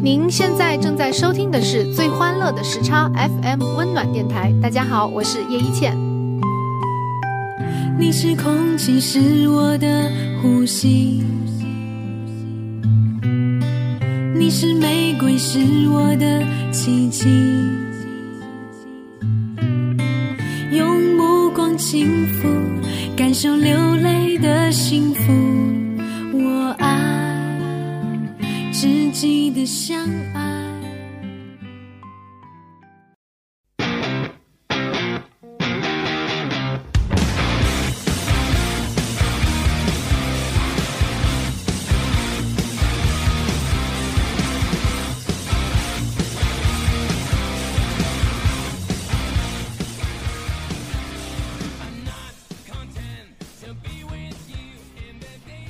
您现在正在收听的是最欢乐的时差 FM 温暖电台。大家好，我是叶一茜。你是空气，是我的呼吸；你是玫瑰，是我的奇迹。用目光轻抚，感受流泪的幸福。我爱，知己的相爱。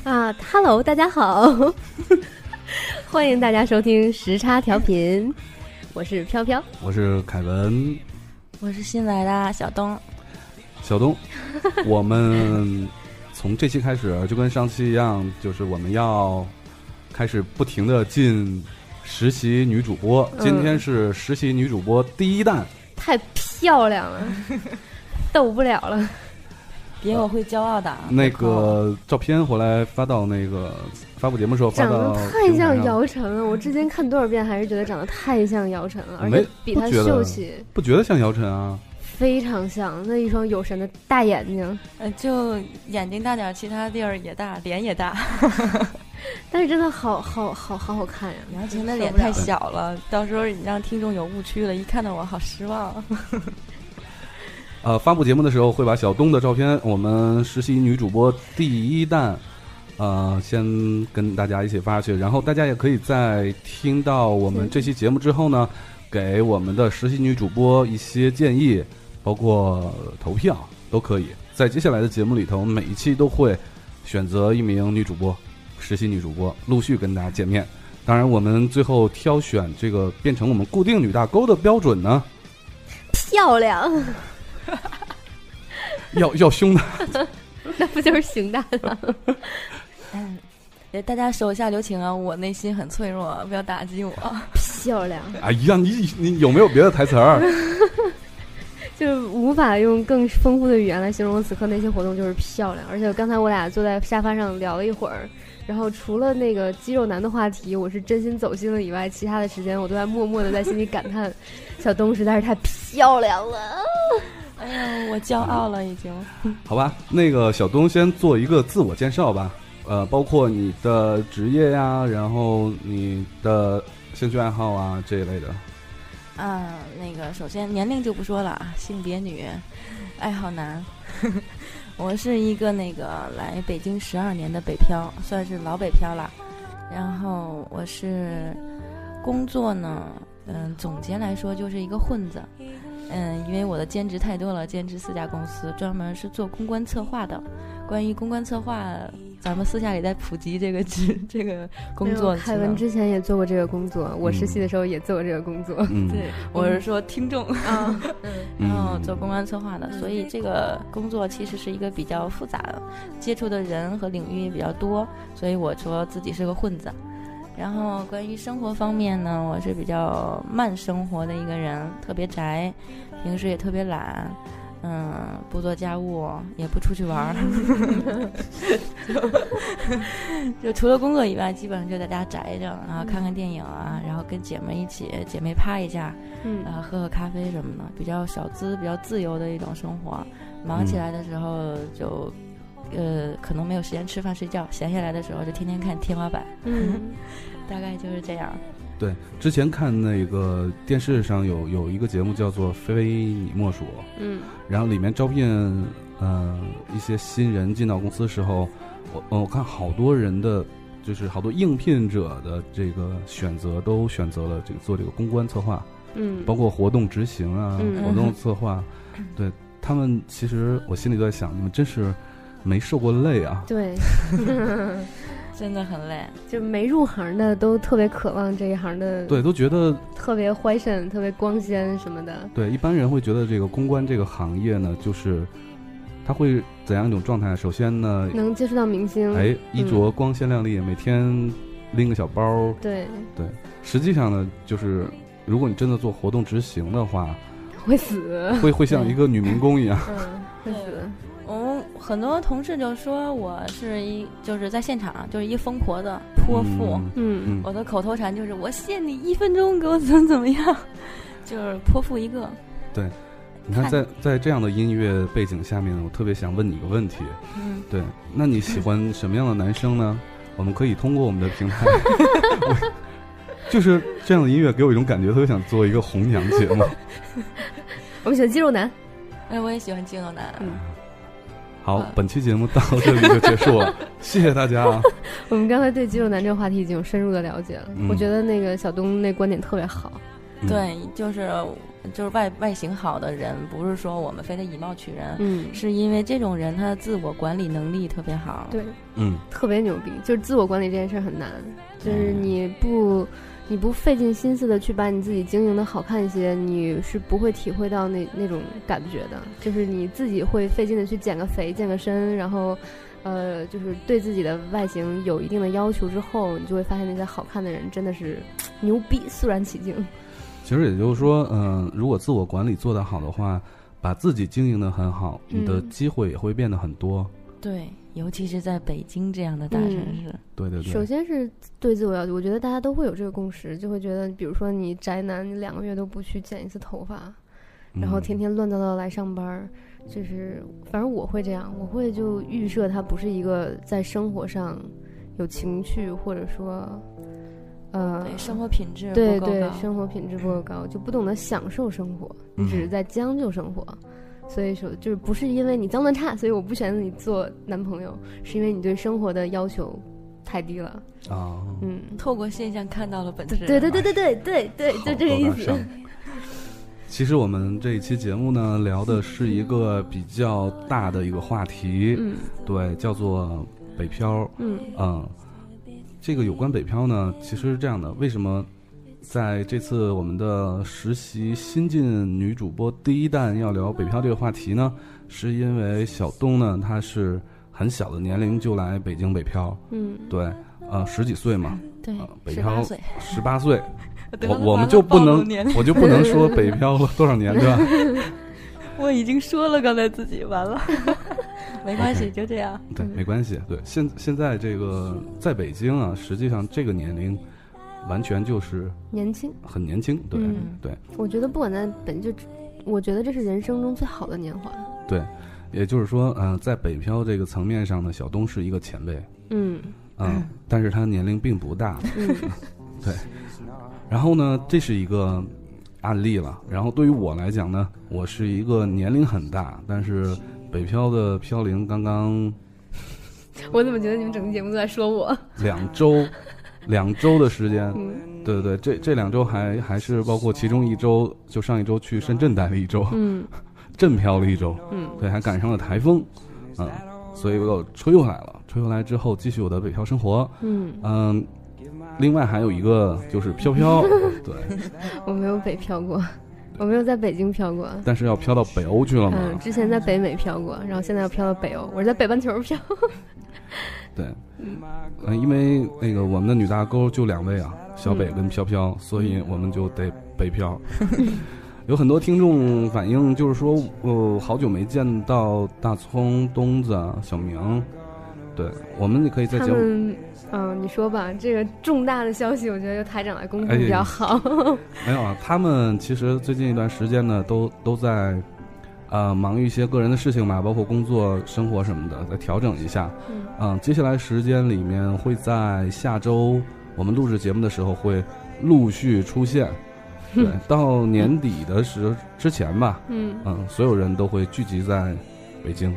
啊哈喽，大家好， 欢迎大家收听时差调频，我是飘飘。我是凯文，我是新来的小东，小东。 我们从这期开始，就跟上期一样，就是我们要开始不停的进实习女主播。嗯今天是实习女主播第一弹，太漂亮 了，逗不了了。别我会骄傲的啊。那别夸我个照片回来发到那个发布节目的时候发长到得太平台像上姚晨了，我之前看多少遍还是觉得长得太像姚晨了，而且没比她不觉得秀气不觉得像姚晨啊？非常像，那一双有神的大眼睛。呃，就眼睛大点儿，其他地儿也大，脸也大。但是真的好好好好好看呀！杨晴的受脸不了太小了，到时候你让听众有误区了，一看到我好失 望。呃，发布节目的时候会把小东的照片，我们实习女主播第一弹，呃，先跟大家一起发下去，然后大家也可以在听到我们这期节目之后呢，给我们的实习女主播一些建议，包括投票都可以。在接下来的节目里头，每一期都会选择一名女主播，实习女主播，陆续跟大家见面。当然，我们最后挑选这个变成我们固定女大钩的标准呢，漂亮，要要胸大。 那不就是邢大大吗？嗯，呃大家手下留情啊，我内心很脆弱，不要打击我。漂亮， 哎呀，你你有没有别的台词儿？ 就是无法用更丰富的语言来形容此刻那些活动，就是漂亮。而且刚才我俩坐在沙发上聊了一会儿，然后除了那个肌肉男的话题，我是真心走心了以外，其他的时间我都在默默的在心里感叹，小东实在是太漂亮了。哎呀，我骄傲了已经。好吧，那个小东先做一个自我介绍吧，呃，包括你的职业呀、然后你的兴趣爱好啊这一类的。嗯，那个首先年龄就不说了啊，性别女，爱好男。 我是一个那个来北京十二年的北漂，算是老北漂了。然后我是工作呢，嗯，总结来说就是一个混子。嗯，因为我的兼职太多了，兼职四家公司，专门是做公关策划的。关于公关策划，咱们私下里再普及这个职这个工作技凯文能。之前也做过这个工作，我实习的时候也做过这个工作。嗯，对，我是说听众。啊，然后嗯做公关策划的，所以这个工作其实是一个比较复杂的，接触的人和领域也比较多，所以我说自己是个混子。然后关于生活方面呢，我是比较慢生活的一个人，特别宅，平时也特别懒，嗯，不做家务，也不出去玩儿， 就就除了工作以外，基本上就在家宅着，然后看看电影啊，然后跟姐妹一起姐妹趴一下，嗯，啊，喝喝咖啡什么的，比较小资、比较自由的一种生活。忙起嗯来的时候就，呃，可能没有时间吃饭睡觉；闲下来的时候就天天看天花板，嗯，大概就是这样。对，之前看那个电视上有有一个节目叫做《非你莫属》，嗯，然后里面招聘呃一些新人进到公司的时候，我呃我看好多人的就是好多应聘者的这个选择都选择了这个做这个公关策划。嗯，包括活动执行啊、嗯活动策划，对他们其实我心里都在想，你们真是没受过累啊！对，真的很累，就没入行的都特别渴望这一行的，对，都觉得特别欢声，特别光鲜什么的。对一般人会觉得这个公关这个行业呢，就是它会怎样一种状态？首先呢，嗯能接触到明星，哎，衣着光鲜亮丽，每天拎个小包。对，实际上呢，就是如果你真的做活动执行的话，会死，会会像一个女民工一样。嗯，会死，我们很多同事就说我是一就是在现场就是一疯婆子泼妇，嗯嗯，嗯，我的口头禅就是我限你一分钟，给我怎么怎么样， 就是泼妇一个。你看在在这样的音乐背景下面，我特别想问你一个问题。嗯，对，那你喜欢什么样的男生呢？我们可以通过我们的 平台，我就是这样的音乐给我一种感觉，特别想做一个红娘节目。我们喜欢肌肉男，哎，我也喜欢肌肉男。好嗯，本期节目到这里就结束了，谢谢大 家啊！我们刚才对肌肉男这个话题已经有深入的了解了，嗯我觉得那个小东那观点特别好，嗯，对，就是就是外外形好的人，不是说我们非得以貌取人，嗯，是因为这种人他的自我管理能力特别好。对，嗯，特别牛逼，就是自我管理这件事儿很难，就是你不你不费尽心思的去把你自己经营的好看一些，你是不会体会到那那种感觉的，就是你自己会费劲的去减个肥、健个身，然后。呃，就是对自己的外形有一定的要求之后，你就会发现那些好看的人真的是牛逼，肃然起敬。其实也就是说，嗯、如果自我管理做得好的话，把自己经营得很好，你的嗯机会也会变得很多。对，尤其是在北京这样的大城市，嗯对对首对，先是对自我要求，我觉得大家都会有这个共识，就会觉得，比如说你宅男，你两个月都不去剪一次头发，然后嗯天天乱糟糟地来上班儿，就是反正我会这样，我会就预设他不是一个在生活上有情趣，或者说，呃，对生活品质对不够对高。生活品质不够高，就不懂得享受生活，你嗯只是在将就生活。所以说，就是不是因为你脏乱差，所以我不选择你做男朋友，是因为你对生活的要求太低了。啊，嗯，透过现象看到了本质。对对对对对对对，就这个意好高大思上。其实我们这一期节目呢，聊的是一个比较大的一个话题，嗯对，叫做北漂。嗯嗯，这个有关北漂呢，其实是这样的，为什么在这次我们的实习新晋女主播第一弹要聊北漂这个话题呢？是因为小东呢，她是很小的年龄就来北京北漂，嗯，对，呃，十几岁嘛，对呃，北十漂八岁，十八岁，得我了我完们了就不暴露能年龄 我就不能说北漂了多少年，对吧？我已经说了，刚才自己完了， 没关系 OK 就这样。对，没关系。对，现现在这个在北京啊，实际上这个年龄完全就是年轻，很年轻，对、嗯对，我觉得不管在本就，我觉得这是人生中最好的年华。也就是说，嗯、在北漂这个层面上呢，小东是一个前辈，嗯嗯、但是他年龄并不 大，嗯然后呢，这是一个案例了。然后对于我来讲呢，我是一个年龄很大，但是北漂的飘零刚刚， 我怎么觉得你们整个节目都在说我？两周，两周的时间，嗯对对对，这这两周还还是包括其中一周，就上一周去深圳待了一周，嗯震漂了一周，嗯对，还赶上了台风，嗯，所以我又吹回来了。吹回来之后，继续我的北漂生活，嗯，嗯。另外还有一个就是飘飘， 对，我没有北漂过，我没有在北京漂过。但是要飘到北欧去了嘛，嗯，之前在北美漂过，然后现在要漂到北欧，我是在北半球漂。对，呃，因为那个我们的女大沟就两位啊，小北跟飘飘，所以我们就得北漂。有很多听众反映，就是说，呃，好久没见到大葱、东子、啊小明，对，我们也可以在他节目，们，嗯，你说吧，这个重大的消息，我觉得由台长来公布哎比较好。没有啊，他们其实最近一段时间呢，都都在，呃，忙于一些个人的事情吧，包括工作、生活什么的，再调整一下。嗯嗯，接下来时间里面会在下周我们录制节目的时候会陆续 出现，对，到年底的时之前吧，嗯，嗯，所有人都会聚集在北京。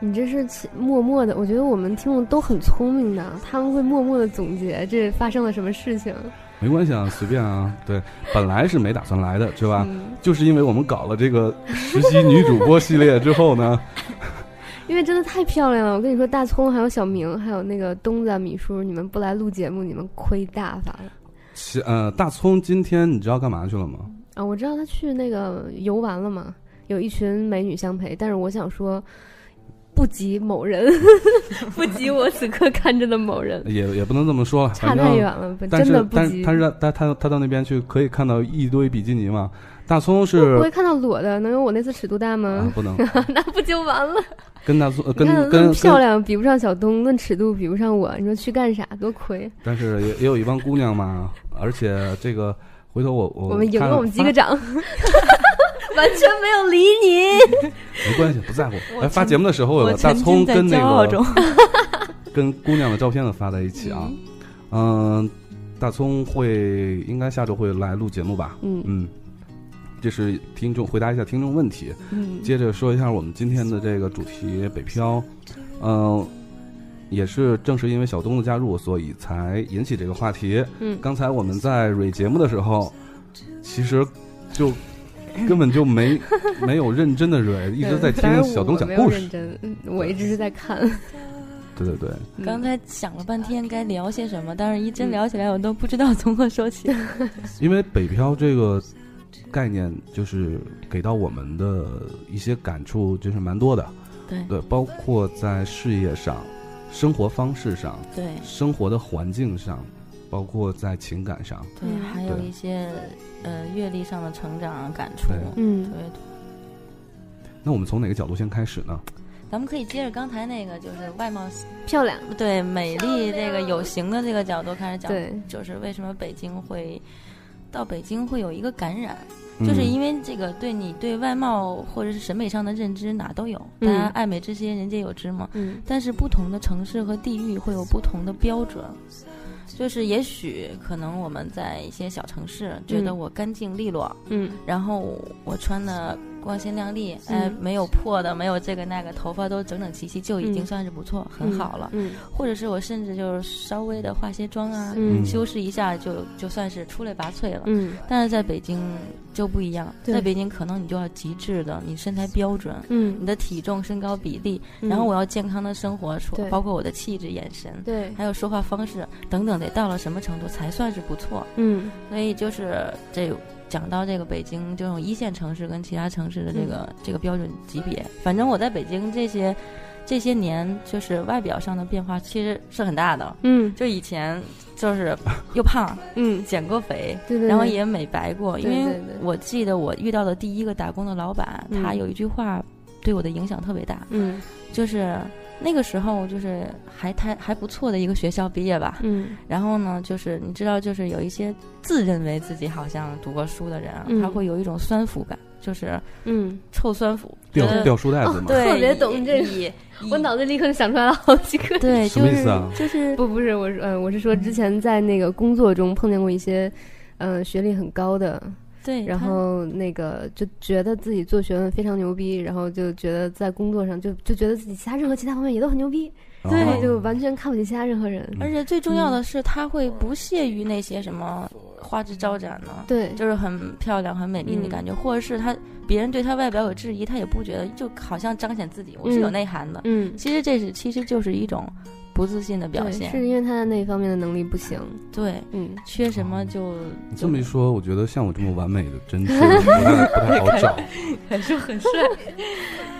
你这是起默默的，我觉得我们听众都很聪明的，他们会默默的总结这发生了什么事情。没关系啊，随便啊，对， 本来是没打算来的，是吧？嗯，就是因为我们搞了这个实习女主播系列之后呢，因为真的太漂亮了，我跟你说，大葱还有小明，还有那个东子啊、米叔，你们不来录节目，你们亏大发了其呃，大葱今天你知道干嘛去了吗？啊！我知道他去那个游玩了嘛，有一群美女相陪，但是我想说，不不及某人， 不及我此刻看着的某人， 也也不能这么说了，差反太正远了，不但真的是不但是及。他是他他他到那边去可以看到一堆比基尼嘛，大葱我是不会看到裸的，能有我那次尺度大啊吗？不能那 不就完了？跟大葱呃你跟看，跟论漂跟，亮比不上小东，论尺度比不上我，你说去干啥？多亏！但是也也有一帮姑娘嘛，而且这个回头我我我们赢看了，我们击个发掌， 完全没有理你。没关系，不 在乎。我来发沉节目的时候，我有大沉葱浸在跟那骄傲个中，跟姑娘的照片呢发在一起啊。嗯，大葱会应该下周会来录节目吧？嗯嗯，这是听众回答一下听众问题，嗯，接着说一下我们今天的这个主题北漂。嗯、也是正是因为小东的加入，所以才引起这个话题。嗯刚才我们在蕊节目的时候，其实就。根本就没 没有认真的蕊，一直 在对反听正小东我讲没有故事认。真，嗯我一直是在看。对对对，嗯刚才想了半天该聊些什么，但是一真聊起来，我都不知道从何说起。 因为北漂这个概念，就是给到我们的一些感触，就是蛮多的。对对，包括在事业上、生活方式上、对生活的环境上，包括在情感上。对嗯，还有对一些呃阅历上的成长啊感触。对对嗯，，那我们从哪个角度先开始呢？咱们可以接着刚才那个，就是外貌漂亮。对美丽这个有形的这个角度开始讲，对，就是为什么北京会到北京会有一个感染，嗯嗯就是因为这个对你对外貌或者是审美上的认知哪都有，大嗯家爱美之心人皆有之嘛。嗯但是不同的城市和地域会有不同的标准，就是也许可能我们在一些小城市觉得嗯我干净利落，嗯然后我穿的光鲜亮丽，哎，嗯没有破的，没有这个那个，头发都整整齐齐，就已经嗯算是不错，很好了。嗯或者是我甚至就是稍微的化些妆啊，嗯修饰一下就就算是出类拔萃了。嗯但是在北京就不一样，对在北京可能你就要极致的，你身材标准，你嗯，的体重、身高比例，然后我要健康的生活，说对包括我的气质、眼神，对，还有说话方式等等，得到了什么程度才算是不错？嗯所以就是这讲到这个北京这种一线城市跟其他城市的这嗯个、这个标准级别，反正我在北京这些这些年，就是外表上的变化其实是很大的。嗯就以前就是又胖，嗯，减过肥，对对，然后对也美白过。因对为对对我记得我遇到的第一个打工的老板，嗯他有一句话对我的影响特别大，嗯就是那个时候就是还太还不错的一个学校毕业吧，嗯然后呢，就是你知道，就是有一些自认为自己好像读过书的人啊，嗯他会有一种酸腐感，就是嗯，臭酸腐，掉觉得掉书袋子嘛，哦对，特别懂这个个， 我脑子立刻想出来了好几个。对，什就么是意思啊？就是不不是，我是嗯、我是说之前在那个工作中碰见过一些，嗯、学历很高的，对，然他后那个就觉得自己做学问非常牛逼，然后就觉得在工作上就就觉得自己其他任何其他方面也都很牛逼，对然哦后就完全看不起其他任何人。嗯而且最重要嗯的是，他会不屑于那些什么花枝招展呢、对，嗯就是很漂亮、很美丽的感觉，或者是他别人对他外表有质疑，他也不觉得，就好像彰显自己我是有嗯内涵的。嗯，其实这是其实就是一种不自信的表对，现，是因为他的那一方面的能力不行。对，嗯，缺什么就你这么一说，我觉得像我这么完美的，真 是不太不太好找。还是很帅。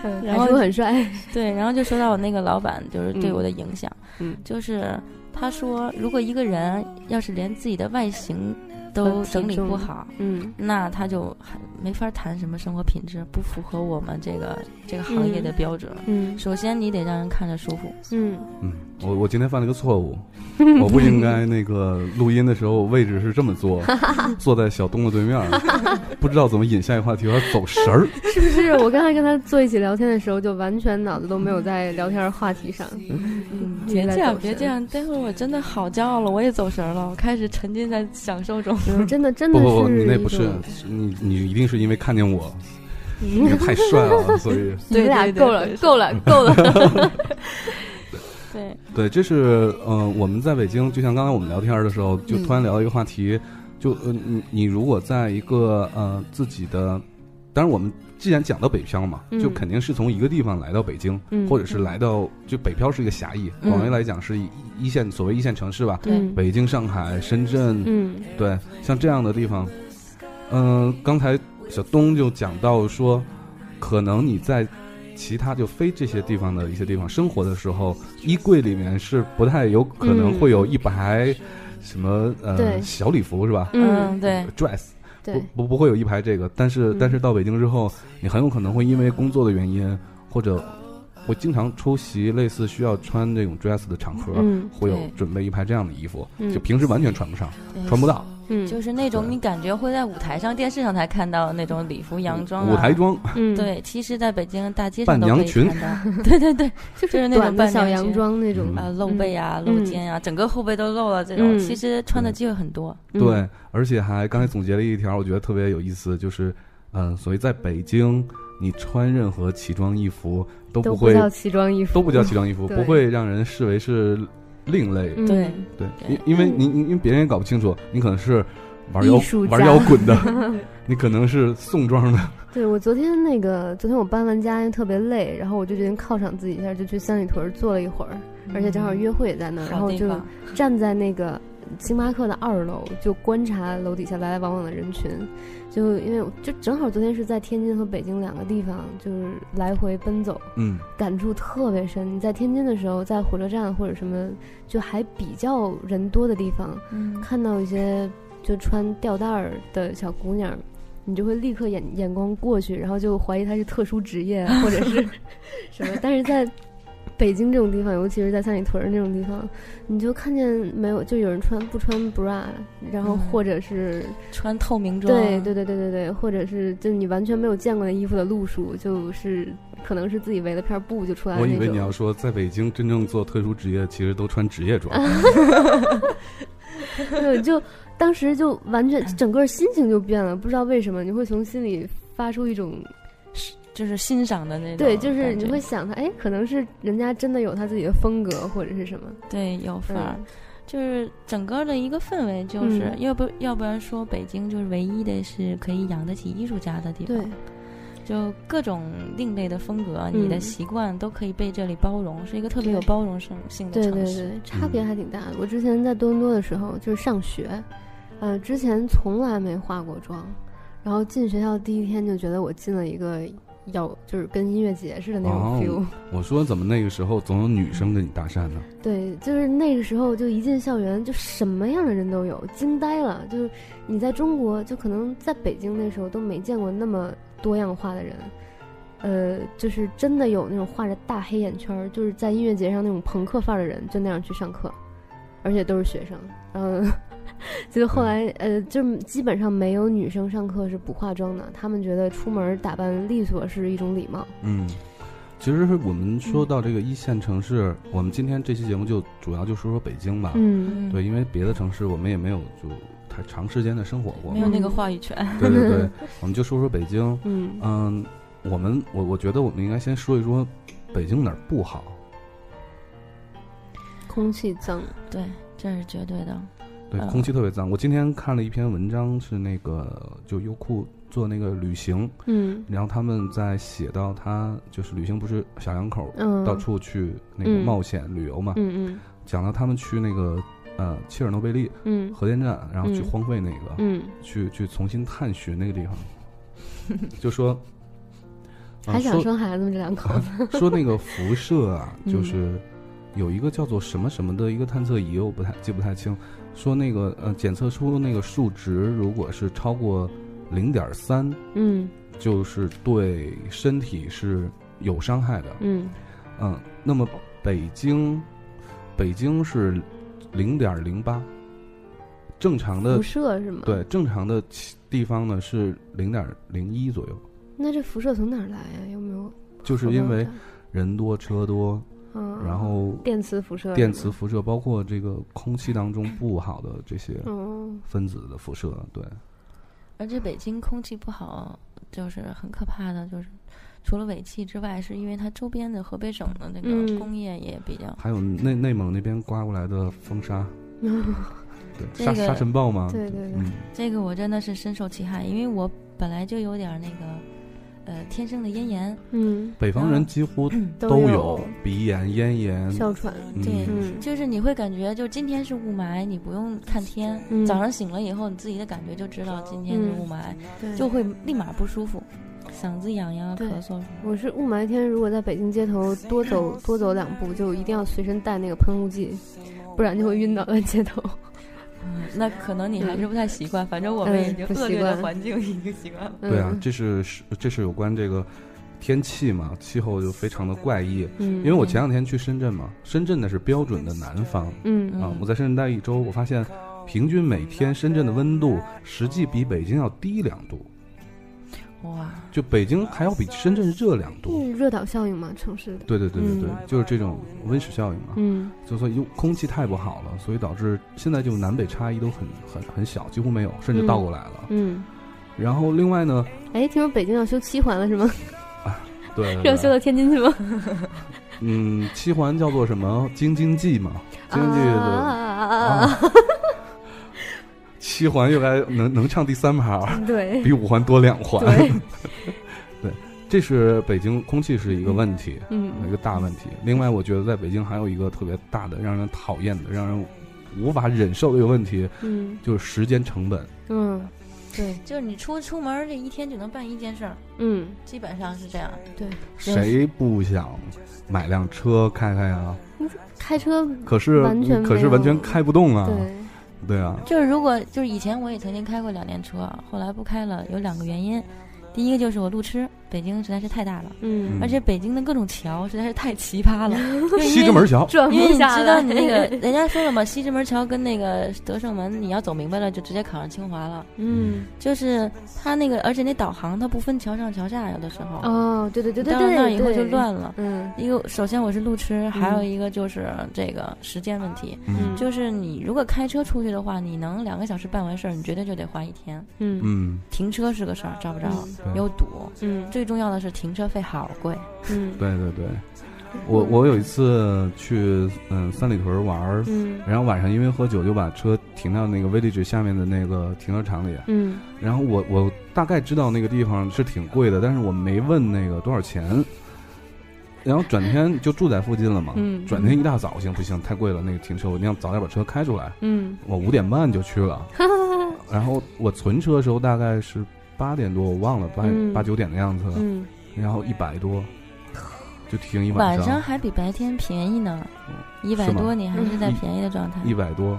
嗯然还后是我很帅。对，然后就说到我那个老板，就是对我的影响，嗯嗯就是他说，如果一个人要是连自己的外形都和体整理不重好，嗯那他就很没法谈什么生活品质，不符合我们这个这个行业的标准。嗯首先，你得让人看着舒服。嗯，嗯，我我今天犯了一个错误，我不应该那个录音的时候位置是这 么坐，坐在小东的对面儿，不知道怎么引下一个话题，我要走神 儿。是不是？我刚才跟他坐一起聊天的时候，就完全脑子都没有在聊天话题上。嗯别这样，别这。样，待会儿我真的好骄傲了，我也走神儿了，我开始沉浸在享受中。嗯真的，真不的不不，是你那一不是种，是你你一定是因为看见 我，嗯你太帅了，啊所以你们俩对对够了，够了，够了。 对，对，这是呃，我们在北京，就像刚才我们聊天的时候，就嗯突然聊到一个话题，就呃，你你如果在一个呃自己的，当然我们既然讲到北漂嘛，嗯就肯定是从一个地方来到北京，嗯或者是来到就北漂是一个狭义，嗯广义来讲是一一线所谓一线城市吧，对嗯北京、上海、深圳，嗯对，像这样的地方，嗯、刚才小东就讲到说，可能你在其他就非这些地方的一些地方生活的时候，衣柜里面是不太有可能嗯会有一排什么呃对小礼服是吧嗯，对， ？dress 不对，不不会有一排这个，但是、嗯但是到北京之后，你很有可能会因为工作的原因，或者我经常出席类似需要穿这种 dress 的场合，嗯会有对准备一排这样的衣服，嗯就平时完全穿不上，对穿不到嗯，就是那种你感觉会在舞台上、电视上才看到的那种礼服、洋装、啊、舞台。装，嗯，对，其实，在北京大街上伴都娘可以裙看到。对对对，就就是是那种短的伴小娘洋裙装那种嗯，啊，露背啊，嗯露肩啊，整个后背都露了，这种嗯其实穿的机会很多。嗯对，而且还刚才总结了一条，我觉得特别有意思，就是，嗯、所以在北京，你穿任何奇装异服都都不会叫奇装异服，都不叫奇装异服，对不会让人视为是另类。嗯对对，对因因为你因为别人也搞不清楚，你可能是玩摇艺术家玩摇 滚的，你可能是宋装的，对我昨天那个，昨天我搬完家因为特别累，然后我就决定犒赏自己一下，就去三里屯坐了一会儿，嗯而且正好约会也在那儿，然嗯好后地就方，站在那个星巴克的二楼，就观察楼底下来来往往的人群。就因为我就正好昨天是在天津和北京两个地方，就是来回奔走， 嗯，感触特别深。你在天津的时候，在火车站或者什么就还比较人多的地方，嗯看到一些就穿吊带儿的小姑娘，你就会立刻眼眼光过去，然后就怀疑她是特殊职业啊或者是什么。但是在北京这种地方，尤其是在三里屯儿那种地方，你就看见没有，就有人穿不穿 bra，然后嗯或者是、穿透明装，对对对对对对，或者是就你完全没有见过的衣服的路数，就是可能是自己围了片布就出来我的以为那你要种。说在北京真正做特殊职业，其实都穿职业嗯装， 对，就当时就完 全整个心情就变了，不知道为什么你会从心里发出一种就是欣赏的那种感对，觉。就是你会想他，哎，可能是人家真的有他自己的风格或者是什么，对有范儿嗯。就是整个的一个氛围，就是、嗯要不要不然说北京就是唯一的是可以养得起艺术家的地方对，，就各种另类的风格，你的嗯习惯都可以被这里包容，是一个特别有对包容性性的对对城市。对，差别还挺大的。我之前在多伦多的时候，就是上学，呃，之前从来没化过妆，然后进学校第一天就觉得我进了一个要就是跟音乐节似的那哦种 feel，、我说怎么那个时候总有女生跟你搭讪呢？对，就是那个时候，就一进校园，就什么样的人都有，惊呆了。就是你在中国，就可能在北京那时候都没见过那么多样化的人，呃，就是真的有那种画着大黑眼圈儿，就是在音乐节上那种朋克范儿的人，就那样去上课，而且都是学生。然后， 就后来呃，就基本上没有女生上课是不化妆的，他们觉得出门打扮利索是一种礼貌。嗯，其实是我们嗯说到这个一线城市，我们今天这期节目就主要就说说北京吧。嗯，嗯，对，因为别的城市我们也没有就太长时间的生活过没。有那个嗯话语权。 对对对，我们就说说北京。嗯嗯，我们我我觉得我们应该先说一说北京哪儿不好。空气脏，对，这是绝对的。对，嗯空气特别脏。我今天看了一篇文章，是那个就优酷做那个旅行，嗯然后他们在写到他就是旅行不是小两口嗯，到处去那个嗯冒险旅游嘛，嗯嗯。讲到他们去那个呃切尔诺贝利嗯核电站，然后去嗯荒废那个，嗯，去去重新探寻那个地方， 就说，啊还想说生啊孩子吗？这两口 子？说那个辐射啊，嗯就是有一个叫做什么什么的一个探测仪，我不太记不太清，说那个呃检测出那个数值如果是超过零点三，嗯就是对身体是有伤害的。嗯嗯，那么北京，北京是零点零八，正常的辐射是吗？对，正常的其地方呢是零点零一左右，那这辐射从哪儿来呀？有没有？就是因为人多车多，嗯，然后电磁辐射，电磁，辐射，包括这个空气当中不好的这些嗯分子的辐射，对，而且北京空气不好，就是很可怕的，就是除了尾气之外，是因为它周边的河北省的那个嗯工业也比较。还有内内蒙那边刮过来的风沙，对，这沙个沙尘暴嘛， 对对对啊嗯，这个我真的是深受其害，因为我本来就有点儿那个，呃，天生的咽炎。嗯，北方人几乎都有有鼻炎、咽炎，哮喘，对嗯嗯就是你会感觉，就今天是雾霾，你不用看天，嗯早上醒了以后，你自己的感觉就知道今天是雾霾，对，就会立马不舒服。嗓子痒痒、对咳嗽什么我是雾霾天，如果在北京街头多走多走两步，就一定要随身带那个喷雾剂，不然就会晕倒在街头。的，嗯那可能你还是不太习惯。反正我嗯们已经不恶习劣惯的环境已经习惯了。嗯、对啊，，这是是这是有关这个天气嘛，气候就非常的怪异。嗯，因为我前两天去深圳嘛，深圳呢是标准的南方嗯啊嗯，我在深圳待一周，我发现平均每天深圳的温度实际比北京要低两度，哇，就北京还要比深圳热两度。嗯热岛效应嘛，城市的，对对对对对，就是这种温室效应嘛。嗯就所以用空气太不好了，所以导致现在就南北差异都很很很小，几乎没有，甚至倒过来了。嗯。然后另外呢，哎，听说北京要修七环了是吗？ 对是要修到天津去 吗？嗯，七环叫做什么？京津冀嘛，京津冀的、啊，七环又该能能唱第三盘，对比五环多两环。对， 这是北京空气是一个问题，一嗯个大问题。另外，我觉得在北京还有一个特别大的、让人讨厌的、让人无法忍受的一个问题，嗯就是时间成本。嗯，对，就是你出出门儿这一天只能办一件事儿，嗯基本上是这样。对，谁不想买辆车开开啊？开车可是嗯完全没有可是完全开不动啊，对，对啊，就是如果就是以前我也曾经开过两年车，后来不开了，有两个原因。第一个就是我路痴，北京实在是太大了，嗯而且北京的各种桥实在是太奇葩了。就是因为西直门桥转因为不你下知道来。你那个，人家说了嘛，西直门桥跟那个德胜门，你要走明白了就直接考上清华了。 嗯，就是它那个，而且那导航它不分桥上桥下，有的时候，哦，对对对你对到了对，那儿以后对就。乱了。嗯一个首先我是路痴，还有嗯一个就是这个时间问题。嗯就是你如果开车出去的话，你能两个小时办完事儿，你绝对就得花一天。嗯嗯，停车是个事儿，找不着，对又堵。嗯最重要的是停车费好贵，嗯对对对，我我有一次去嗯三里屯玩儿，嗯然后晚上因为喝酒就把车停到那个 village 下面的那个停车场里，嗯然后我我大概知道那个地方是挺贵的，但是我没问那个多少钱。然后转天就住在附近了嘛，嗯转天一大早，行不行？太贵了，那个停车我一定要早点把车开出来。嗯我五点半就去 了，然后我存车的时候大概是八点多，我忘了八嗯八九点的样子，嗯，然后一百多，就停一晚上，嗯上还比白天便宜呢，一百是吗嗯多你还是在便宜的状态。一百多。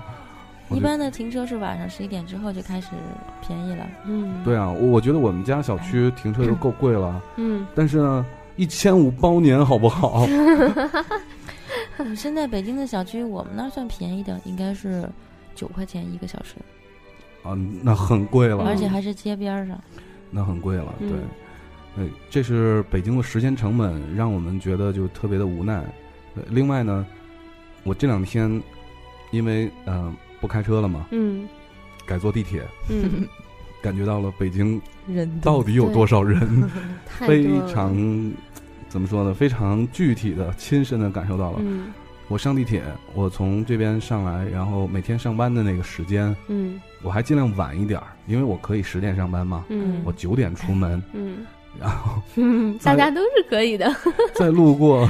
我一觉得般的停车是晚上十一点之后就开始便宜了，嗯对啊，我我觉得我们家小区停车都够贵了，嗯但是呢，一千五包年好不 好？嗯现在北京的小区，我们那儿算便宜的，应该是九块钱一个小时，啊，那很贵了，而且还是街边儿上。那很贵了，嗯对。对，这是北京的时间成本，让我们觉得就特别的无奈。对另外呢，我这两天因为嗯、呃不开车了嘛，嗯改坐地铁， 嗯，感觉到了北京人到底有多少人，太 非多了常怎么说呢？非常具体的、亲身的感受到了。嗯我上地铁，我从这边上来，然后每天上班的那个时间，嗯我还尽量晚一点儿，因为我可以十点上班嘛，嗯我九点出门， 嗯 然后嗯，大家都是可以的。再路过，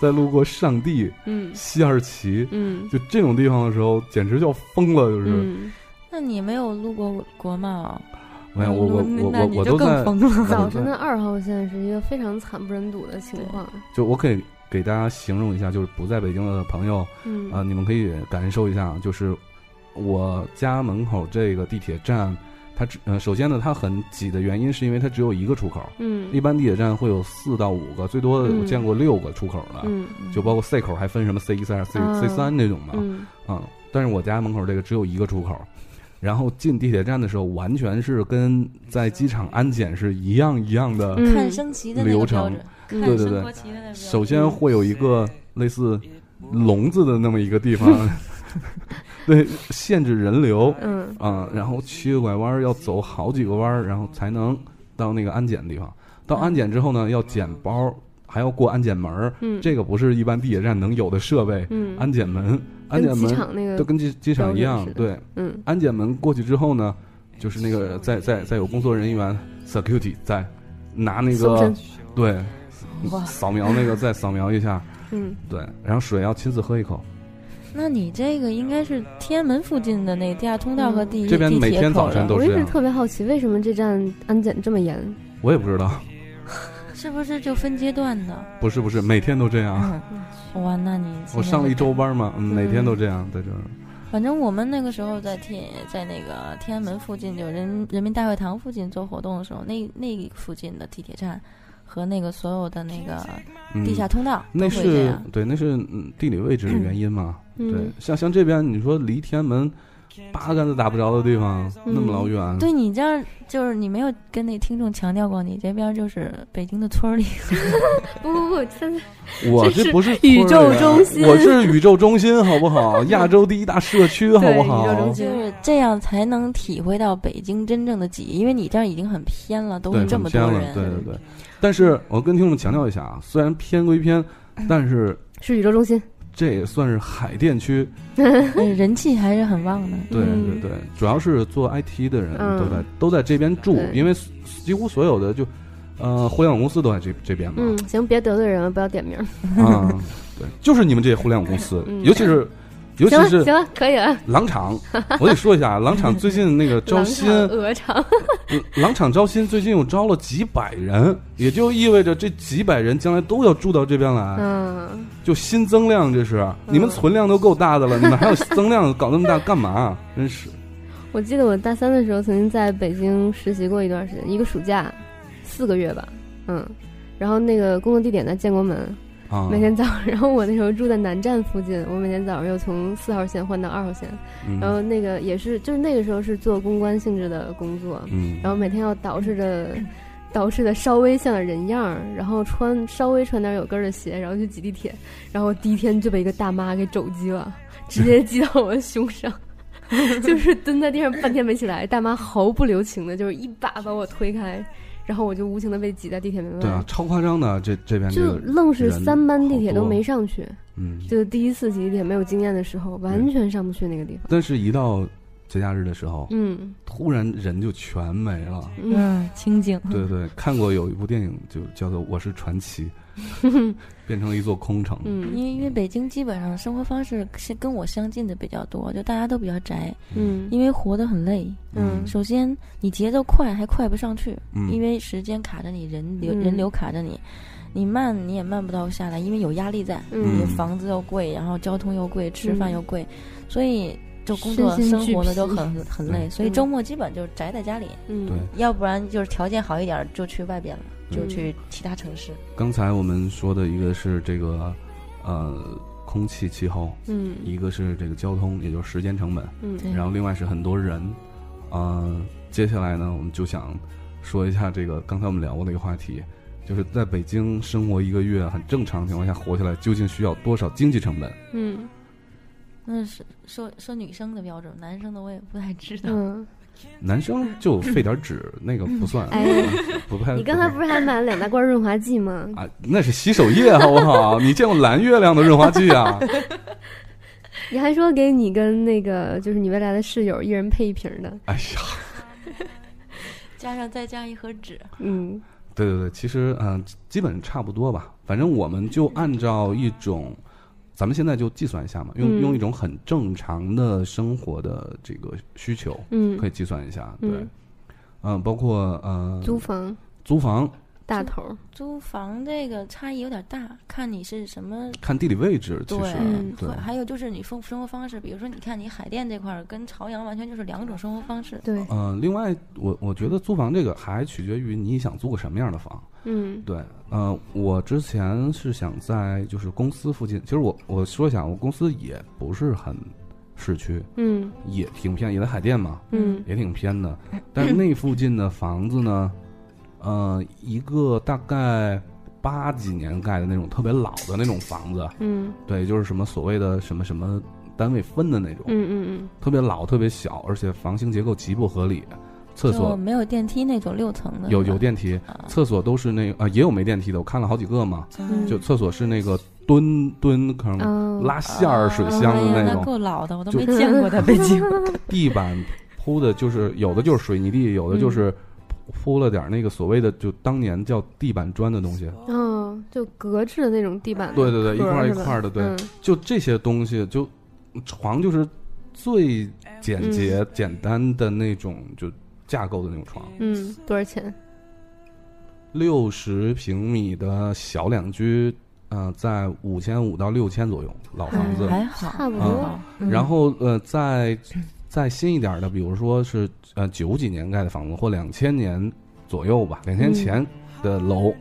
再路过上地、嗯西二旗，嗯就这种地方的时候，简直就要疯了，就是。嗯，那你没有路过国贸？没有，我我我那我 你我就都更在，疯了。 早嗯晨的二号线是一个非常惨不忍睹的情况。就我可以给大家形容一下，就是不在北京的朋友，嗯啊，你们可以感受一下，就是我家门口这个地铁站，它只呃，首先呢，它很挤的原因是因为它只有一个出口，一嗯般地铁站会有四到五个，最多的嗯我见过六个出口的，嗯就包括 C 口还分什么 C 一、C 二、C 啊 C 三这种嘛，嗯啊、但是我家门口这个只有一个出口。然后进地铁站的时候，完全是跟在机场安检是一样一样的。嗯看升旗的那流个程标准，看对对升对国旗的那个标准首先会有一个类似笼子的那么一个 地方，对，限制人流嗯啊、然后七个拐弯儿要走好几个弯儿，然后才能到那个安检地方。到安检之后呢，要捡包，还要过安检门儿，嗯嗯，这个不是一般地铁站能有的设备。嗯安检门，安跟检机门场那都个跟机机场一标样准，似的对，嗯安检门过去之后呢，就是那个在在在有工作人员 security 在拿那搜个身对哇扫描那个再扫描一下，嗯对，然后水要亲自喝一口。那你这个应该是天安门附近的那个地下通道和地这边地每铁天口早晨了都我是一这直样特别好奇，为什么这站安检这么严？我也不知道，是不是就分阶段的？不是不是，每天都这样。嗯，哇，那你我上了一周，班嘛，嗯，每天嗯都这样，在这儿。反正我们那个时候在天在那个天安门附近，就人人民大会堂附近做活动的时候，那那附近的地铁站和那个所有的那个嗯、地下通道那都会这是样。对，那是嗯地理位置的原因嘛。嗯对，像像这边你说离天安门八竿子打不着的地方，那么老远，对你这样，就是你没有跟那听众强调过，你这边就是北京的村儿里，不不不，现在我这这是不是宇村宙儿呀中心我是宇宙中心，好不好？亚洲第一大社区，好对不宇宙好中？心就是这样才能体会到北京真正的挤，因为你这样已经很偏了，都对，是很这么多偏了，人，对对对。但是我跟听众强调一下啊，虽然偏归偏，但 是是宇宙中心，这也算是海淀区，哎人气还是很旺的。对对嗯对，主要是做 IT 的人嗯都在都在这边住，对因为几乎所有的就呃互联网公司都在这这边嘛，嗯，行，别得罪人了，不要点名儿。啊， 对，就是你们这些互联网公司，嗯尤其是尤其行了是行了，可以了。狼厂，我得说一下 啊，狼厂最近那个招狼新场、，鹅场，嗯狼厂招新最近又招了几百人，也就意味着这几百人将来都要住到这边来，嗯，就新增量这是，你们存量都够大的了，你们还有增量搞那么大干嘛？真是，我记得我大三的时候曾经在北京实习过一段时间，一个暑假，四个月吧，嗯。然后那个工作地点在建国门，啊，每天早上， 然后我那时候住在南站附近，我每天早上又从四号线换到二号线，嗯然后那个也是，就是那个时候是做公关性质的工作，嗯，然后每天要捯饬着，捯饬的稍微像点人样儿，然后穿稍微穿点有跟儿的鞋，然后去挤地铁，然后第一天就被一个大妈给肘击了，直接击到我的胸上。 就是蹲在地上半天没起来，大妈毫不留情的，就是一把把我推开，然后我就无情的被挤在地铁门外，对啊，超夸张的这这边这就个，愣是人三班地铁好多都没上去，嗯，就是第一次挤地铁没有经验的时候，完全上不去那个地方。但是一到节假日的时候，嗯突然人就全没了。嗯，嗯，清静。对对，看过有一部电影，就叫做《我是传奇》， 变成了一座空城。嗯因为因为北京基本上生活方式是跟我相近的比较多，就大家都比较宅，嗯因为活得很累。嗯首先你节奏快还快不上去，嗯，因为时间卡着你，人流嗯人流卡着你，你慢你也慢不到下来，因为有压力在，嗯你嗯，房子又贵，然后交通又贵，吃饭又贵，所以就工身作心生俱活的都疲很很累，对所以周末基本就是宅在家里，嗯对要不然就是条件好一点儿就去外边了，就嗯去其他城市。刚才我们说的一个是这个，呃，空气气候，嗯一个是这个交通，也就是时间成本，嗯对然后另外是很多人。呃，接下来呢，我们就想说一下这个刚才我们聊过的一个话题，就是在北京生活一个月，很正常的情况下活下来，究竟需要多少经济成本？嗯那是说说女生的标准，男生的我也不太知道。嗯，男生就费点纸，那个不算，哎， 不太。你刚才不是还买了两大罐润滑剂 吗？啊，那是洗手液，好不好？你见过蓝月亮的润滑剂啊？ 你还说给你跟那个就是你未来的室友一人配一瓶的，哎呀，加上再加一盒纸，嗯对对对，其实嗯、呃基本差不多吧。反正我们就按照一种，咱们现在就计算一下嘛，用、嗯用一种很正常的生活的这个需求，嗯可，以计算一下。对，嗯嗯、包括呃租房租房，大头儿，租房这个差异有点大，看你是什么。看地理位置，其对实嗯对会，还有就是你生生活方式，比如说你看你海淀这块儿跟朝阳完全就是两种生活方式。对，嗯，另外，我我觉得租房这个还取决于你想租个什么样的房。嗯对，呃，我之前是想在就是公司附近，其实我我说一下，我公司也不是很市区，嗯也挺偏，也在海淀嘛，嗯也挺偏 的。但是那附近的房子呢，呃，一个大概八几年盖的那种特别老的那种房子，嗯对，就是什么所谓的什么什么单位分的那种，嗯嗯特别老、特别小，而且房型结构极不合理，厕所就没有电梯那种六层的，有是吧有电梯，啊厕所都是那啊、也有没电梯的，我看了好几个嘛。嗯，就厕所是那个蹲蹲坑、嗯拉线儿水箱哎的呀那那种，够老的，我都就没见过在北 京。地板铺的就是有的就是水泥地，有的就是铺了点儿那个所谓的就当年叫地板砖的东西。哦，就格致的那种地板，对对对，一块儿一是吧块儿的，对，嗯就这些东西，就床就是最简嗯洁、简单的那种就架构的那种床，嗯，多少钱？六十平米的小两居，呃，在五千五到六千左右，老房嗯子。还好，差不多。啊，然后呃，再再新一点儿的，比如说是呃九几年盖的房子，或两千年左右吧，两千嗯前的楼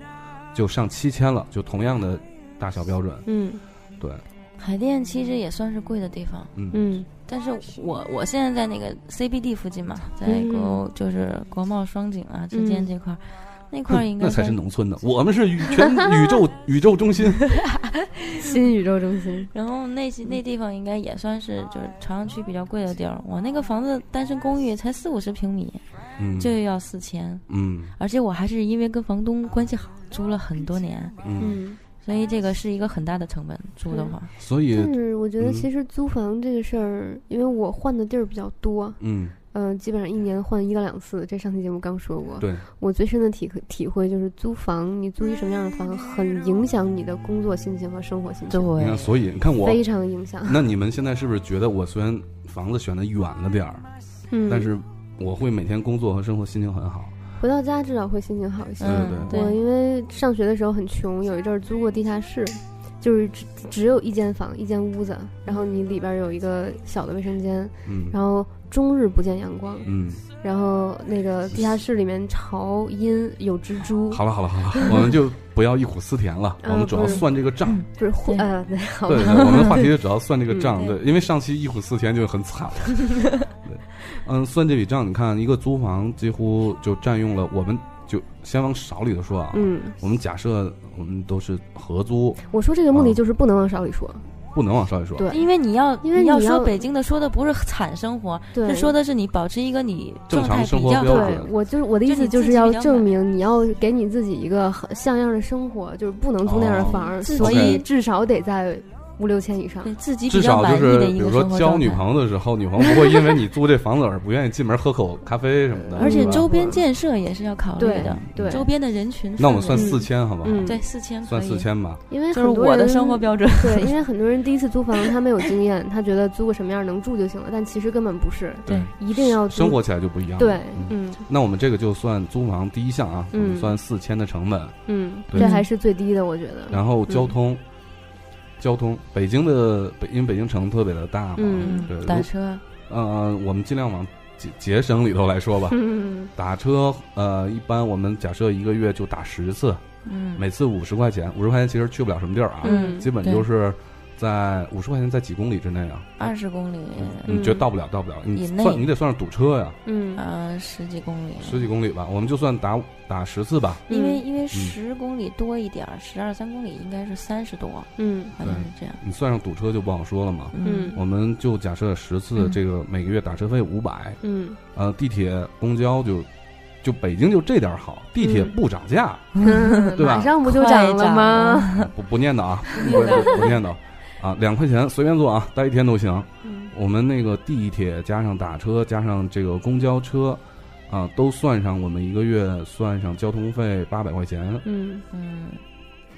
就上七千了，就同样的大小标准。嗯对，海淀其实也算是贵的地方，嗯嗯但是我我现在在那个 CBD 附近嘛，在嗯国、就是国贸双井啊之间嗯这块儿，那块儿应该那才算是农村的，我们是宇全宇宙宇宙中心。新宇宙中心，然后那些嗯那地方应该也算是就是哎朝阳区比较贵的地儿。我嗯那个房子单身公寓才四五十平米嗯，就要四千，嗯而且我还是因为跟房东关系好租了很多年，嗯，嗯，所以这个是一个很大的成本租的话。所以但是我觉得嗯其实租房这个事儿，因为我换的地儿比较多，嗯嗯、基本上一年换一到两次，这上期节目刚说过。嗯对，我最深的体体会就是租房，你租一什么样的房，很影响你的工作心情和生活心情，你看，所以你看我，非常影 响。 那你们现在是不是觉得我虽然房子选的远了点儿，嗯，但是我会每天工作和生活心情很好。回到家至少会心情好一些。嗯，对我因为上学的时候很穷，有一阵儿租过地下室，就是只只有一间房、一间屋子，然后你里边儿有一个小的卫生间，嗯然后终日不见阳光，嗯，然后那个地下室里面潮阴有蜘蛛，好了好了好了， 我们就不要忆苦思甜了，嗯我们主要算这个账。嗯不是会对呃，对好对，吧，对我们话题就主要算这个账。嗯对，因为上期忆苦思甜就很惨了。 对，嗯，算这笔账，你看一个租房几乎就占用了，我们就先往少里头说啊。嗯，我们假设我们都是合租，我说这个目哦的就是不能往少里说，不能往少里说。对因为你要因为你你要要说北京的，说的不是惨生活，对，是说的是你保持一个你正状态常生比活较标好准对，我就是我的意就思你就自是己要比较证满明你要给你自己一个很像样的生活，就是不能租那样的哦房儿，自所己以至少得在五六千以上。对自己比至较少满就意是，的比一如个说生活交状女态。朋友的时候，女朋友不会因为你租这房子而不愿意进门喝口咖啡什么的。而且周边嗯建设也是要考虑对的，对，周边的人群。那我们算嗯四千，好不好？嗯，对，四千算可以四，千吧。因为就是很多我的人生活标准。对，因为很多人第一次租房，他没有经验，他觉得租个什么样能住就行了，但其实根本不是，对一定要租生活起来就不一样了。对嗯，嗯那我们这个就算租房第一项啊，我嗯们算四千的成本，嗯，对这还是最低的，我觉得。然后交通，交通，北京的北，因为北京城特别的大嘛，嗯对，打如车呃，我们尽量往节节省里头 来说吧。 嗯，打车，呃，一般我们假设一个月就打十次，嗯，每次五十块钱，五十块钱其实去不了什么地儿啊，嗯基本对就是在五十块钱在几公里之内啊，二十公里，你觉得到不了，到不了，你以内算你得算是堵车呀、嗯呃，十几公里，十几公里吧，我们就算打打十次吧，嗯因为嗯因为十公里多一点儿，十二三公里应该是三十多，嗯好像是这样。你算上堵车就不好说了嘛。嗯我们就假设十次，这个每个月打车费五百，嗯呃，地铁、公交就，就北京就这点儿好，地铁不涨价，嗯，对 吧马上不就快涨了涨吗？不不念叨啊，不不不念叨啊，两块钱随便坐啊，待一天都行。嗯我们那个地铁加上打车加上这个公交车，啊，都算上我们一个月算上交通费八百块钱，嗯 嗯，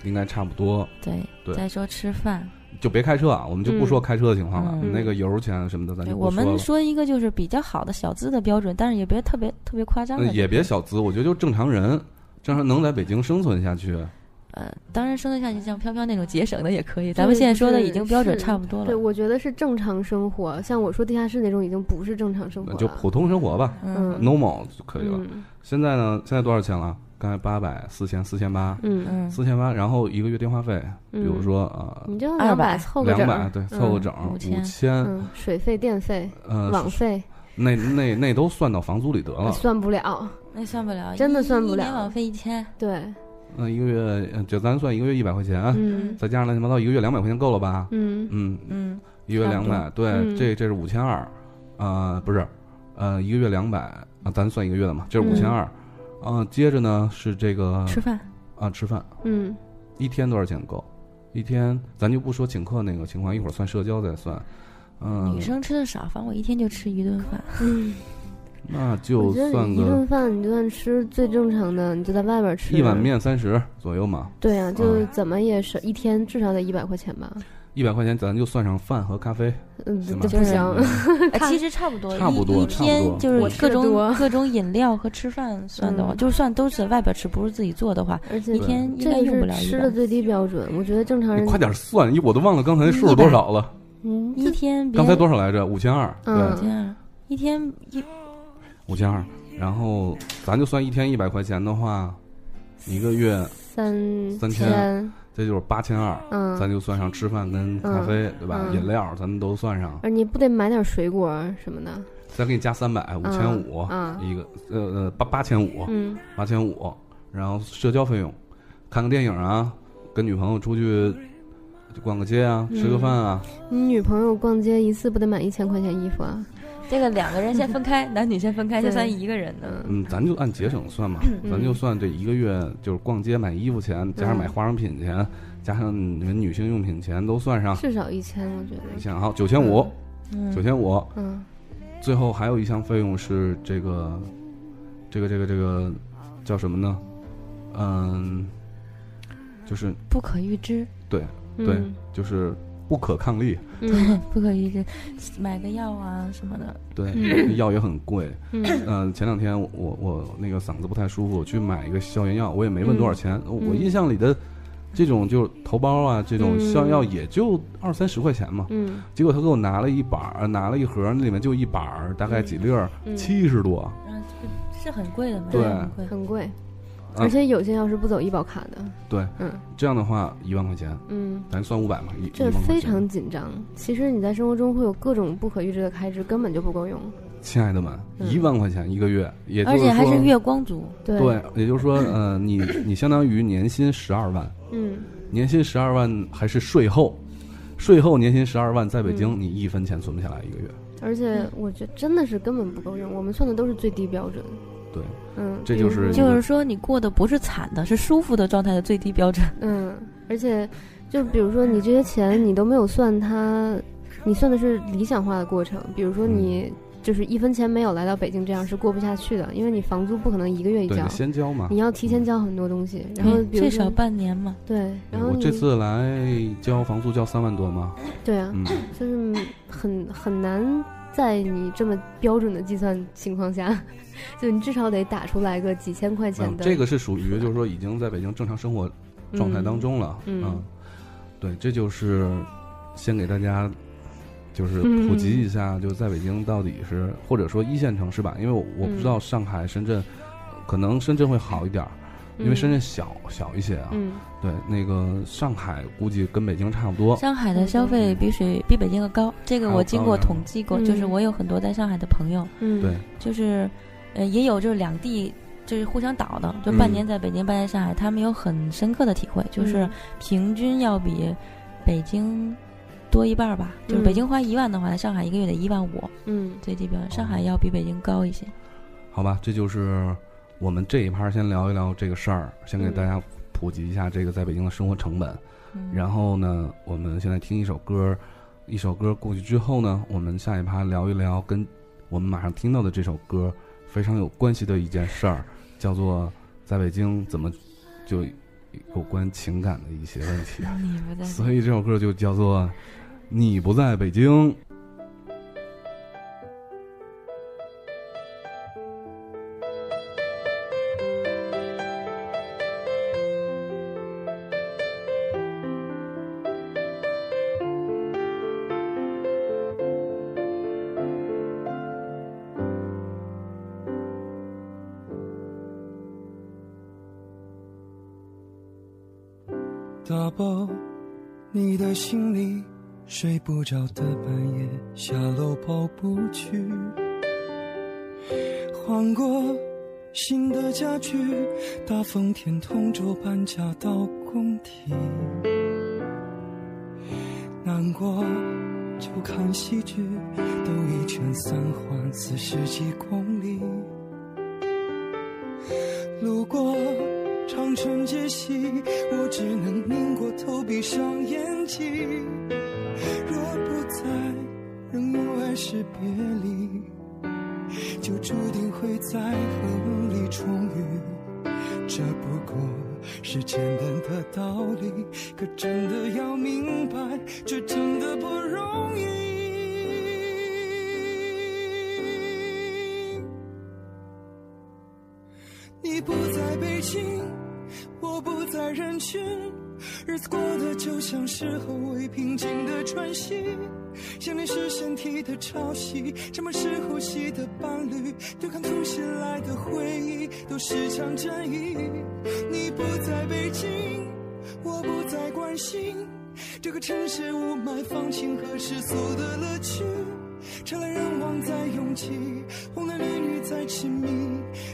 应该差不多。对对。再说吃饭，就别开车啊，我们就不说开车的情况了，嗯那个油钱什么的咱对就我不说们了。说一个就是比较好的小资的标准，但是也别特别特别夸张呃的，也别小资，我觉得就正常人，正常能在北京生存下去。呃，当然生得下去像飘飘那种节省的也可以，咱对们现在说的是已经标准是差不嗯多对，了。我觉得是正常生活，像我说地下室那种已经不是正常生活那了，就普通生活吧嗯，normal 就可以了。嗯现在呢，现在多少钱了？刚才八百、四千、四千八、嗯，嗯，四千八，然后一个月电话费，比如说啊，你就200百凑个两整百，儿，对，凑个整嗯五5000千，嗯，水费、电费、嗯网呃，啊费那那那都算到房租里得了。算不了，那算不了，真的一算不一了年网费一千， 对，那一个月，呃就咱算一个月一百块钱，嗯再加上乱七八糟，一个月两百块钱够了吧？嗯嗯，嗯，一个月差两不多百，对，嗯这这是五千二，呃，不是，呃，一个月两百啊，咱算一个月的嘛，这是五嗯千二，啊，接着呢是这个吃饭啊吃饭，嗯一天多少钱够？一天咱就不说请客那个情况，一会儿算社交再算，嗯女，生吃的少，反正我一天就吃一顿 饭。嗯，那我 就觉得算一个顿饭你就算吃最正常的，你就在外边吃一碗，面三十左右嘛，对呀，就嗯怎么也是一天至少得一百块钱吧，一百块钱咱就算上饭和咖啡，嗯，这行吗这不就是行，呃看其实差不多，差不多一一差不多天就我是吃各得多 种各种饮料和吃饭算的话，嗯就算都是在外边吃，不是自己做的话，而且一天应这该个用不是了一吃的百。最低标准，我觉得正常人你快点算，一我都忘了刚才数是多少了，嗯，一天别刚才多少来着？五千二，对嗯，这样，一天一五千二。然后咱就算一天一百块钱的话，一个月三三千千，这就是八千二，嗯，咱就算上吃饭跟咖啡，对吧？嗯饮料咱们都算上，呃而你不得买点水果啊什么的，再给你加三百，五千五嗯一个，呃呃八八千五，嗯八千五，然后社交费用，看个电影啊，跟女朋友出去就逛个街啊，吃嗯个饭啊，你女朋友逛街一次不得买一千块钱衣服啊？这个两个人先分 开，男女先分开，就算一个人的。嗯嗯，咱就按节省算嘛，咱就算这一个月就是逛街买衣服钱，加嗯上买化妆品钱，加上你们女性用品钱都算上，至少一千，我觉你得，想好九千五，嗯九千五，嗯最后还有一项费用是这个，这个这个这个叫什么呢？嗯，就是不可预知，对就是不可抗力，嗯不可预知，买个药啊什么的，对，药也很贵。嗯嗯，前两天我我我那个嗓子不太舒服，我去买一个消炎药，我也没问多少钱。我印象里的这种就是头孢啊，这种消炎药也就二三十块钱嘛。嗯结果他给我拿了一板儿，拿了一盒，那里面就一板儿，大概几粒儿，嗯，七十多。嗯，是很贵的，买对药很贵。很贵，啊而且有些药是不走医保卡的，这样的话一万块钱，嗯。咱算五百嘛，一这一万块非钱常紧张。其实你在生活中会有各种不可预知的开支，根本就不够用。亲爱的们，嗯一万块钱一个月，也就而是且还是说月光族，对，对，也就是说，呃，你你相当于年薪十二万，嗯，年薪十二万还是税后，税后年薪十二万，在北嗯京你一分钱存不下来一个月，而嗯且我觉得真的是根本不够用。我们算的都是最低标准。对，嗯，这就是比如说就是说你过得不是惨的，是舒服的状态的最低标准。嗯，而且就比如说你这些钱你都没有算它，你算的是理想化的过程。比如说嗯你就是一分钱没有来到北京，这样是过不下去的，因为你房租不可能一个月一对，交你，先交嘛你。要提前交很多东西。然嗯后比如最少说半年嘛，对，然后嗯我你这次来交房租交三万多嘛，对啊， 嗯，就是很很难在你这么标准的计算情况下，就你至少得打出来个几千块没有钱的。嗯这个是属于就是说已经在北京正常生活状态当中了，嗯嗯对，这就是先给大家就是嗯普及一下，就在北京到底是或者说一线城市吧，因为我我不知道上海、深圳，可能深圳会好一点儿，嗯，因为深圳小小一些啊。嗯，对，那个上海估计跟北京差不多。上海的消费比水比北京要高，这个还要我经过高呀统计过，嗯就是我有很多在上海的朋友，嗯，对，就是，呃，也有就是两地就是互相倒的，就嗯半年在北京，半年上海，他们有很深刻的体会，就是平均要比北京多一半儿吧。就是北嗯京花一万的话，上海一个月得一万五，嗯最低标准，上海要比北京高一些。好吧，这就是我们这一趴先聊一聊这个事儿，先给嗯大家普及一下这个在北京的生活成本。嗯然后呢，我们现在听一首歌，一首歌过去之后呢，我们下一趴聊一聊跟我们马上听到的这首歌非常有关系的一件事儿，叫做在北京怎么就有关情感的一些问题。你不在所以这首歌就叫做《你不在北京》。打包你的行李，睡不着的半夜，下楼跑步去，换过新的家具，大风天同桌搬家到工体，难过就看戏剧，兜一圈三环四十几公里，路过。长城街西，我只能拧过头闭上眼睛。若不在，仍有爱是别离，就注定会在恨里重遇。这不过是简单的道理，可真的要明白，这真的不容易。你不在北京，我不在人群，日子过得就像是后未平静的喘息。想念是身体的潮汐，沉默是呼吸的伴侣，对抗突袭来的回忆，都是场战役。你不在北京，我不再关心这个城市雾霾、放晴和世俗的乐趣。车来人往在拥挤，红男绿女在痴迷，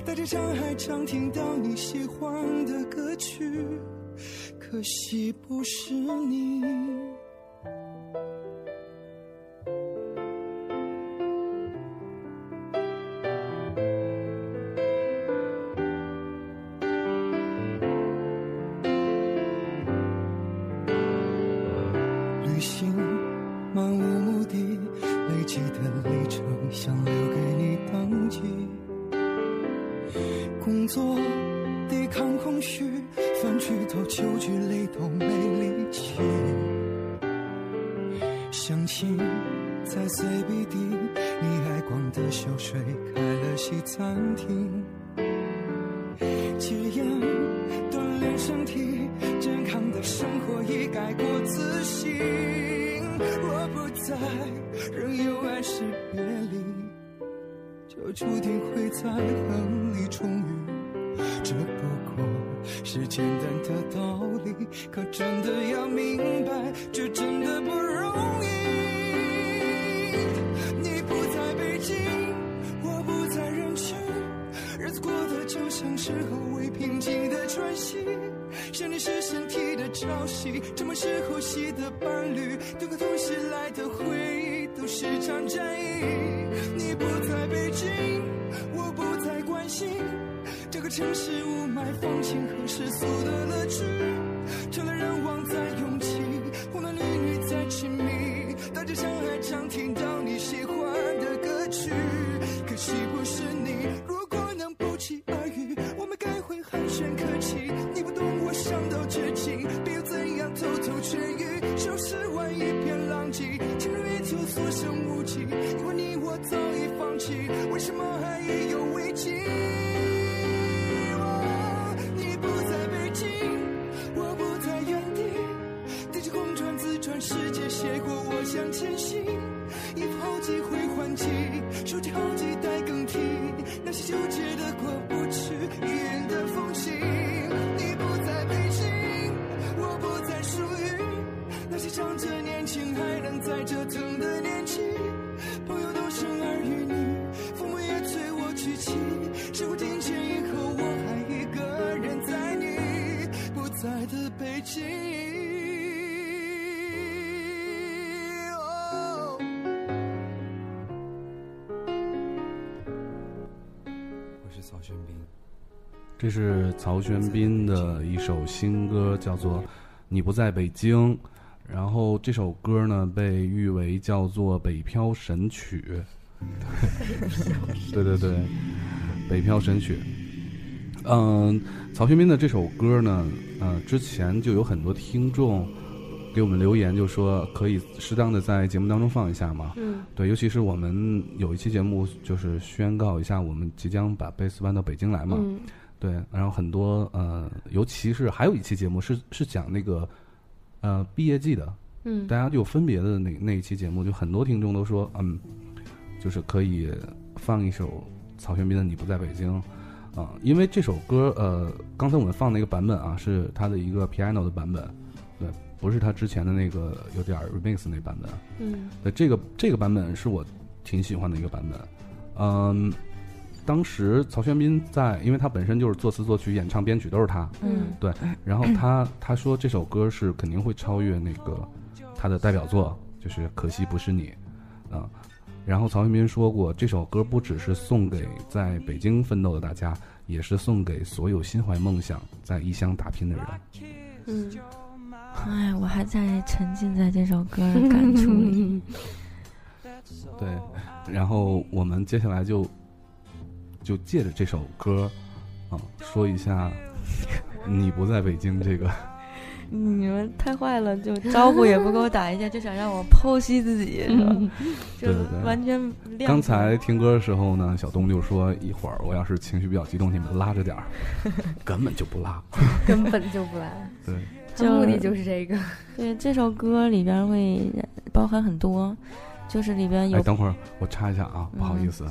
带着伤害常听到你喜欢的歌曲，可惜不是你。旅行漫无目的，累积的里程想留给你登记。工作抵抗空虚，饭局到酒局累都没力气。相亲在 CBD，你爱逛的小水开了西餐厅。戒烟，锻炼身体，健康的生活已改过自新。我不在，仍有爱是别离，就注定会在恨里重遇。这不过是简单的道理，可真的要明白，这真的不容易。你不在北京，我不在人群。日子过得就像是后未平静的喘息，想念是身体的潮汐，沉默是呼吸的伴侣，对抗突袭来的回忆都是场战役。你不在北京，我不再关心这个城市雾霾、放晴和世俗的乐趣，车来人往在拥挤，红男绿女在痴迷，带着伤害常听到你喜欢的歌曲。可惜不是你。如果能不期而遇，我们该会寒暄客气。你不懂我伤到绝境，别又怎样偷偷痊愈？收拾完一片狼藉，情人依旧所剩无几。因为你我早已放弃，为什么还意犹未尽？哦你不在北京，我不在原地，地球公转自转世界写过，我向前行。一夫好几回还击，数几好几代更替，那些纠结的过不去，一眼的风景。你不在北京，我不再属于那些仗着年轻还能再折腾的年纪。朋友都生儿育女，父母也催我娶妻，事过境迁以后，我还一个人在你不在的北京。哦我是曹轩宾。这是曹轩宾的一首新歌，叫做《你不在北京》。然后这首歌呢，被誉为叫做“北漂神曲”。对对对，北漂神曲。嗯，曹轩宾的这首歌呢，呃，之前就有很多听众给我们留言，就说可以适当的在节目当中放一下嘛。嗯，对，尤其是我们有一期节目，就是宣告一下我们即将把贝斯搬到北京来嘛。嗯，对，然后很多呃，尤其是还有一期节目是是讲那个呃毕业季的，嗯，大家就分别的那那一期节目，就很多听众都说，嗯，就是可以放一首曹轩宾的《你不在北京》啊、因为这首歌呃，刚才我们放那个版本啊，是他的一个 piano 的版本，对，不是他之前的那个有点儿 remix 那版本，啊嗯，对，这个这个版本是我挺喜欢的一个版本。嗯，当时曹轩宾在，因为他本身就是作词、作曲、演唱、编曲都是他。嗯，然后他他说这首歌是肯定会超越那个他的代表作，就是《可惜不是你》啊、然后曹轩宾说过，这首歌不只是送给在北京奋斗的大家，也是送给所有心怀梦想在异乡打拼的人。嗯，哎，我还在沉浸在这首歌的感触里。对，然后我们接下来就就借着这首歌，啊、啊，说一下你不在北京这个，你们太坏了，就招呼也不给我打一下，就想让我剖析自 己，是吧？就对对对完全亮刚才听歌的时候呢，小东就说一会儿我要是情绪比较激动，你们拉着 点儿，根本就不拉。哎根本就不来，对，嗯他目的就是这个。对这首歌里边会包含很多，就是里边有哎，等会儿我插一下啊，嗯不好意思，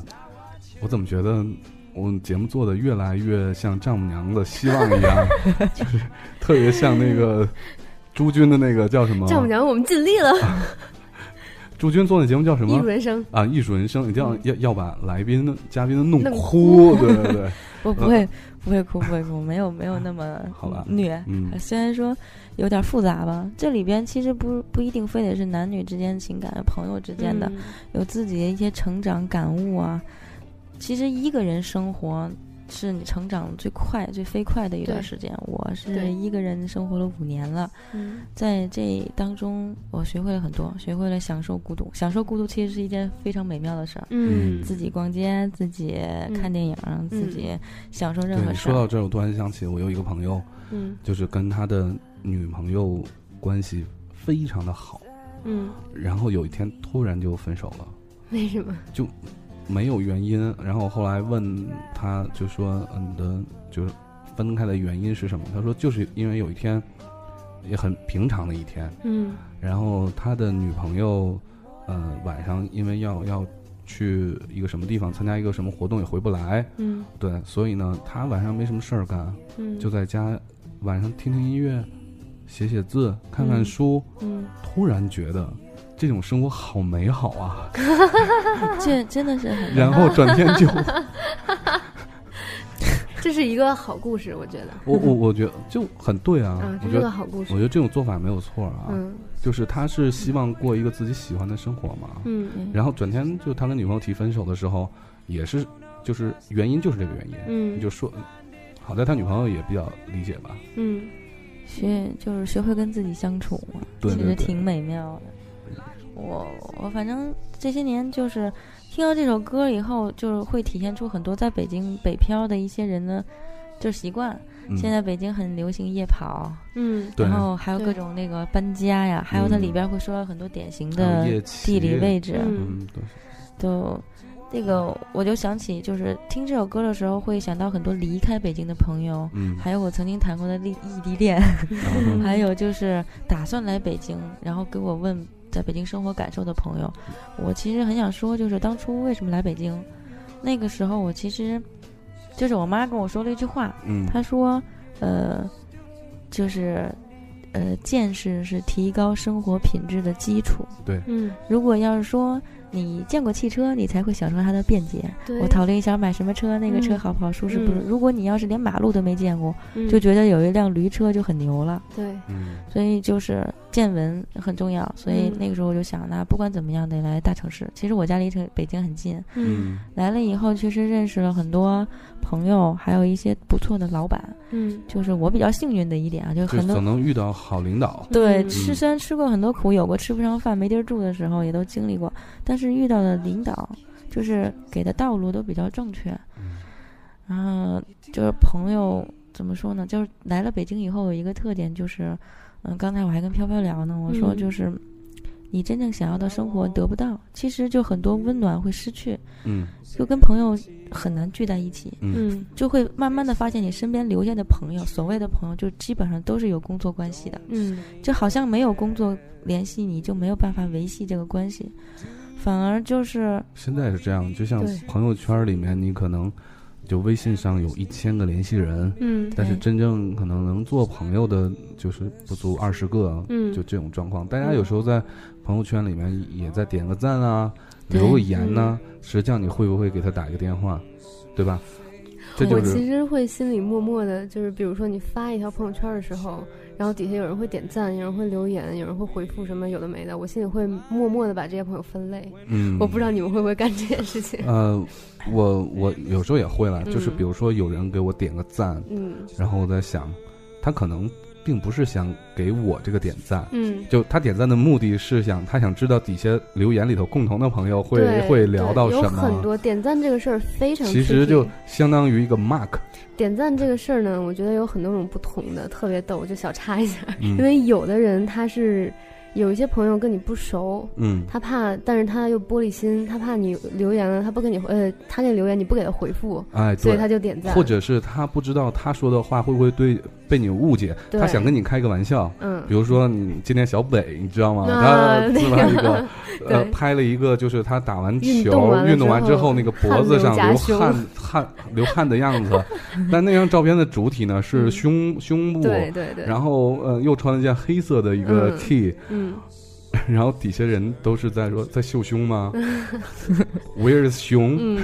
我怎么觉得我们节目做的越来越像丈母娘的希望一样， 就是特别像那个朱军的那个叫什么？丈母娘，我们尽力了，朱军做那节目啊叫什艺么术？人生。啊，艺术人生，一定嗯要要要把来宾嘉宾弄哭，对对对，我不会不会哭不会哭，没有没有那么呃好吧虐。嗯，虽然说有点复杂吧，这里边其实不不一定非得是男女之间情感、朋友之间的，嗯有自己的一些成长感悟啊。其实一个人生活是你成长最快、最飞快的一段对时间。我是对一个人生活了五年了，嗯在这当中我学会了很多，学会了享受孤独。享受孤独其实是一件非常美妙的事儿。嗯嗯自己逛街，自己看电影，自己享受 任对，何你事说儿。到这儿，我突然想起我有一个朋友，嗯就是跟他的女朋友关系非常的好，嗯，然后有一天突然就分手了。为什么？没有原因，然后后来问他，就说嗯你的就是分开的原因是什么？他说就是因为有一天，也很平常的一天，嗯然后他的女朋友，呃，晚上因为要要去一个什么地方参加一个什么活动也回不来，嗯对，所以呢，他晚上没什么事儿干，嗯，就在家晚上听听音乐，写写字，看看嗯书，嗯突然觉得这种生活好美好啊， 这真的是很然后转天就。 这是一个好故事，我觉得。我我我觉得就很对啊，啊，我这觉是个得好故我事觉。得这种做法没有错啊，嗯就是他是希望过一个自己喜欢的生活嘛。嗯然后转天就他跟女朋友提分手的时候，也是就是原因就是这个原因，嗯你就说，好在他女朋友也比较理解吧。嗯，学就是学会跟自己相处嘛，对对其实对挺美妙的。我我反正这些年就是听到这首歌以后，就是会体现出很多在北京北漂的一些人的就是习惯。嗯、现在北京很流行夜跑，嗯对然后还有对各种那个搬家呀，还有它嗯里边会说到很多典型还有的夜地骑理位置，嗯嗯对，就这个，我就想起，就是听这首歌的时候，会想到很多离开北京的朋友，嗯，还有我曾经谈过的异异地恋，然后嗯还有就是打算来北京，然后给我问在北京生活感受的朋友。我其实很想说，就是当初为什么来北京？那个时候我其实就是我妈跟我说了一句话，嗯，她说，呃，就是。呃，见识是提高生活品质的基础。 嗯，如果要是说你见过汽车，你才会享受它的便捷。对，我讨论一下买什么车，那个车嗯好不好，舒适不舒嗯如果你要是连马路都没见过，嗯就觉得有一辆驴车就很牛了。对，嗯所以就是见闻很重要。所以那个时候我就想，那不管怎么样得来大城市。其实我家离城北京很近，嗯来了以后确实认识了很多朋友，还有一些不错的老板。嗯就是我比较幸运的一点啊，就是就很多总能遇到好领导，对，嗯吃虽然吃过很多苦，有过吃不上饭、没地儿住的时候，也都经历过，但是遇到的领导就是给的道路都比较正确，嗯然后就是朋友怎么说呢？就是来了北京以后有一个特点就是，嗯，刚才我还跟飘飘聊呢，我说嗯就是。你真正想要的生活得不到，其实就很多温暖会失去，嗯就跟朋友很难聚在一起，嗯嗯就会慢慢的发现你身边留下的朋友，所谓的朋友，就基本上都是有工作关系的。嗯就好像没有工作联系，你就没有办法维系这个关系，反而就是现在是这样，就像对朋友圈里面，你可能就微信上有一千个联系人，嗯但是对真正可能能做朋友的，就是不足二十个，啊嗯就这种状况。大家有时候在朋友圈里面也在点个赞啊，留个言呐、嗯实际上你会不会给他打一个电话，对吧？这我就其是实会心里默默的，就是比如说你发一条朋友圈的时候，然后底下有人会点赞，有人会留言，有人会回复什么有的没的，我心里会默默的把这些朋友分类。嗯，我不知道你们会不会干这件事情。 呃，我我有时候也会了，就是嗯比如说有人给我点个赞，嗯然后我在想，他可能并不是想给我这个点赞，嗯，就他点赞的目的是想他想知道底下留言里头共同的朋友会对会聊到对什有很么。多点赞这个事儿非常其 tricky 实就相当于一个 mark，点赞这个事儿呢，我觉得有很多种不同的，特别逗。我就小插一下，嗯因为有的人他是有一些朋友跟你不熟，嗯他怕，但是他又玻璃心，他怕你留言了，他不跟你回呃，他给你留言你不给他回复，哎，所以对，他就点赞。或者是他不知道他说的话会不会对被你误解，对他想跟你开个玩笑。嗯比如说，你今天小北，你知道吗？啊他自拍 一个，对呃，拍了一个，就是他打完运球动完了运动完之之后后，那个脖子上汗流流浃胸汗汗流汗的样 子。但那张照片的主体呢是胸胸部，嗯对对对，然后呃又穿了一件黑色的一个嗯 T，嗯，然后底下人都是在说在秀胸 吗？Where is 熊？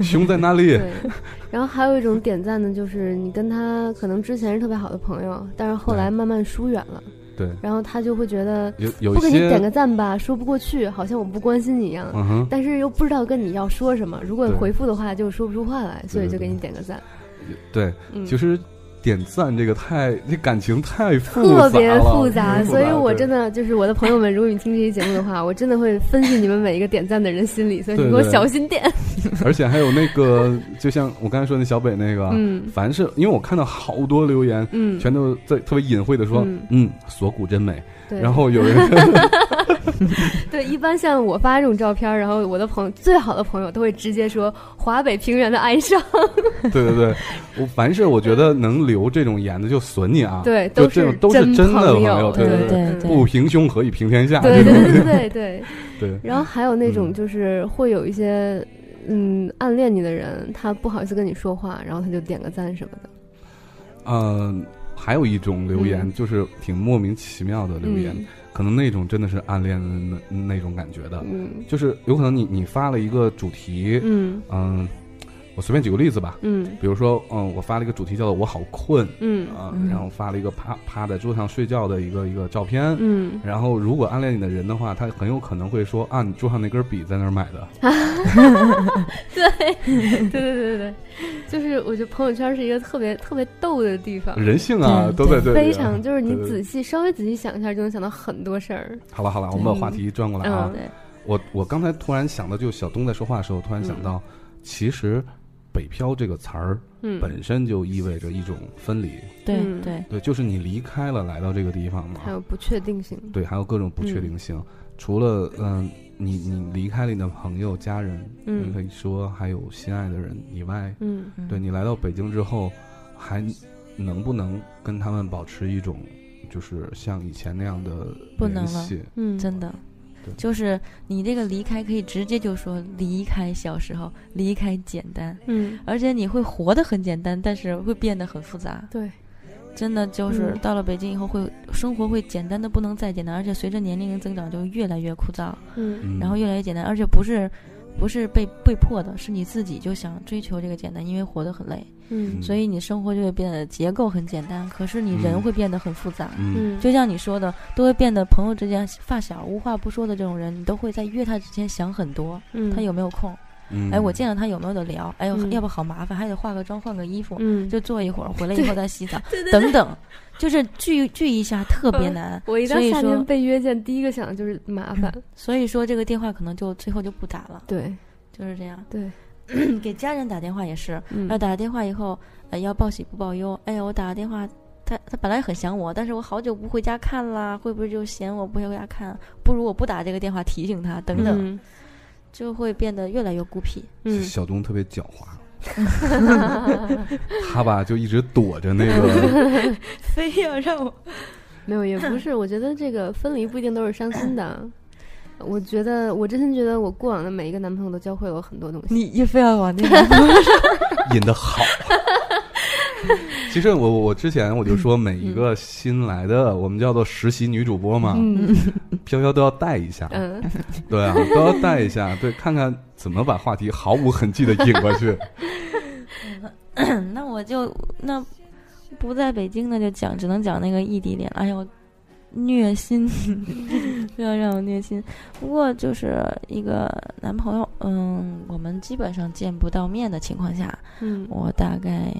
熊在哪里？嗯对。然后还有一种点赞呢，就是你跟他可能之前是特别好的朋友，但是后来慢慢疏远了，对，然后他就会觉得有有不一给你些点个赞吧，说不过去，好像我不关心你一样。嗯哼。但是又不知道跟你要说什么，如果对回复的话就说不出话来，所以就给你点个赞，对，嗯其实点赞这个太，这感情太复特杂了，嗯别复太杂。复所以我真的的就是我的朋友们，如果你听这期节目的话，我真的会分析你们每一个点赞的人心理，所以你对给我对小心点。而且还有那个，就像我刚才说那小北那个，嗯凡是因为我看到好多留言，嗯，啊全都在特别隐晦的说，嗯嗯锁骨真美。对。然后 有人对，一般像我发这种照片儿，然后我的朋友最好的朋友都会直接说华北平原的哀伤， 对对对，我凡是我觉得能留这种言的就损你啊，对，就这是种都是真真的朋友，对对对嗯对不平胸何以平天下？对对这种 对对对对。对然后还有那嗯种就是会有一些嗯暗恋你的人，他不好意思跟你说话，然后他就点个赞什么的。嗯，还有一种留言、嗯就是挺莫名其妙的留言，嗯可能那种真的是暗恋的那那种感觉的，嗯就是有可能你你发了一个主题，嗯嗯、我随便举个例子吧，嗯比如说，嗯，我发了一个主题叫做“我好困”，嗯啊、嗯然后发了一个趴趴在桌上睡觉的一个一个照片。嗯，然后，如果暗恋你的人的话，他很有可能会说啊，你桌上那根笔在哪儿买的？ 对对对对对对， 就是我觉得朋友圈是一个特别特别逗的地方。人性啊，对都在这里啊。嗯非常，就是你对对仔细稍微仔细想一下，就能想到很多事儿。好了好了，我们把话题转过来啊。嗯对，我我刚才突然想到，就小东在说话的时候，突然想到，其实“北漂”这个词儿嗯，本身就意味着一种分离，对嗯对，对，就是你离开了，来到这个地方嘛还。有不确定嗯性。对，还有各种不确定性。除了嗯、你你离开了你的朋友、家人，嗯你可以说还有心爱的人以外，嗯嗯对你来到北京之后，还能不能跟他们保持一种就是像以前那样的不能啊联了系？嗯，真的对，就是你这个离开可以直接就说离开小时候，离开简单，嗯，而且你会活得很简单，但是会变得很复杂。对，真的就是嗯到了北京以后会，生活会简单的不能再简单，而且随着年龄的增长就越来越枯燥，嗯嗯然后越来越简单，而且不是不是被被迫的，是你自己就想追求这个简单，因为活得很累，嗯所以你生活就会变得结构很简单，可是你人嗯会变得很复杂。嗯嗯，就像你说的，都会变得朋友之间发小无话不说的这种人，你都会在约他之前想很多，嗯他有没有空？嗯，哎，我见到他有没有得聊？哎呦，嗯要不好麻烦，还得化个妆，换个衣服，嗯，就坐一会儿，回来以后再洗 澡，等等，就是聚聚一下特嗯别难。我一到所以夏天说，嗯被约见，第一个想的就是麻烦。所以说这个电话可能就最后就不打了，对就是这样。对，给家人打电话也是，嗯那打了电话以后，呃，要报喜不报忧。哎呀，我打个电话，他他本来很想我，但是我好久不回家看啦，会不会就嫌我不回家看？不如我不打这个电话提醒他，等等，嗯就会变得越来越孤僻。嗯，小东特别狡 猾。他吧就一直躲着那个，非要让我没有也不是，我觉得这个分离不一定都是伤心的。啊我觉得，我真心觉得，我过往的每一个男朋友都教会了我很多东西。你也非要往那个引的好。其实我我之前我就说每一嗯个新来的我们叫做实习女主播嘛，嗯飘飘都要带一呃下，嗯，对啊，都要带一下，对，看看怎么把话题毫无痕迹的引过去。 那我就那不在北京那就讲，只能讲那个异地恋了。哎呦，虐 心，不要让我虐心。不过就是一个男朋友，嗯，我们基本上见不到面的情况下，嗯我大概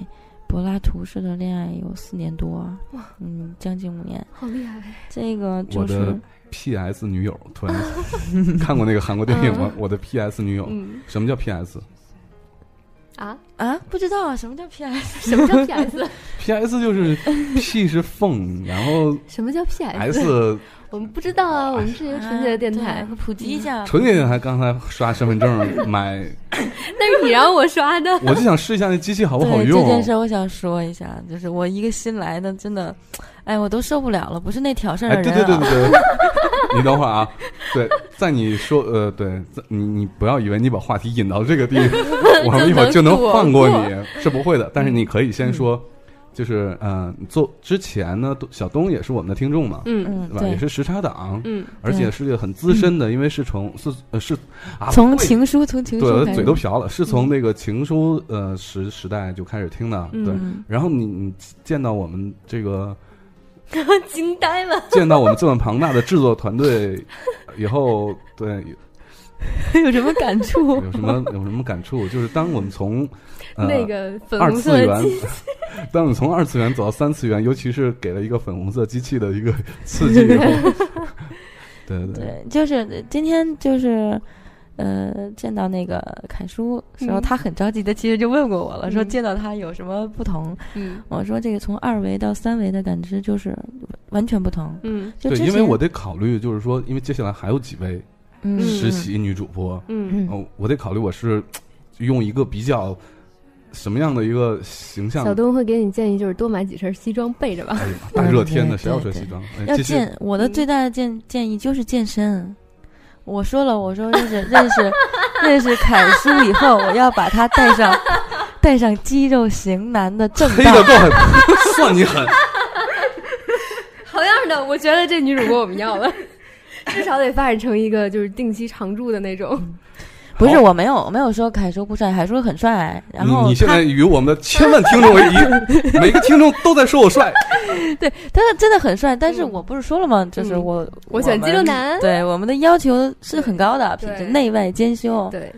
柏拉图式的恋爱有四年多，嗯，将近五年。好厉害！这个我 就的是 P.S. 女友，突然看过那个韩国电影嗯吗？我的 P.S. 女友，嗯什么叫 P.S.？啊，啊，不知道啊，什么叫 PS，什么叫 PS？ P.S. 就是 P 是 缝，然后什么叫 PS？ S 我们不知道啊，我们是一个纯洁的电台啊。对嗯普及一下。纯姐姐还刚才刷身份证买，那是你让我刷的，我就想试一下那机器好不好对用哦这。件事，我想说一下，就是我一个新来的，真的，哎，我都受不了了，不是那挑事儿哎，的对人、啊对对对 对，你等会儿啊，对，在你说呃，对，在你你不要以为你把话题引到这个 地方，我们一会儿就能放过你，是不会的。但嗯是你可以先说，就是嗯，做之前呢，东小东也是我们的听众嘛，嗯嗯，对吧？也对，是时差党，嗯，而且是一个很资深的，因为是从是呃是啊，从对情书，从情对，我书的开嘴始嗯都。瓢了，是从那个情书呃时时代就开始听的，对。嗯然后你你见到我们这个，惊呆 了，见到我们这么庞大的制作团队 以后，对有有什么感触？有什么 有什么感触？就是当我们从、呃、那个粉二红色次的元鸡， 当我们从二次元走到三次元，尤其是给了一个粉红色机器的一个刺激以 后，对对对， 对，就是今天就是，呃，见到那个凯叔时候，嗯他很着急的，其实就问过我了，说嗯见到他有什么不同？嗯我说这个从二维到三维的感知就是完全不同。嗯就对，之因为前我得考虑，就是说，因为接下来还有几位嗯实习女主播，嗯嗯哦，我得考虑我是用一个比较什么样的一个形象小。东会给你建议，就是多买几身西装备着吧。 哎呀妈，大热天的，嗯对谁要穿对西装？哎要继续健，我的最大的建建议就是健身。我说了，我说认识认 识认识凯叔以后，我要把他带 上带上肌肉型男的正黑道的。够狠， 算你狠。好样的，我觉得这女主播我们要 了，至少得发展成一个就是定期常驻的那种。不是，好我没有我没有说凯叔不帅，凯叔很帅。然后你你现他在与我们的千万听众 为敌，每个听众都在说我帅。他真的很帅，但是嗯我不是说了吗？就是嗯我我选肌肉。男们，对我们的要求是很高的，品对质内外兼修。对，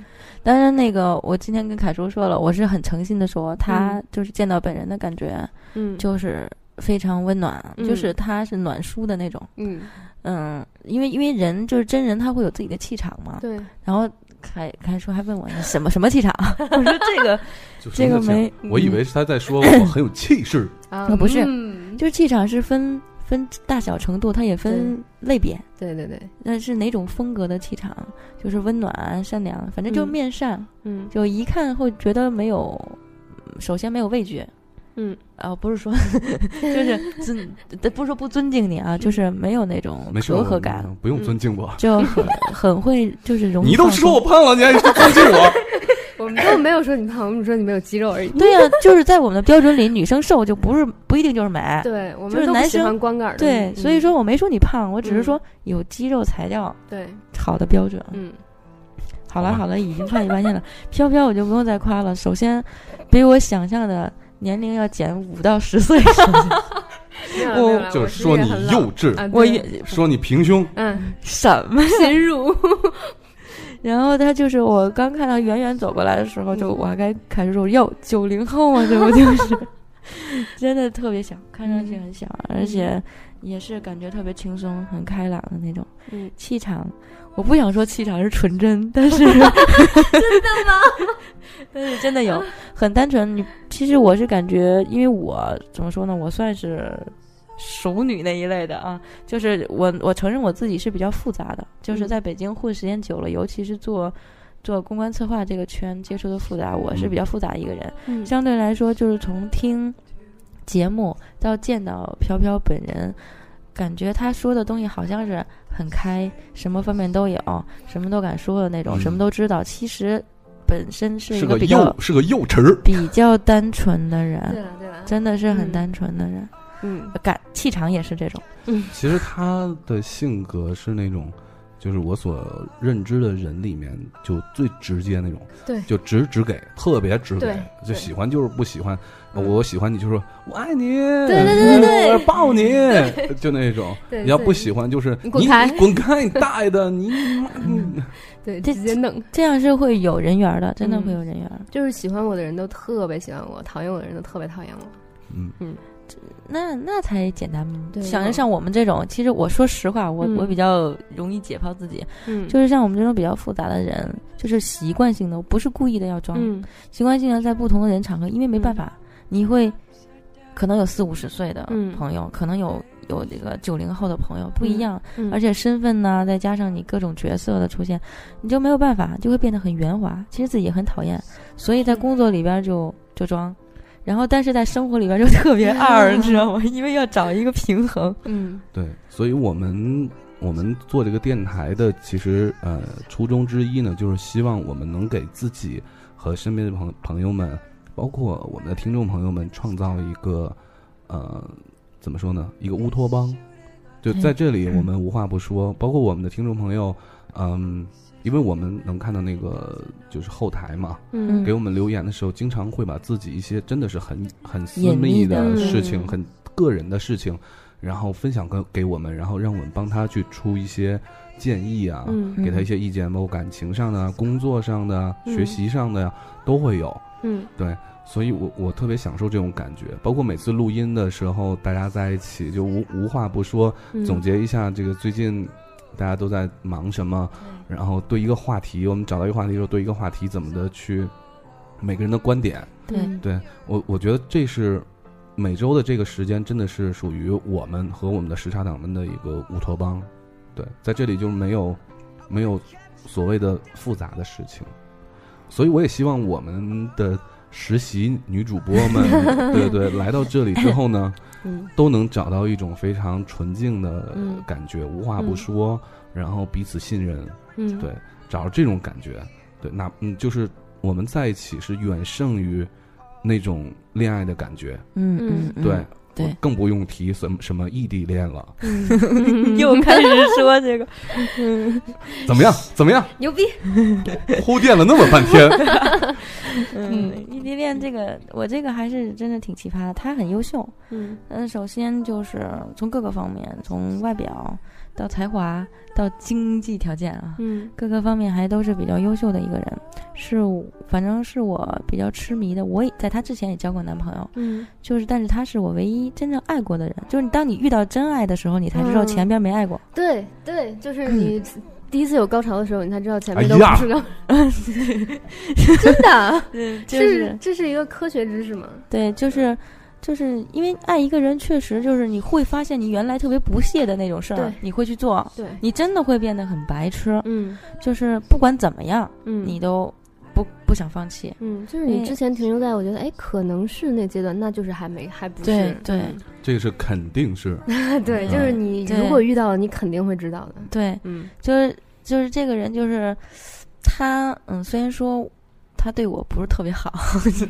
当然，那个我今天跟凯叔说了，我是很诚心的说，他嗯就是见到本人的感觉，嗯就是非常温暖，嗯就是他是暖叔的那种。嗯嗯，因为因为人就是真人，他会有自己的气场嘛。嗯对，然后凯凯叔还问我你什么 什么气场，我说这个就这个没，嗯我以为是他在说我很有气势，啊哦不是嗯就是气场是分分大小程度，它也分类别。对对对，那是哪种风格的气场？就是温暖、啊善良，反正就是嗯面善，嗯就一看会觉得没有，首先没有畏惧，嗯，啊、不是说 就是尊， 不是说不尊敬你啊，嗯就是没 有那种没事，隔阂我感，不用尊敬我。就很很会就是容易你都放说我松。胖了，你还尊敬我？我们都没有说你胖，我们只说你没有肌肉而 已。 对呀、啊就是在我们的标准里，女生瘦就不是 不一定就是美，对，我们就是都不男喜生欢光杆儿的。对，嗯所以说我没说你胖，我只是嗯说有肌肉才叫对，好的标准。嗯好好了吧好了，已经快一万线了。 飘飘我就不用再夸了，首先比我想象的年龄要减五到十岁。 没有了没有了就我是说也你很老幼稚，啊，我对也说你平胸，嗯什么？心入 然后他就是我刚看到远远走过来的时候，就嗯我还该开始说哟，九零后嘛，这不就是真的特别小，看上嗯去很小，而且也是感觉特别轻松、很开朗的那种嗯气场。我不想说气场是纯真， 但是真的吗？ 但是真的有很单纯。你其实我是感觉，因为我怎么说呢，我算是熟女那一类的啊，就是我我承认我自己是比较复杂的，就是嗯在北京混时间久了，尤其是做做公关策划这个圈接触的复杂，我是比较复杂一个人。嗯相对来说，就是从听节目到见到飘飘本人，感觉他说的东西好像是很开，什么方面都有，什么都敢说的那种，嗯什么都知道。其实本身是一是个比较幼是个幼稚。比较单纯的对啊人，了对了，真呃的是很嗯单纯的人，嗯感气场也是这种。其实他的性格是那种就是我所认知的人里面，就最直接那种，对就直直给，特别直给对，就对喜欢就是不喜欢，呃嗯我喜欢你就说我爱你，对对对对我抱你，就那种，对你要对不喜欢就是你滚开你滚开，你大爷的，你妈 你对，这直接弄。这样是会有人缘儿的，真的嗯会有人缘儿。就是喜欢我的人都特别喜欢我，讨厌我的人都特别讨厌我。嗯，那那才简单嘛。对想着像我们这种，其实我说实话，我、嗯我比较容易解剖自己，嗯，就是像我们这种比较复杂的人，就是习惯性的，不是故意的要装，嗯，习惯性的在不同的人场合，因为没办法，你会可能有四五十岁的嗯朋友，可能有有这个九零后的朋友，不一嗯样，嗯而且身份呢，再加上你各种角色的出现，你就没有办法，就会变得很圆滑。其实自己也很讨厌，所以在工作里边就就装，然后但是在生活里边就特别二，你知道吗？因为要找一个平衡。嗯对，所以我们我们做这个电台的，其实呃初衷之一呢，就是希望我们能给自己和身边的朋朋友们，包括我们的听众朋友们，创造一个呃怎么说呢，一个乌托邦。就在这里，我们无话不说，包括我们的听众朋友，嗯，因为我们能看到那个就是后台嘛，嗯给我们留言的时候，经常会把自己一些真的是很很私隐密秘的的事情、嗯很个人的事情，然后分享给给我们，然后让我们帮他去出一些建议啊，嗯给他一些意见，包括感情上的啊、工作上的啊、嗯学习上的呀、都会有。嗯所以我我特别享受这种感觉，包括每次录音的时候，大家在一起就无无话不说，嗯，总结一下这个最近大家都在忙什么，然后对一个话题，我们找到一个话题的时候，对一个话题怎么的去每个人的观点，对嗯对我我觉得这是每周的这个时间真的是属于我们和我们的时差党们的一个乌托邦，对，在这里就没有没有所谓的复杂的事情，所以我也希望我们的实习女主播 们，对对，来到这里之后呢。嗯都能找到一种非常纯净的嗯感觉，无话不说，然后彼此信任，嗯对找到这种感觉，对，那嗯，就是我们在一起是远胜于那种恋爱的感觉，嗯嗯嗯，对，对我更不用提什么什么异地恋了， 嗯又开始说这个，嗯，怎么样？怎么样？牛逼，铺垫了那么半 天，嗯，异地恋这个，我这个还是真的挺奇葩的。他很优秀，嗯嗯，首先就是从各个方面，从外表到才华到经济条件啊，嗯各个方面还都是比较优秀的一个人。是我，反正是我比较痴迷的。我也在他之前也交过男朋友，嗯就是，但是他是我唯一真正爱过的人。就是你当你遇到真爱的时候，你才知道嗯前边没爱过。对对，就是你第一次有高潮的时候，你才知道前哎面都呀不是高，真的，嗯，就这是这是一个科学知识吗？对，就是。就是因为爱一个人，确实就是你会发现你原来特别不屑的那种事儿对，你会去做，对，你真的会变得很白痴。嗯就是不管怎么样，嗯，你都不不想放弃。嗯，就是你对之前停留在我觉得哎可能是那阶段，那就是还没还不是，嗯对这个是肯定是，啊对，嗯就是你对如果遇到了，你肯定会知道的。对，嗯就是就是这个人，就是他，嗯，虽然说他对我不是特别好，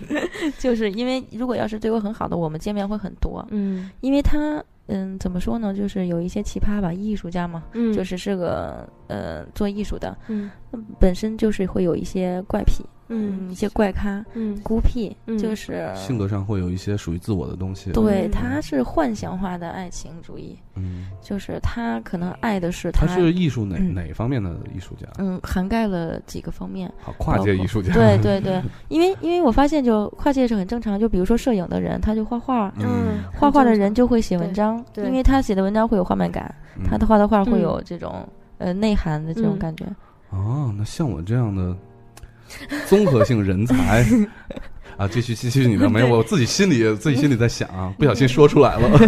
就是因为如果要是对我很好的，我们见面会很多，嗯因为他。嗯，怎么说呢？就是有一些奇葩吧，艺术家嘛，嗯，就是是个呃做艺术的，嗯本身就是会有一些怪癖，嗯一些怪咖、嗯孤僻，嗯就是性格上会有一些属于自我的东西，对，嗯他是幻想化的爱情主义，嗯，就是他可能爱的是他是艺术哪嗯哪方面的艺术家？嗯，涵盖了几个方面。好，跨界艺术家，对，对对，因为因为我发现就跨界是很正常，就比如说摄影的人，他就画画。 嗯，画画的人就会写文对章，对因为他写的文章会有画面感，嗯他的画的画会嗯有这种、呃内涵的这种嗯感觉。哦，那像我这样的综合性人 才啊，继续继续你的，没有，我自己心里自己心里在想啊，不小心说出来 了。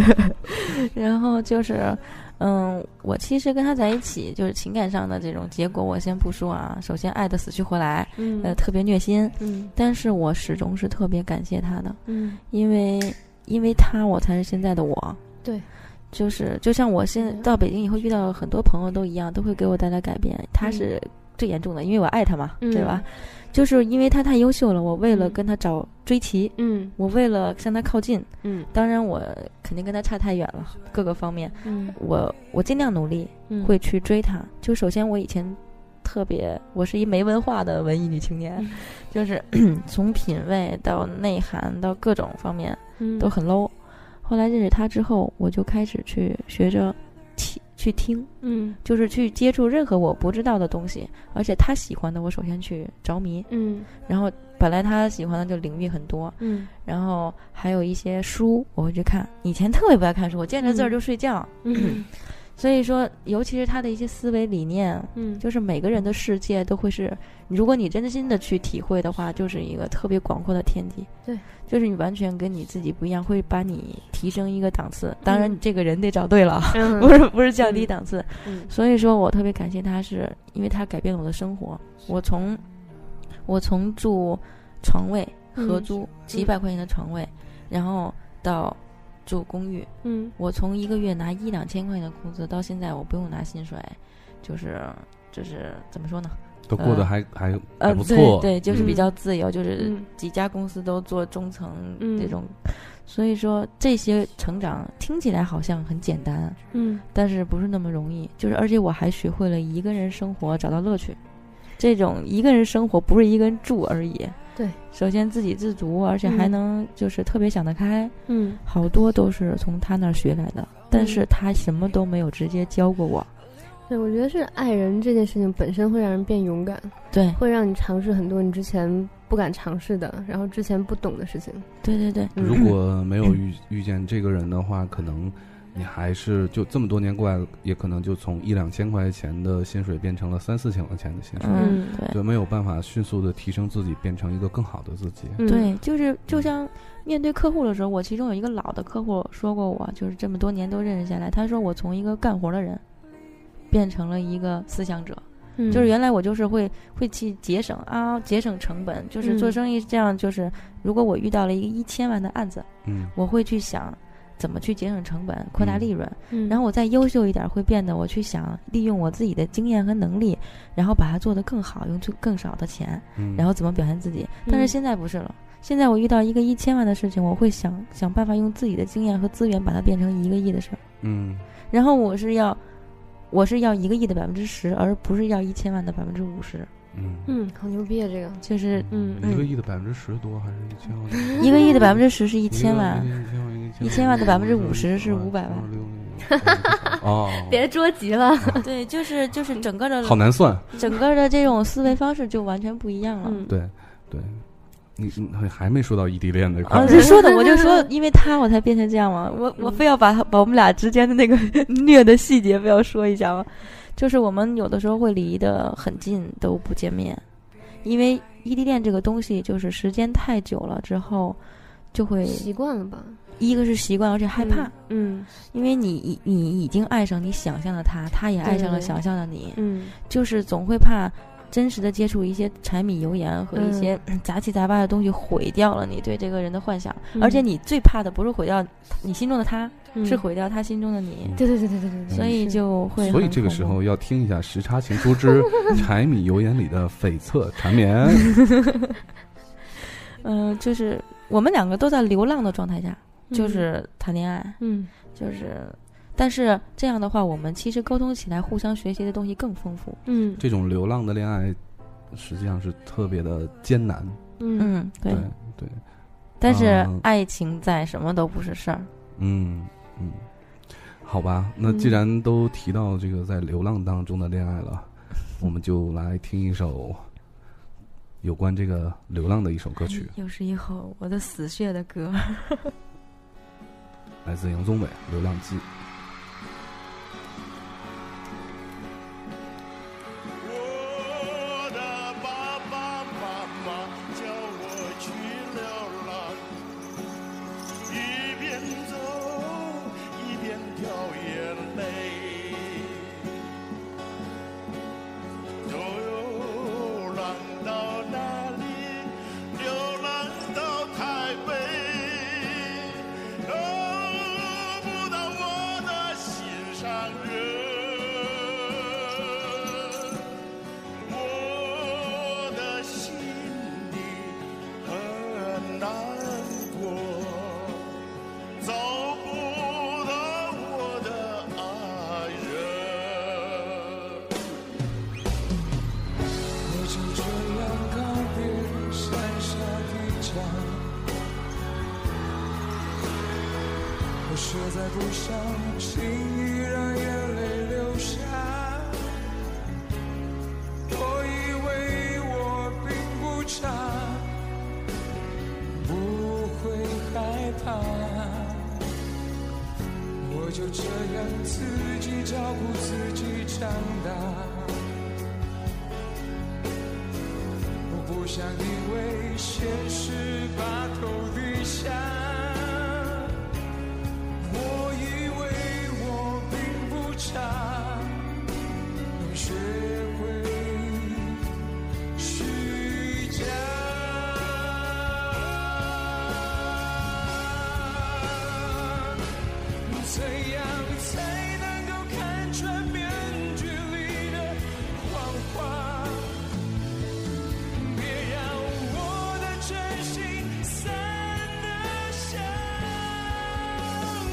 然后就是，嗯，我其实跟他在一起，就是情感上的这种结果，我先不说啊。首先爱的死去活来，嗯呃，特别虐心，嗯但是我始终是特别感谢他的，嗯因为因为他，我才是现在的我。对，就是就像我现在嗯到北京以后遇到很多朋友都一样，都会给我带来改变。他是最严重的，因为我爱他嘛，嗯对吧？就是因为他太优秀了，我为了跟他找追齐，嗯我为了向他靠近，嗯当然我肯定跟他差太远了，各个方面，嗯我我尽量努力嗯会去追他。就首先我以前特别，我是一没文化的文艺女青嗯年，就是 从品味到内涵到各种方面嗯都很 low。后来认识他之后，我就开始去学着听，去听，嗯就是去接触任何我不知道的东西，而且他喜欢的，我首先去着迷。嗯然后本来他喜欢的就领域很多， 嗯然后还有一些书我会去看。以前特别不爱看书，我见着字儿嗯就睡觉。嗯所以说，尤其是他的一些思维理念，嗯就是每个人的世界都会是，如果你真心的去体会的话，就是一个特别广阔的天地。对，就是你完全跟你自己不一样，会把你提升一个档嗯次。当然，你这个人得找对了， 不是不是降低档次。嗯所以说我特别感谢他是，因为他改变了我的生活。我从我从住床位合嗯租、几百块钱的床位，然后到住公寓，嗯我从一个月拿一两千块钱的工资，到现在我不用拿薪水，就是就是怎么说呢？都过得还还还呃，不错，对对，就是比嗯较自由，就是嗯几家公司都做中层嗯这种，所以说这些成长听起来好像很简单，嗯但是不是那么容易。就是而且我还学会了一个人生活，找到乐趣。这种一个人生活不是一个人住而已，对，首先自给自足，而且还嗯能就是特别想得开，嗯好多都是从他那儿学来的，但是他什么都没有直接教过我。对，我觉得是爱人这件事情本身会让人变勇敢，对，会让你尝试很多你之前不敢尝试的，然后之前不懂的事情。嗯对对对，如果没有遇遇见这个人的话，可能你还是就这么多年过来，也可能就从一两千块钱的薪水变成了三四千块钱的薪水，嗯，嗯对。就没有办法迅速的提升自己，变成一个更好的自己。嗯对，就是就像面对客户的时候，我其中有一个老的客户说过我，就是这么多年都认识下来，他说我从一个干活的人，变成了一个思想者，嗯就是原来我就是会会去节省啊，节省成本，就是做嗯生意这样，就是如果我遇到了一个一千万的案子，嗯，我会去想。怎么去节省成本，扩大嗯利润？嗯然后我再优秀一点，会变得我去想利用我自己的经验和能力，然后把它做得更好，用最更少的钱。嗯然后怎么表现自己。但是嗯现在不是了，现在我遇到一个一千万的事情，我会想想办法用自己的经验和资源把它变成一个亿的事儿。嗯然后我是要，我是要一个亿的百分之十，而不是要一千万的百分之五十。嗯嗯，好牛逼啊，这个就是嗯一个亿的百分之十多，还是一千 万的？一个亿的百分之十是一千万，一一千万的50%是500万。哦，着急了。对，就是就是整个好的难算。整个的这种思维方式就完全不一样了。嗯，对对，你你还没说到异地恋那块啊，儿，这 说的我就嗯说，因为他我才变成这样嘛。我我非要把他把我们俩之间的那个虐的细节非要说一下嘛。就是我们有的时候会离得很近都不见面，因为异地恋这个东西，就是时间太久了之后，就会习惯了吧？一个是习惯，而且害怕，嗯因为你已你已经爱上你想象的他，他也爱上了对对对想象的你，嗯就是总会怕。真实的接触一些柴米油盐和一些杂七杂八的东西，毁掉了你对这个人的幻想。嗯，而且你最怕的不是毁掉你心中的他，嗯是毁掉他心中的你，对对对对对对对，所以是就会嗯所以很这个恐时怖候要听一下《时差 情书之柴米油盐》里的悱恻缠绵。嗯、就是我们两个都在流浪的状态下，嗯就是谈恋爱，嗯就是，但是这样的话，我们其实沟通起来，互相学习的东西更丰富。嗯这种流浪的恋爱，实际上是特别的艰难。嗯嗯，对对。对，但是啊爱情在什么都不是事儿。嗯嗯，好吧，那既然都提到这个在流浪当中的恋爱了，我们就来听一首有关这个流浪的一首歌曲，又是一首我的死穴的歌。来自杨宗纬《流浪记》。我的爸爸妈妈叫我去流浪，一边走一边掉眼泪。流浪到哪里？流浪到台北，得不到我却在不上，心已让眼泪流下。我以为我并不差，不会害怕，我就这样自己照顾自己长大。我不想因为现实把头低下。我以为我并不差，能学会虚假。怎样才能够看穿面具里的谎话？别让我的真心散得像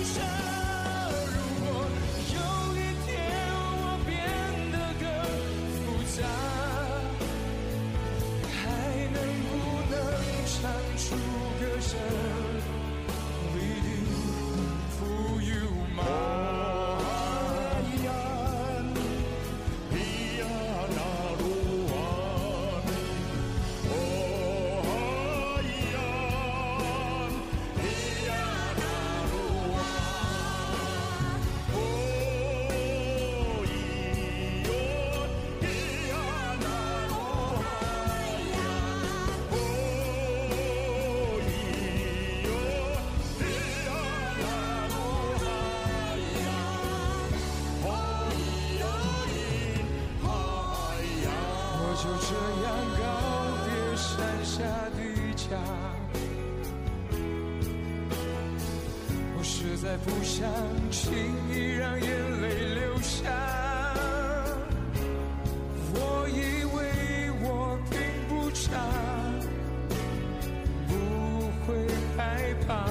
沙。如果有一天我变得更复杂，还能不能唱出歌声？Will for you, my love? Oh, yeah. 我就这样告别山下的家。我实在不想轻易让眼泪流下。我以为我并不差，不会害怕。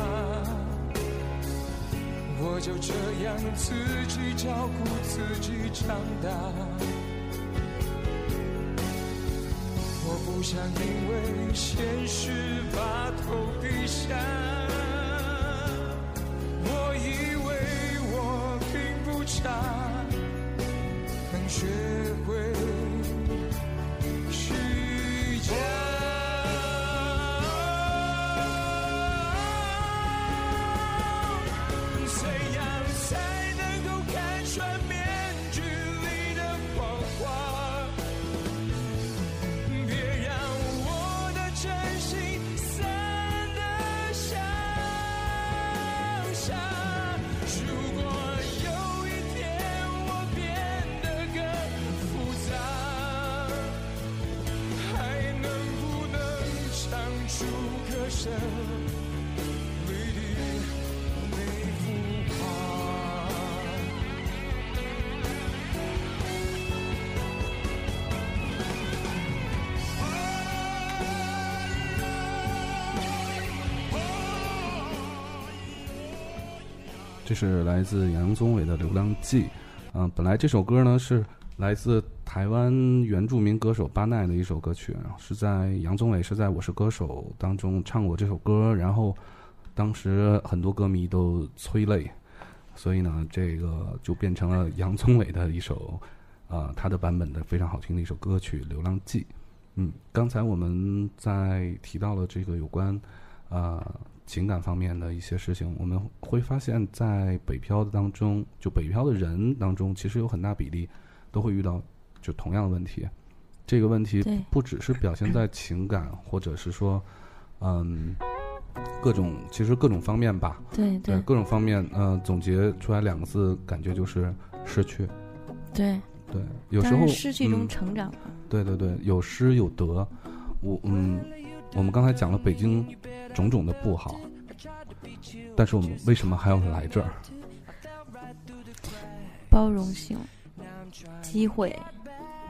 我就这样自己照顾自己长大。我不想因为现实把头低下。我以为我并不差，能学会虚假。怎样才能够看穿面具里的谎话？别让我的真心散得像沙。如果有一天我变得更复杂，还能不能唱出歌声里的那幅画？这是来自杨宗纬的《流浪记》。嗯、本来这首歌呢是来自台湾原住民歌手巴奈的一首歌曲，然后是在杨宗纬是在《我是歌手》当中唱过这首歌，然后当时很多歌迷都催泪，所以呢，这个就变成了杨宗纬的一首，呃，他的版本的非常好听的一首歌曲《流浪记》。嗯，刚才我们在提到了这个有关，呃，情感方面的一些事情，我们会发现，在北漂的当中，就北漂的人当中，其实有很大比例都会遇到就同样的问题。这个问题对不只是表现在情感，或者是说，嗯，各种其实各种方面吧，对对各种方面，呃，总结出来两个字，感觉就是失去。对，对，有时候但是失去中嗯成长嘛。对对对，有失有得。我嗯，我们刚才讲了北京种种的不好，但是我们为什么还要来这儿？包容性、机会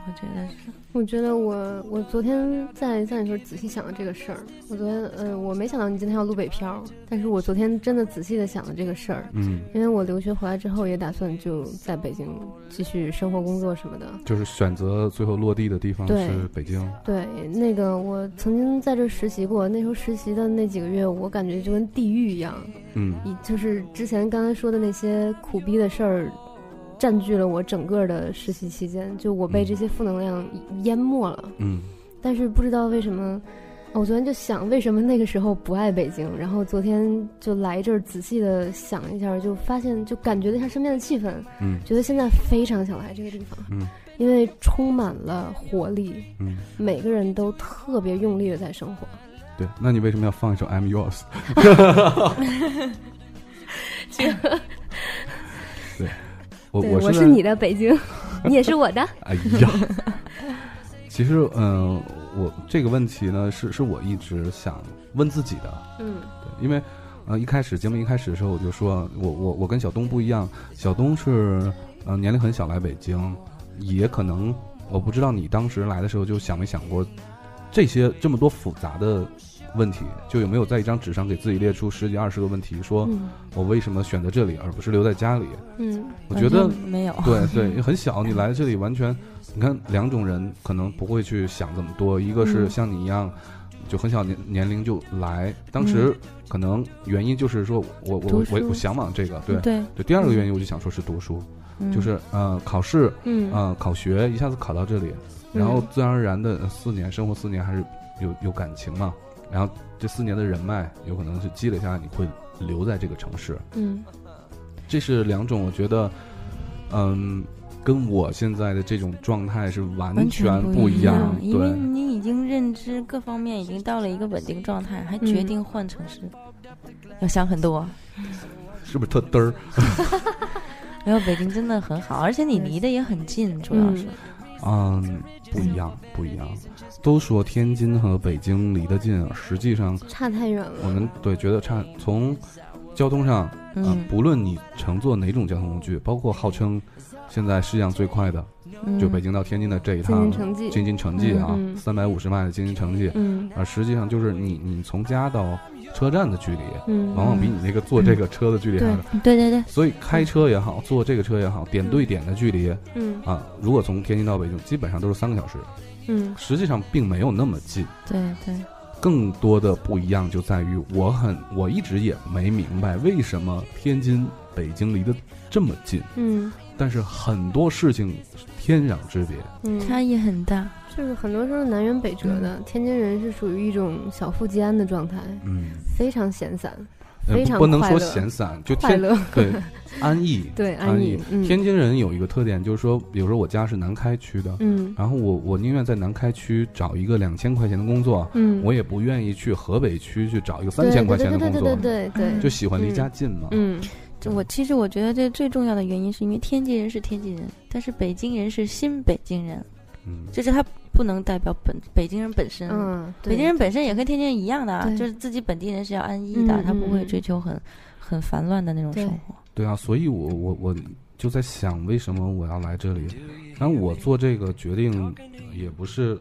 我觉得是，我觉得我我昨天在在你说仔细想了这个事儿，我昨天呃我没想到你今天要录北漂，但是我昨天真的仔细的想了这个事儿，嗯，因为我留学回来之后也打算就在北京继续生活工作什么的。就是选择最后落地的地方对是北京，对，那个我曾经在这儿实习过，那时候实习的那几个月，我感觉就跟地狱一样，嗯以就是之前刚才说的那些苦逼的事儿，占据了我整个的实习期间，就我被这些负能量淹没了。嗯但是不知道为什么，我昨天就想，为什么那个时候不爱北京？然后昨天就来这儿仔细的想一下，就发现就感觉了一下身边的气氛，嗯觉得现在非常想来这个地方，嗯因为充满了活力，嗯，每个人都特别用力的在生活。对。那你为什么要放一首《I'm Yours》？对，我对，我是是你的北京， 你也是我的。哎呀， 其实，嗯、我这个问题呢，是是我一直想问自己的， 嗯对，因为，呃，一开始节目一开始的时候，我就说我我我跟小东不一样，小东是，呃，年龄很小来北京，也可能我不知道你当时来的时候就想没想过这些这么多复杂的问题，就有没有在一张纸上给自己列出十几二十个问题，说嗯我为什么选择这里而不是留在家里？嗯，我觉得完全没有， 对对，很小，你来这里完全，你看两种人可能不会去想这么多，一个是嗯像你一样，就很小年年龄就来，当时可能原因就是说我我读我书嗯我想往这个，对对， 对，第二个原因我就想说是读书，嗯就是呃考试嗯呃考学一下子考到这里，然后自然而然的呃四年生活四年还是有有感情嘛，然后这四年的人脉有可能是积累下来，你会留在这个城市，嗯这是两种，我觉得，嗯，跟我现在的这种状态是完全不一一样。因为对，你已经认知各方面已经到了一个稳定状态，还决定换城市，要想很多。是不是特嘚儿没有，北京真的很好，而且你离得也很近，主要是。嗯，不一样，不一样。都说天津和北京离得近，实际上差太远我了。们对觉得差。从交通上，啊、嗯，不论你乘坐哪种交通工具，包括号称现在世界上最快的，嗯就北京到天津的这一今年趟成绩，京津城际啊嗯，嗯三百五十迈的京津城际，嗯啊，实际上就是你你从家到车站的距离，嗯，往往比你那个坐这个车的距离还对远。对对对，所以开车也好，坐这个车也好，点对点的距离嗯啊，如果从天津到北京，基本上都是三个小时，嗯实际上并没有那么近。对对，更多的不一样就在于，我很我一直也没明白为什么天津、北京离得这么近，嗯但是很多事情是天壤之别。嗯，差异很大。就是很多时候南辕北辙嗯的，天津人是属于一种小富即安的状态，嗯，非常闲散，呃非常不不能说快乐闲散，就快天乐，对安逸。 对，安安逸逸，。嗯天津人有一个特点，就是说，比如说我家是南开区的，嗯然后我我宁愿在南开区找一个两千块钱的工作，嗯，我也不愿意去河北区去找一个对三千块钱的对对工作对，对对对就对，喜欢离家近嘛。嗯这我其实我觉得这最重要的原因是因为天津人是天津人，但是北京人是新北京人，嗯，就是他不能代表本北京人本身。嗯，对北京人本身也跟天津人一样的啊，对就是自己本地人是要安逸的，嗯他不会嗯追求很很烦乱的那种对生活。对啊，所以我我我就在想，为什么我要来这里？然后我做这个决定也不是。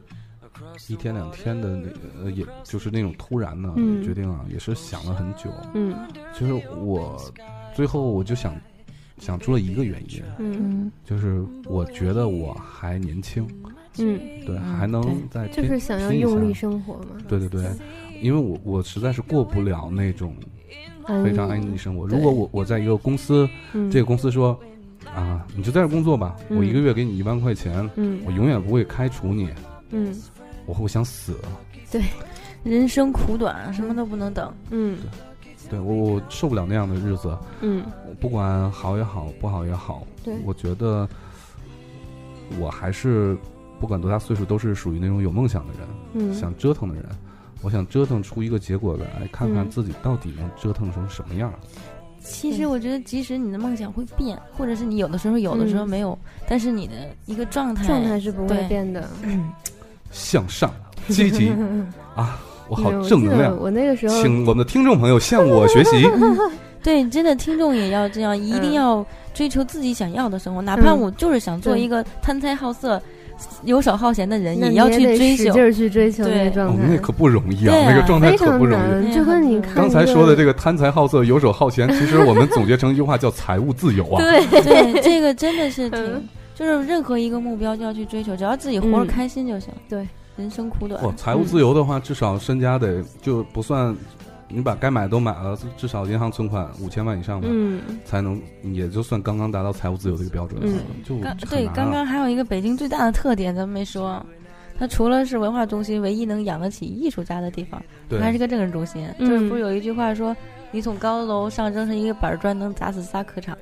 一天两天的那个，呃，也就是那种突然的嗯决定啊，也是想了很久。嗯其实我最后我就想想出了一个原因，嗯嗯，就是我觉得我还年轻，嗯，对，嗯还能再就拼是想要拼一用下力生活嘛，对对对，因为我我实在是过不了那种安非常安逸的生活。如果我我在一个公司，这个公司说啊，你就在这儿工作吧，嗯我一个月给你一万块钱，嗯我永远不会开除你，嗯我会我想死。人生苦短，啊什么都不能等。嗯对我我受不了那样的日子，嗯我不管好也好，不好也好，对我觉得我还是不管多大岁数，都是属于那种有梦想的人，嗯，想折腾的人。我想折腾出一个结果来，看看嗯自己到底能折腾成什么样。其对实我觉得，即使你的梦想会变，或者是你有的时候有，的时候嗯没有，但是你的一个状态，状态是不会对变的。向上、积 极啊！我好对正记得能量，我那个时候，请我们的听众朋友向我学 习。嗯对，真的听众也要这样，一定嗯要追求自己想要的生活，哪怕嗯我就是想做对一个贪财好色。游手好闲的人那也你要也去得追使求劲。儿去追求对那个状哦态，，那可不容易啊，对啊那个状态非可常不容易。难。就跟你看 刚才说的这个，个贪财好色、游手好 闲，其实我们总结成一句话叫财务自由 啊。对，这个真的是嗯挺，就是任何一个目标就要去追求，只要自己活着嗯开心就行。对，人生苦短哇，，哦财务自由的话，至少身家得就不算，你把该买都买了，至少银行存款五千万以上吧，嗯，才能也就算刚刚达到财务自由这个标准了嗯。就刚很对，难刚啊刚还有一个北京最大的特点，咱们没说，啊它除了是文化中心，唯一能养得起艺术家的地方，它还是对，个政治中心。嗯就是不是有一句话说，你从高楼上扔下一个板砖，能砸死仨科长。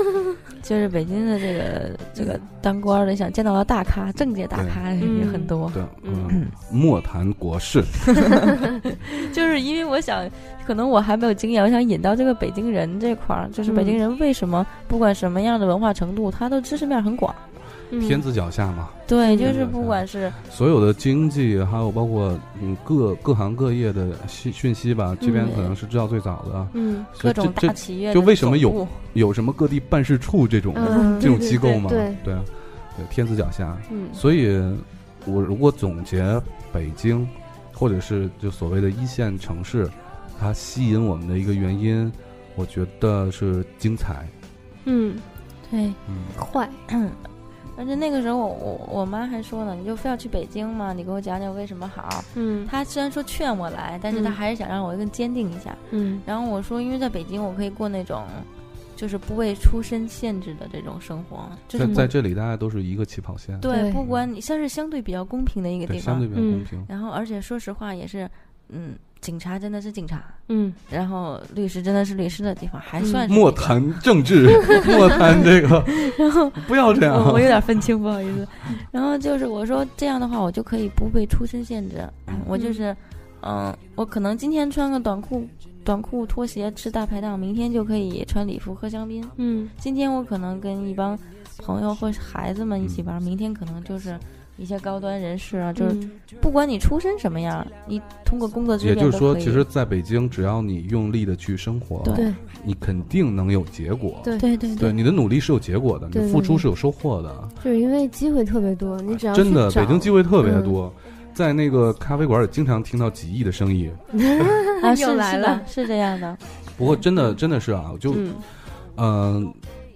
嗯就是北京的这个这个当官的，想见到的大咖，政界大咖也很多。对，嗯，莫谈国事，就是因为我想，可能我还没有经验，我想引到这个北京人这块儿，就是北京人为什么不管什么样的文化程度，他的知识面很广。嗯天子脚下嘛，对，就嗯是不管是所有的经济还有包括嗯各各行各业的信讯息吧，这边嗯可能是知道最早的啊。嗯所各以这种这大企业的就为什么有总部有什么各地办事处这种嗯这种机构吗？对对对啊，对天子脚下，嗯所以，我如果总结北京，或者是就所谓的一线城市，它吸引我们的一个原因，我觉得是精彩。嗯，对，嗯，快，而且那个时候我我我妈还说呢，你就非要去北京嘛，你给我讲讲为什么好。嗯她虽然说劝我来，但是她嗯还是想让我更坚定一下。嗯然后我说，因为在北京我可以过那种，就是不为出身限制的这种生活，就是在在这里，大家都是一个起跑线，对，对不管你算是相对比较公平的一个对，地相方对。比较公平。然后而且说实话也是，嗯，警察真的是警察，嗯，然后律师真的是律师的地方，还算是嗯莫比较谈 政治，莫谈这个，不要这样 嗯啊我。我有点分清，不好意思。嗯 然后就是我说这样的话，我就可以不被出身限制，我就是，嗯、我可能今天穿个短裤、短裤、拖鞋吃大排档，明天就可以穿礼服喝香槟。嗯今天我可能跟一帮朋友或是孩子们一起嗯玩，明天可能就是。一些高端人士啊，就是嗯不管你出身什么样，你通过工作之也便就是说，都可以其实在北京，只要你用力的去生活，对对你肯定能有结果。 对对对对，你的努力是有结果的，对你对付出对是有收获的。就是因为机会特别多，你只要真的，去找北 京机会特别嗯多，在那个咖啡馆也经常听到几亿的生意。嗯啊，又是来是了的，是这样的，不过真的真的是啊，就嗯、嗯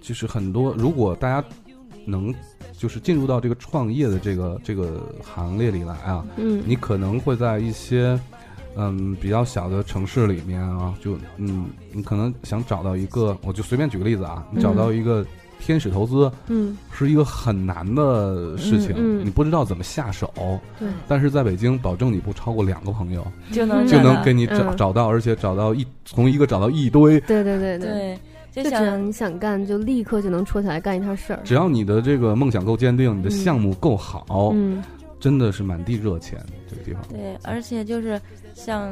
就是很多，如果大家能就是进入到这个创业的这个这个行列里来啊，嗯你可能会在一些。嗯，比较小的城市里面啊，就嗯，你可能想找到一个，我就随便举个例子啊，你找嗯到一个天使投资， 嗯是一个很难的事情，嗯嗯你不知道怎么下手。对但是在北京，保证你不超过两个朋友， 就能嗯就找能到给你找、嗯找到，而且找到一从一个找到一堆。对对对，对，嗯就就只想要你想干，就立刻就能戳起来干一趟事儿。只要你的这个梦想够坚定，你的项目够好， 嗯真的是满地热钱。这个地方，对，而且就是像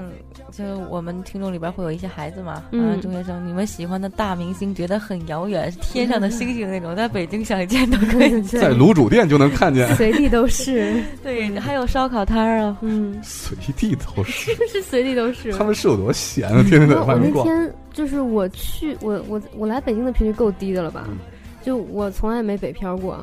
就是我们听众里边会有一些孩子嘛，嗯，啊，中学生，你们喜欢的大明星觉得很遥远，是天上的星星那种，在北京想见都可以见。在卤煮店就能看见 随地都是， 对，还有烧烤摊儿啊， 嗯，随地都是。是随地都是。他们是有多闲啊，天天在我外我面那逛。天就是我去我我我来北京的频率够低的了吧嗯？就我从来没北漂过，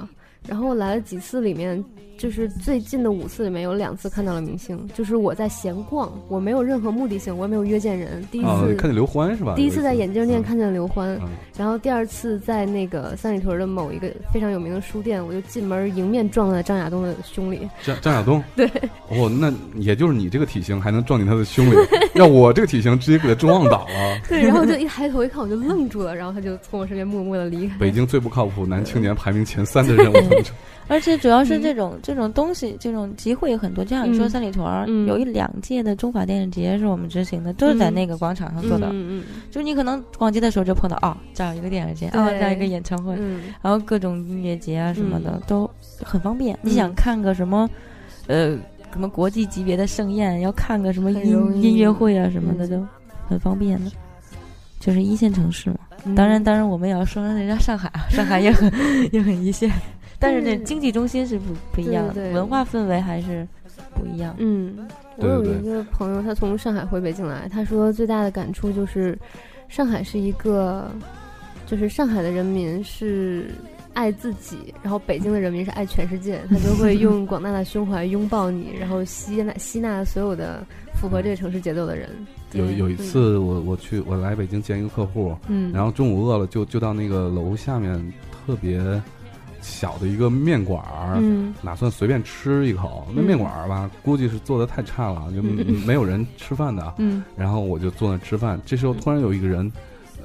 然后来了几次里面，就是最近的五次里面有两次看到了明星，就是我在闲逛，我没有任何目的性，我也没有约见人。第一啊，次看见刘欢是吧？第一次在眼镜店嗯看见刘欢嗯，然后第二次在那个三里屯的某一个非常有名的书店，我就进门迎面撞在张亚东的胸 里。张张亚东，对，哦，那也就是你这个体型还能撞进他的胸里， 要我这个体型直接给他撞倒 了。对，然后就一抬头一看，我就愣住了，然后他就从我身边默默的离开。北京最不靠谱男青年排名前三的人物当中，而且主要是这种、这种东西，这种集会有很多。就像你说嗯三里屯儿、嗯有一两届的中法电影节是我们执行的，都是在嗯那个广场上做的。嗯就你可能逛街的时候就碰到哦，这儿有一个电影节，哦，对这儿有一个演唱会，嗯嗯，然后各种音乐节啊什么的、都很方便。你嗯想看个什么，呃，什么国际级别的盛宴，要看个什么很音容易音乐会啊什么的，嗯都很方便的。就是一线城市嘛，嗯当然，当然，我们也要说人家上海啊，上海也 很也很一线，但是那嗯经济中心是不不一样的，对对文化氛围还是不一样的。嗯，我对有对一个朋友，他从上海回北京来，他说最大的感触就是，上海是一个，就是上海的人民是爱自己，然后北京的人民是爱全世界，他就会用广大的胸怀拥抱你，然后吸纳吸纳所有的符合这个城市节奏的人。有有一次我我去我来北京见一个客户，嗯，然后中午饿了就就到那个楼下面特别小的一个面馆儿，嗯打算随便吃一口。那嗯面馆儿吧，估计是做的太差了，就没有人吃饭的。嗯然后我就坐那吃饭，这时候突然有一个人，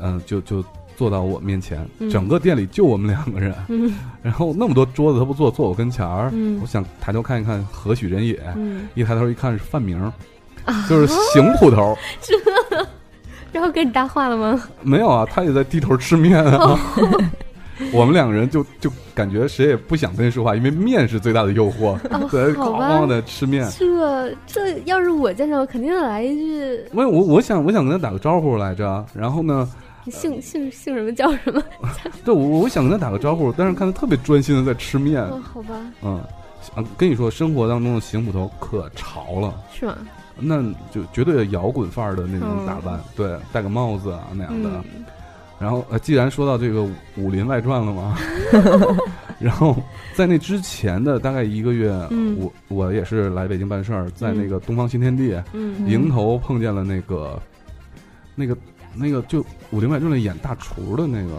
嗯、就就坐到我面前，嗯整个店里就我们两个人，嗯 然后那么多桌子他不坐，坐我跟前儿，嗯我想抬头看一看何许人也，嗯，啊一抬头一看是范明儿，就是 邢捕头。然后跟你搭话了吗？没有啊，他也在低头吃面哦啊。 我们两个人就就感觉谁也不想跟谁说话，因为面是最大的诱惑，在哦好咣吧咣的吃面。这这要是我见着，我肯定来一句我我我想我想跟他打个招呼来着，然后呢，姓姓姓什么叫什么？对我我想跟他打个招呼，但是看他特别专心的在吃面，哦，好吧，嗯，啊跟你说，生活当中的邢捕头可潮了，是吗？那就绝对摇滚范儿的那种嗯打扮，对，戴个帽子啊那样的，嗯然后呃，既然说到这个《武林外传》了 嘛，然后在那之前的大概一个月，嗯我我也是来北京办事儿，在那个东方新天地嗯迎头碰见了那个那个那个就《武林外传》里演大厨的那个，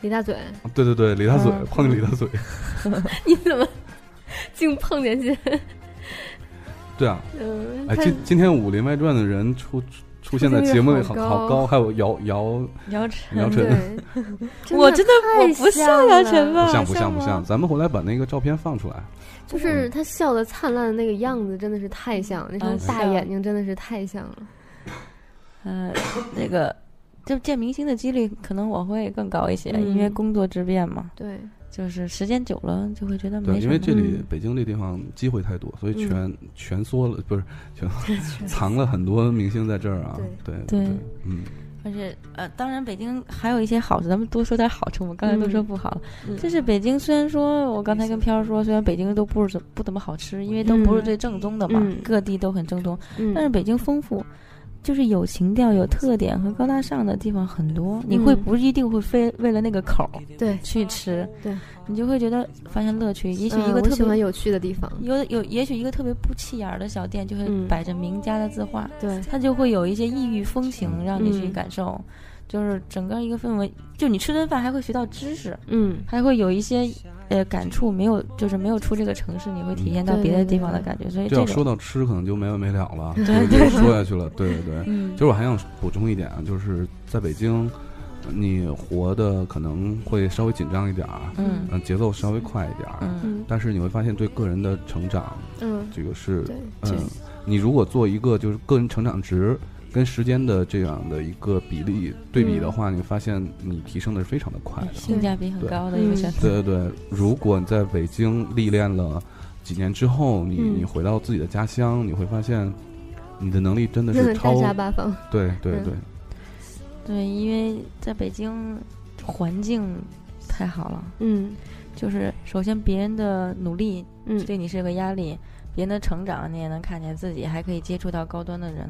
李大嘴，对对对，李大嘴嗯碰见李大嘴， 你怎么竟碰见些？对啊， 嗯，哎，他今今天《武林外传》的人出出出现在出镜率节目里好好高好高，还有姚姚姚 晨，姚 晨。对，我真的我太不像像姚了晨吧？不像不像不啊吗像，咱们回来把那个照片放出来。就是他笑的灿烂的那个样子，真的是太像了，那啊双是大的眼睛真的是太像了。呃，那个就见明星的几率可能我会更高一些，嗯因为工作之便嘛，对， 就是时间久了就会觉得对，没什因么。为这里嗯北京这地方机会太多，所以全、蜷缩了，不是全藏了很多明星在这儿啊。对对嗯，而且呃，当然北京还有一些好处，咱们多说点好处嘛。刚才都说不好了，嗯就是北京虽然说我刚才跟飘儿说，虽然北京都不是怎不怎么好吃，因为都不是最正宗的嘛，嗯各地都很正宗，嗯但是北京丰富。就是有情调、有特点和高大上的地方很多，你会嗯不一定会非为了那个口儿对，去吃，嗯对，你就会觉得发现乐趣。也许一嗯个我特喜欢别、有趣的地方。有有，也许一个特别不起眼儿的小店，就会嗯摆着名家的字画，对，它就会有一些异域风情让你去嗯感受，就是整个一个氛围。就你吃顿饭还会学到知识，嗯，还会有一些呃感触，没有就是没有出这个城市，你会体验到对别对的嗯对地方的感觉。所以这要哎这说种到吃，可能就没完没了了，对就 就说下去了。对对对，嗯其实我还想补充一点啊，就是在北京，你活的可能会稍微紧张一点儿，嗯嗯，节奏稍微快一点儿，嗯嗯但是你会发现对个人的成长，嗯，这个是对，嗯，你如果做一个就是个人成长值跟时间的这样的一个比例对比的话，你发现你提升的是非常的快的。性价比很啊对高的一嗯个选择。对对对，如果你在北京历练了几年之后，你嗯你回到自己的家乡，你会发现你的能力真的那是很超大杀八方。对对对，对，因为在北京环境太好了，嗯就是首先别人的努力嗯，对你是个压力，别人的成长你也能看见，自己还可以接触到高端的人。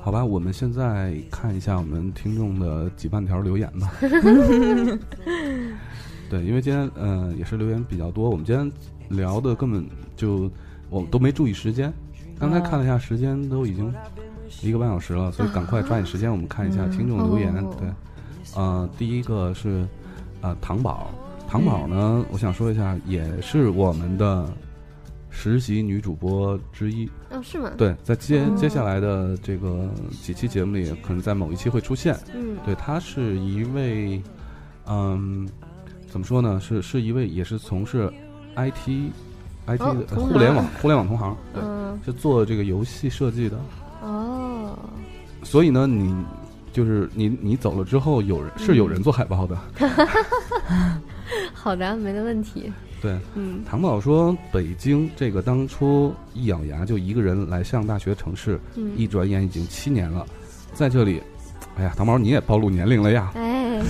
好吧，我们现在看一下我们听众的几万条留言吧。对，因为今天嗯、呃也是留言比较多，我们今天聊的根本就我都没注意时间，刚才看了一下时间，都已经一个半小时了，所以赶快抓紧时间，我们看一下听众留言。哦对，呃，第一个是呃糖宝，糖宝呢，我想说一下，也是我们的实习女主播之一。哦，是吗？，对，在接哦接下来的这个几期节目里，可能在某一期会出现。嗯，对，她是一位，嗯，怎么说呢？是是一位也是从事 IT、IT 哦的呃同行互联网互联网同行，对，嗯，是做这个游戏设计的。哦， 所以呢，你就是你你走了之后，有人是有人做海报的。好的，没的问题。对，嗯唐宝说，北京这个当初一咬牙就一个人来上大学的城市，一嗯，转眼已经七年了，在这里，哎呀，唐毛你也暴露年龄了呀！哎，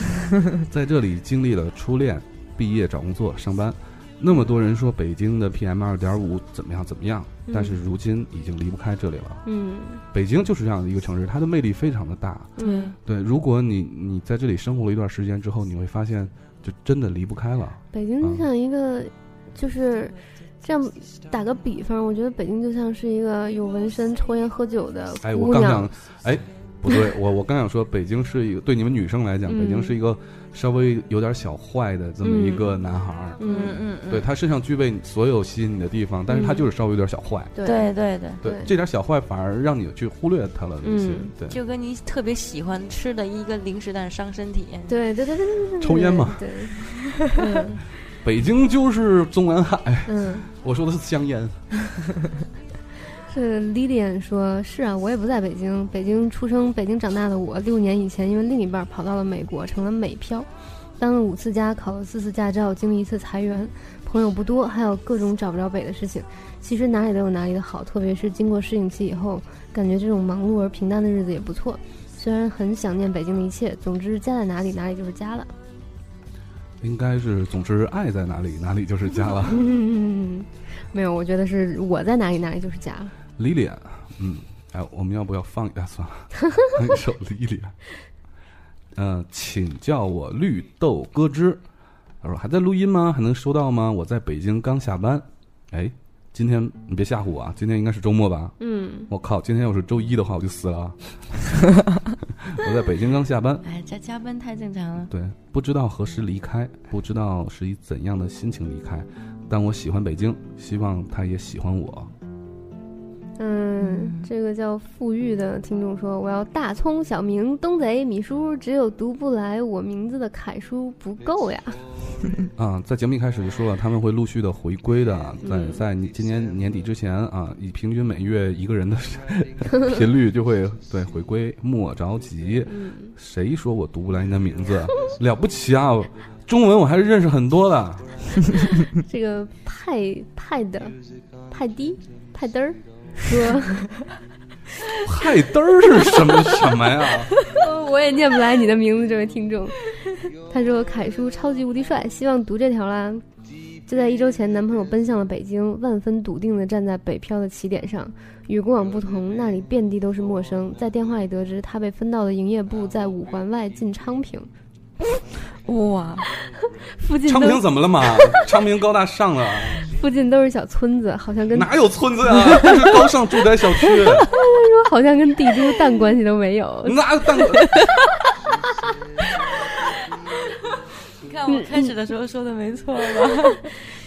在这里经历了初恋、毕业、找工作、上班，那么多人说北京的 PM 二点五怎么样怎么样，嗯但是如今已经离不开这里了。嗯北京就是这样的一个城市，它的魅力非常的大。对对，如果你你在这里生活了一段时间之后，你会发现，就真的离不开了。北京就像一个，就是这样打个比方，我觉得北京就像是一个有纹身、抽烟、喝酒的哎，我姑刚娘想，，哎，不对，我我刚想说，北京是一个对你们女生来讲，嗯北京是一个稍微有点小坏的这么一个男孩儿。嗯，嗯对他身上具备所有吸引你的地方，但是他嗯就是稍微有点小坏。对对对对，对对，这点小坏反而让你去忽略他了那些。嗯对，就跟你特别喜欢吃的一个零食，但是伤身体。对对对对对对，抽烟嘛对，嗯北京就是中南海，哎嗯，我说的是香烟。是呃 Lilian 说，是啊，我也不在北京，北京出生、北京长大的我，六年以前因为另一半跑到了美国，成了美漂，当了五次家，考了四次驾照，经历一次裁员，朋友不多，还有各种找不着北的事情。其实哪里都有哪里的好，特别是经过适应期以后，感觉这种忙碌而平淡的日子也不错。虽然很想念北京的一切，总之家在哪里，哪里就是家了。 应该是，总之爱在哪里，哪里就是家了。 嗯，没有，我觉得是我在哪里，哪里就是家了。李脸，嗯，哎，我们要不要放一下 算了？放一首李脸。嗯、请叫我绿豆咯吱。他说还在录音吗？还能收到吗？我在北京刚下班。哎，今天你别吓唬我啊！今天应该是周末吧？嗯，我靠，今天要是周一的话，我就死 了啊。我在北京刚下班，哎，加加班太正常了。对，不知道何时离开，不知道是以怎样的心情离开，但我喜欢北京，希望他也喜欢我。嗯，这个叫富裕的听众说：“我要大葱、小明、东贼、米叔，只有读不来我名字的凯叔不够呀。啊，在节目一开始就说了，他们会陆续的回归的，在嗯在你今年年底之前啊，以平均每月一个人的 频率就会对回归。莫着急，嗯谁说我读不来你的名字？了不起啊！中文我还是认识很多的。”这个派派的派低派嘚儿说派嘚儿是什么什么呀？：“ 我也念不来你的名字，这位听众。”他说：“凯叔超级无敌帅，希望读这条啦。”就在一周前，男朋友奔向了北京，万分笃定地站在北漂的起点上。与过往不同，那里遍地都是陌生。在电话里得知，他被分到的营业部在五环外近昌平。哇，附近昌都平怎么了嘛？昌平高大上了，附近都是小村子，好像跟哪有村子啊？这是高尚住宅小区，好像跟帝都蛋关系都没有。 那当你看我开始的时候说的没错吧？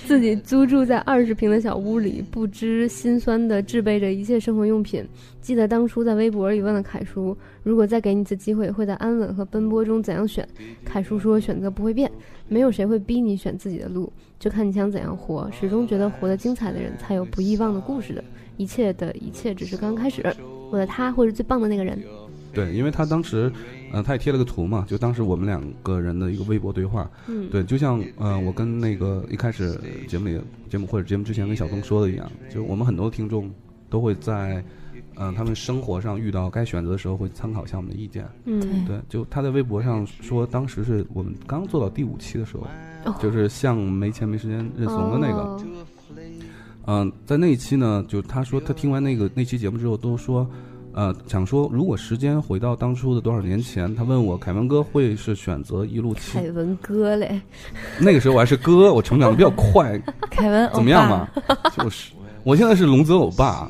自己租住在二十平的小屋里，不知心酸的置备着一切生活用品。记得当初在微博里问了凯叔，如果再给你一次机会，会在安稳和奔波中怎样选？嗯凯叔说选择不会变，没有谁会逼你选自己的路，就看你想怎样活。始终觉得活得精彩的人才有不易忘的故事的，一切的一切只是刚开始。嗯我的他会是最棒的那个人。对，因为他当时，呃，他也贴了个图嘛，就当时我们两个人的一个微博对话。嗯，对，就像呃，我跟那个一开始节目里节目或者节目之前跟小东说的一样，就我们很多听众都会在，嗯、他们生活上遇到该选择的时候会参考一下我们的意见。嗯，对，就他在微博上说，当时是我们刚做到第五期的时候哦，就是像没钱没时间认怂的那个。哦嗯，在那一期呢，就他说他听完那个那期节目之后，都说，呃，想说如果时间回到当初的多少年前，他问我凯文哥会是选择一路七凯，文哥嘞，那个时候我还是哥，我成长的比较快，凯文，怎么样嘛？？就是，我现在是龙泽欧巴，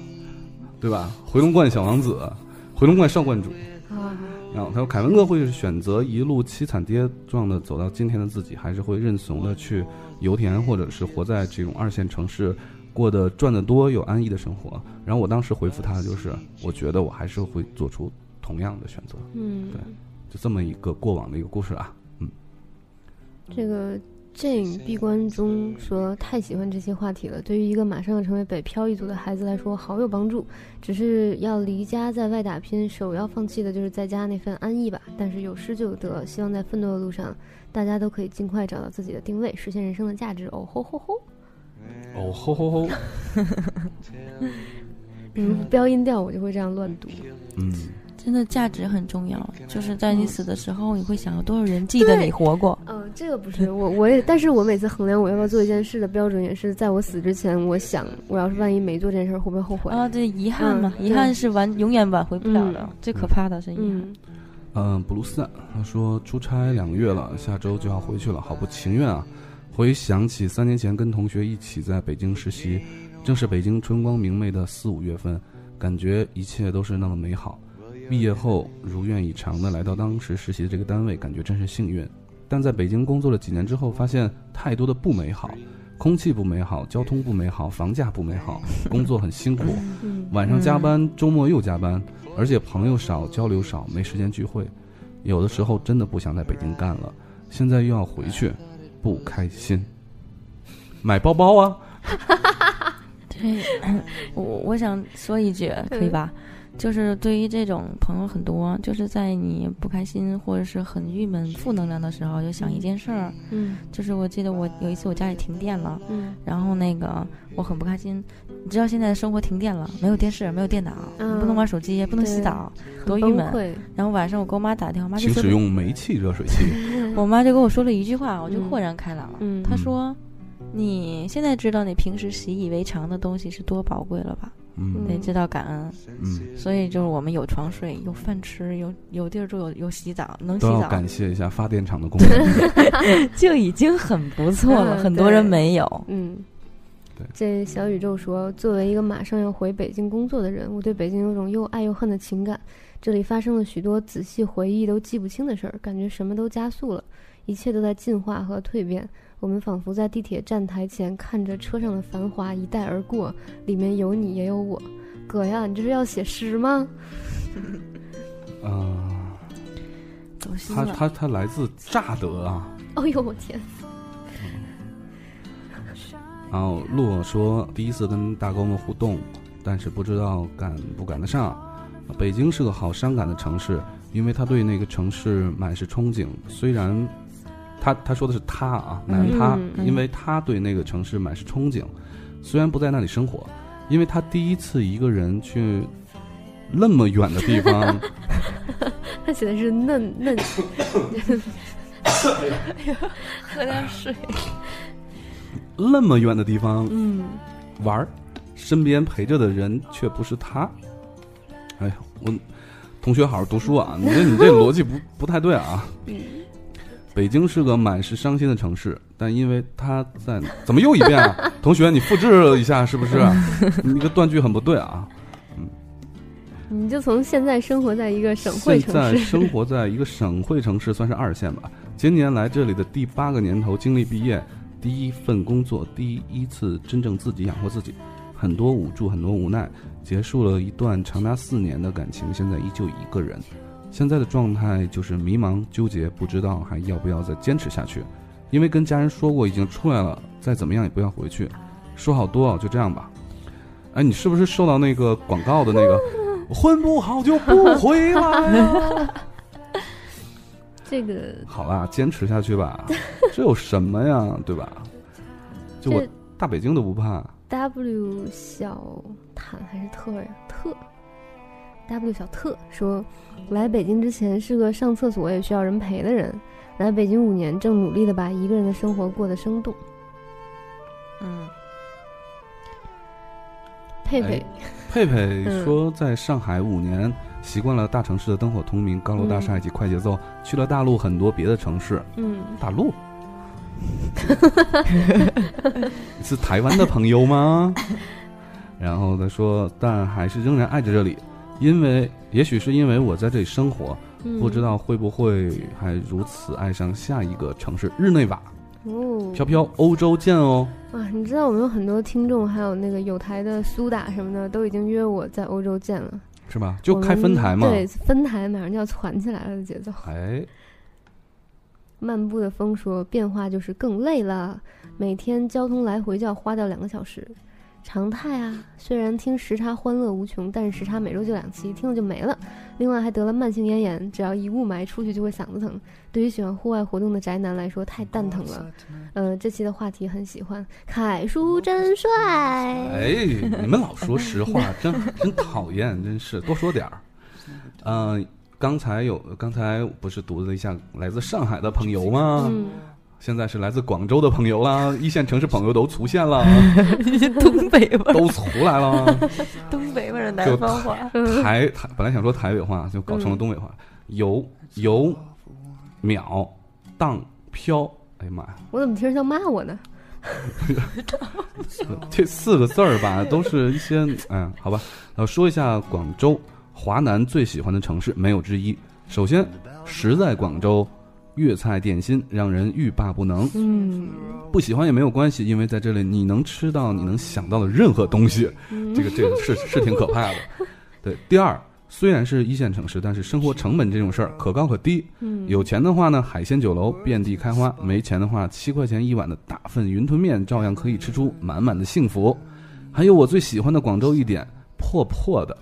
对吧？回龙观小王子，回龙观少观主。啊，然后他说凯文哥会是选择一路凄惨跌撞的走到今天的自己，还是会认怂的去油田，或者是活在这种二线城市，过得赚得多又安逸的生活？然后我当时回复他的就是，我觉得我还是会做出同样的选择，嗯，对就这么一个过往的一个故事啊。这个 Jane 闭关中说太喜欢这些话题了，对于一个马上要成为北漂一族的孩子来说好有帮助。只是要离家在外打拼，首要放弃的就是在家那份安逸吧。但是有失就有得，希望在奋斗的路上，大家都可以尽快找到自己的定位，实现人生的价值。哦吼吼吼！哦吼吼吼，你们不嗯标音调，我就会这样乱读。嗯，真的价值很重要，就是在你死的时候，你会想有多少人记得你活过。嗯、这个不是我，我也，但是我每次衡量我要不要做一件事的标准，也是在我死之前，我想我要是万一没做这件事，儿，会不会后悔？啊，对，遗憾嘛，嗯遗憾是完永远挽回不了的，嗯最可怕的是遗憾。嗯，嗯，布鲁斯蛋他说出差两个月了，下周就要回去了，好不情愿啊！回想起三年前跟同学一起在北京实习，正是北京春光明媚的四五月份，感觉一切都是那么美好。毕业后如愿以偿的来到当时实习的这个单位，感觉真是幸运。但在北京工作了几年之后，发现太多的不美好，空气不美好，交通不美好，房价不美好，工作很辛苦。晚上加班，周末又加班，而且朋友少，交流少，没时间聚会，有的时候真的不想在北京干了，现在又要回去，不开心。买包包啊，对，嗯 我我想说一句，可以吧？就是对于这种朋友很多，就是在你不开心或者是很郁闷、负能量的时候，就想一件事儿。嗯就是我记得我有一次我家里停电了，嗯然后那个我很不开心。你知道现在生活停电了，没有电视，没有电脑，嗯不能玩手机，不能洗对澡，多很郁崩闷。溃。然后晚上我给我妈打电话，我妈啊就请说使用煤气热水器。 我妈就跟我说了一句话，我就嗯豁然开朗了。嗯她说：“你现在知道你平时习以为常的东西是多宝贵了吧？嗯得知道感恩。嗯，所以就是我们有床睡，有饭吃，有有地儿住，有有洗澡，能洗都要澡感谢一下发电厂的工作。 就已经很不错了。嗯很多人对没有。 嗯对，这小宇宙说，作为一个马上要回北京工作的人，我对北京有种又爱又恨的情感。这里发生了许多仔细回忆都记不清的事儿，感觉什么都加速了，一切都在进化和蜕变。我们仿佛在地铁站台前看着车上的繁华一带而过，里面有你也有我。哥呀，你这是要写诗吗？ 嗯，走心他了。他他来自乍得啊。哦呦，我天！然后洛说，第一次跟大哥们互动，但是不知道赶不赶得上。北京是个好伤感的城市，因为他对那个城市满是憧憬。虽然他他说的是他啊，男人他，嗯因为他对那个城市满是憧憬，虽然不在那里生活，因为他第一次一个人去那么远的地方他写的是嫩嫩， 喝点水。那么远的地方嗯，玩儿，身边陪着的人却不是他。哎呀，我同学好好读书啊！你这你这逻辑不不太对啊。北京是个满是伤心的城市，但因为他在怎么又一遍啊？同学，你复制一下是不是？啊你这个断句很不对啊！你就从现在生活在一个省会现城在市，生活在一个省会城市，算是二线吧。今年来这里的第八个年头，经历毕业，第一份工作，第一次真正自己养活自己，很多无助，很多无奈，结束了一段长达四年的感情，现在依旧一个人。现在的状态就是迷茫、纠结，不知道还要不要再坚持下去，因为跟家人说过已经出来了，再怎么样也不要回去，说好多哦，就这样吧。哎，你是不是受到那个广告的那个混不好就不回来了？这个好啦，坚持下去吧，这有什么呀，对吧？就我这大北京都不怕， W 小坦还是特呀？特。W 小特说，来北京之前是个上厕所也需要人陪的人，来北京五年，正努力的把一个人的生活过得生动。嗯，佩佩，佩佩说，在上海五年，习惯了大城市的灯火通明、高楼大厦以及快节奏，去了大陆很多别的城市。嗯，大陆，你是台湾的朋友吗？然后他说，但还是仍然爱着这里，因为也许是因为我在这里生活，嗯不知道会不会还如此爱上下一个城市日内瓦。哦飘飘，欧洲见哦。哇！你知道我们有很多听众，还有那个有台的苏打什么的，都已经约我在欧洲见了，是吧？就我们开分台嘛。对，分台马上就要攒起来了的节奏。哎，漫步的风说，变化就是更累了，每天交通来回就要花掉两个小时，常态啊。虽然听时差欢乐无穷，但是时差每周就两期，听了就没了。另外还得了慢性咽炎，只要一雾霾出去就会嗓子疼。对于喜欢户外活动的宅男来说，太蛋疼了。呃，这期的话题很喜欢，凯叔真帅。哎，你们老说实话，真真讨厌，真是多说点儿。呃嗯、刚才有，刚才不是读了一下来自上海的朋友吗？嗯，现在是来自广州的朋友啦，一线城市朋友都出 现了， 东北味儿，都出来了。东北味儿的就南方话，台台本来想说台北话，就搞成了东北话。游游秒荡飘，哎呀妈呀，我怎么听着像骂我呢？ 这四个字儿吧，都是一些嗯，好吧。呃，说一下广州，华南最喜欢的城市没有之一。首先，实在广州粤菜点心让人欲罢不能，嗯，不喜欢也没有关系，因为在这里你能吃到你能想到的任何东西，这个这个是是挺可怕的。对，第二，虽然是一线城市，但是生活成本这种事儿可高可低。嗯有钱的话呢，海鲜酒楼遍地开花；没钱的话，七块钱一碗的大份云吞面照样可以吃出满满的幸福。还有我最喜欢的广州一点，破破的。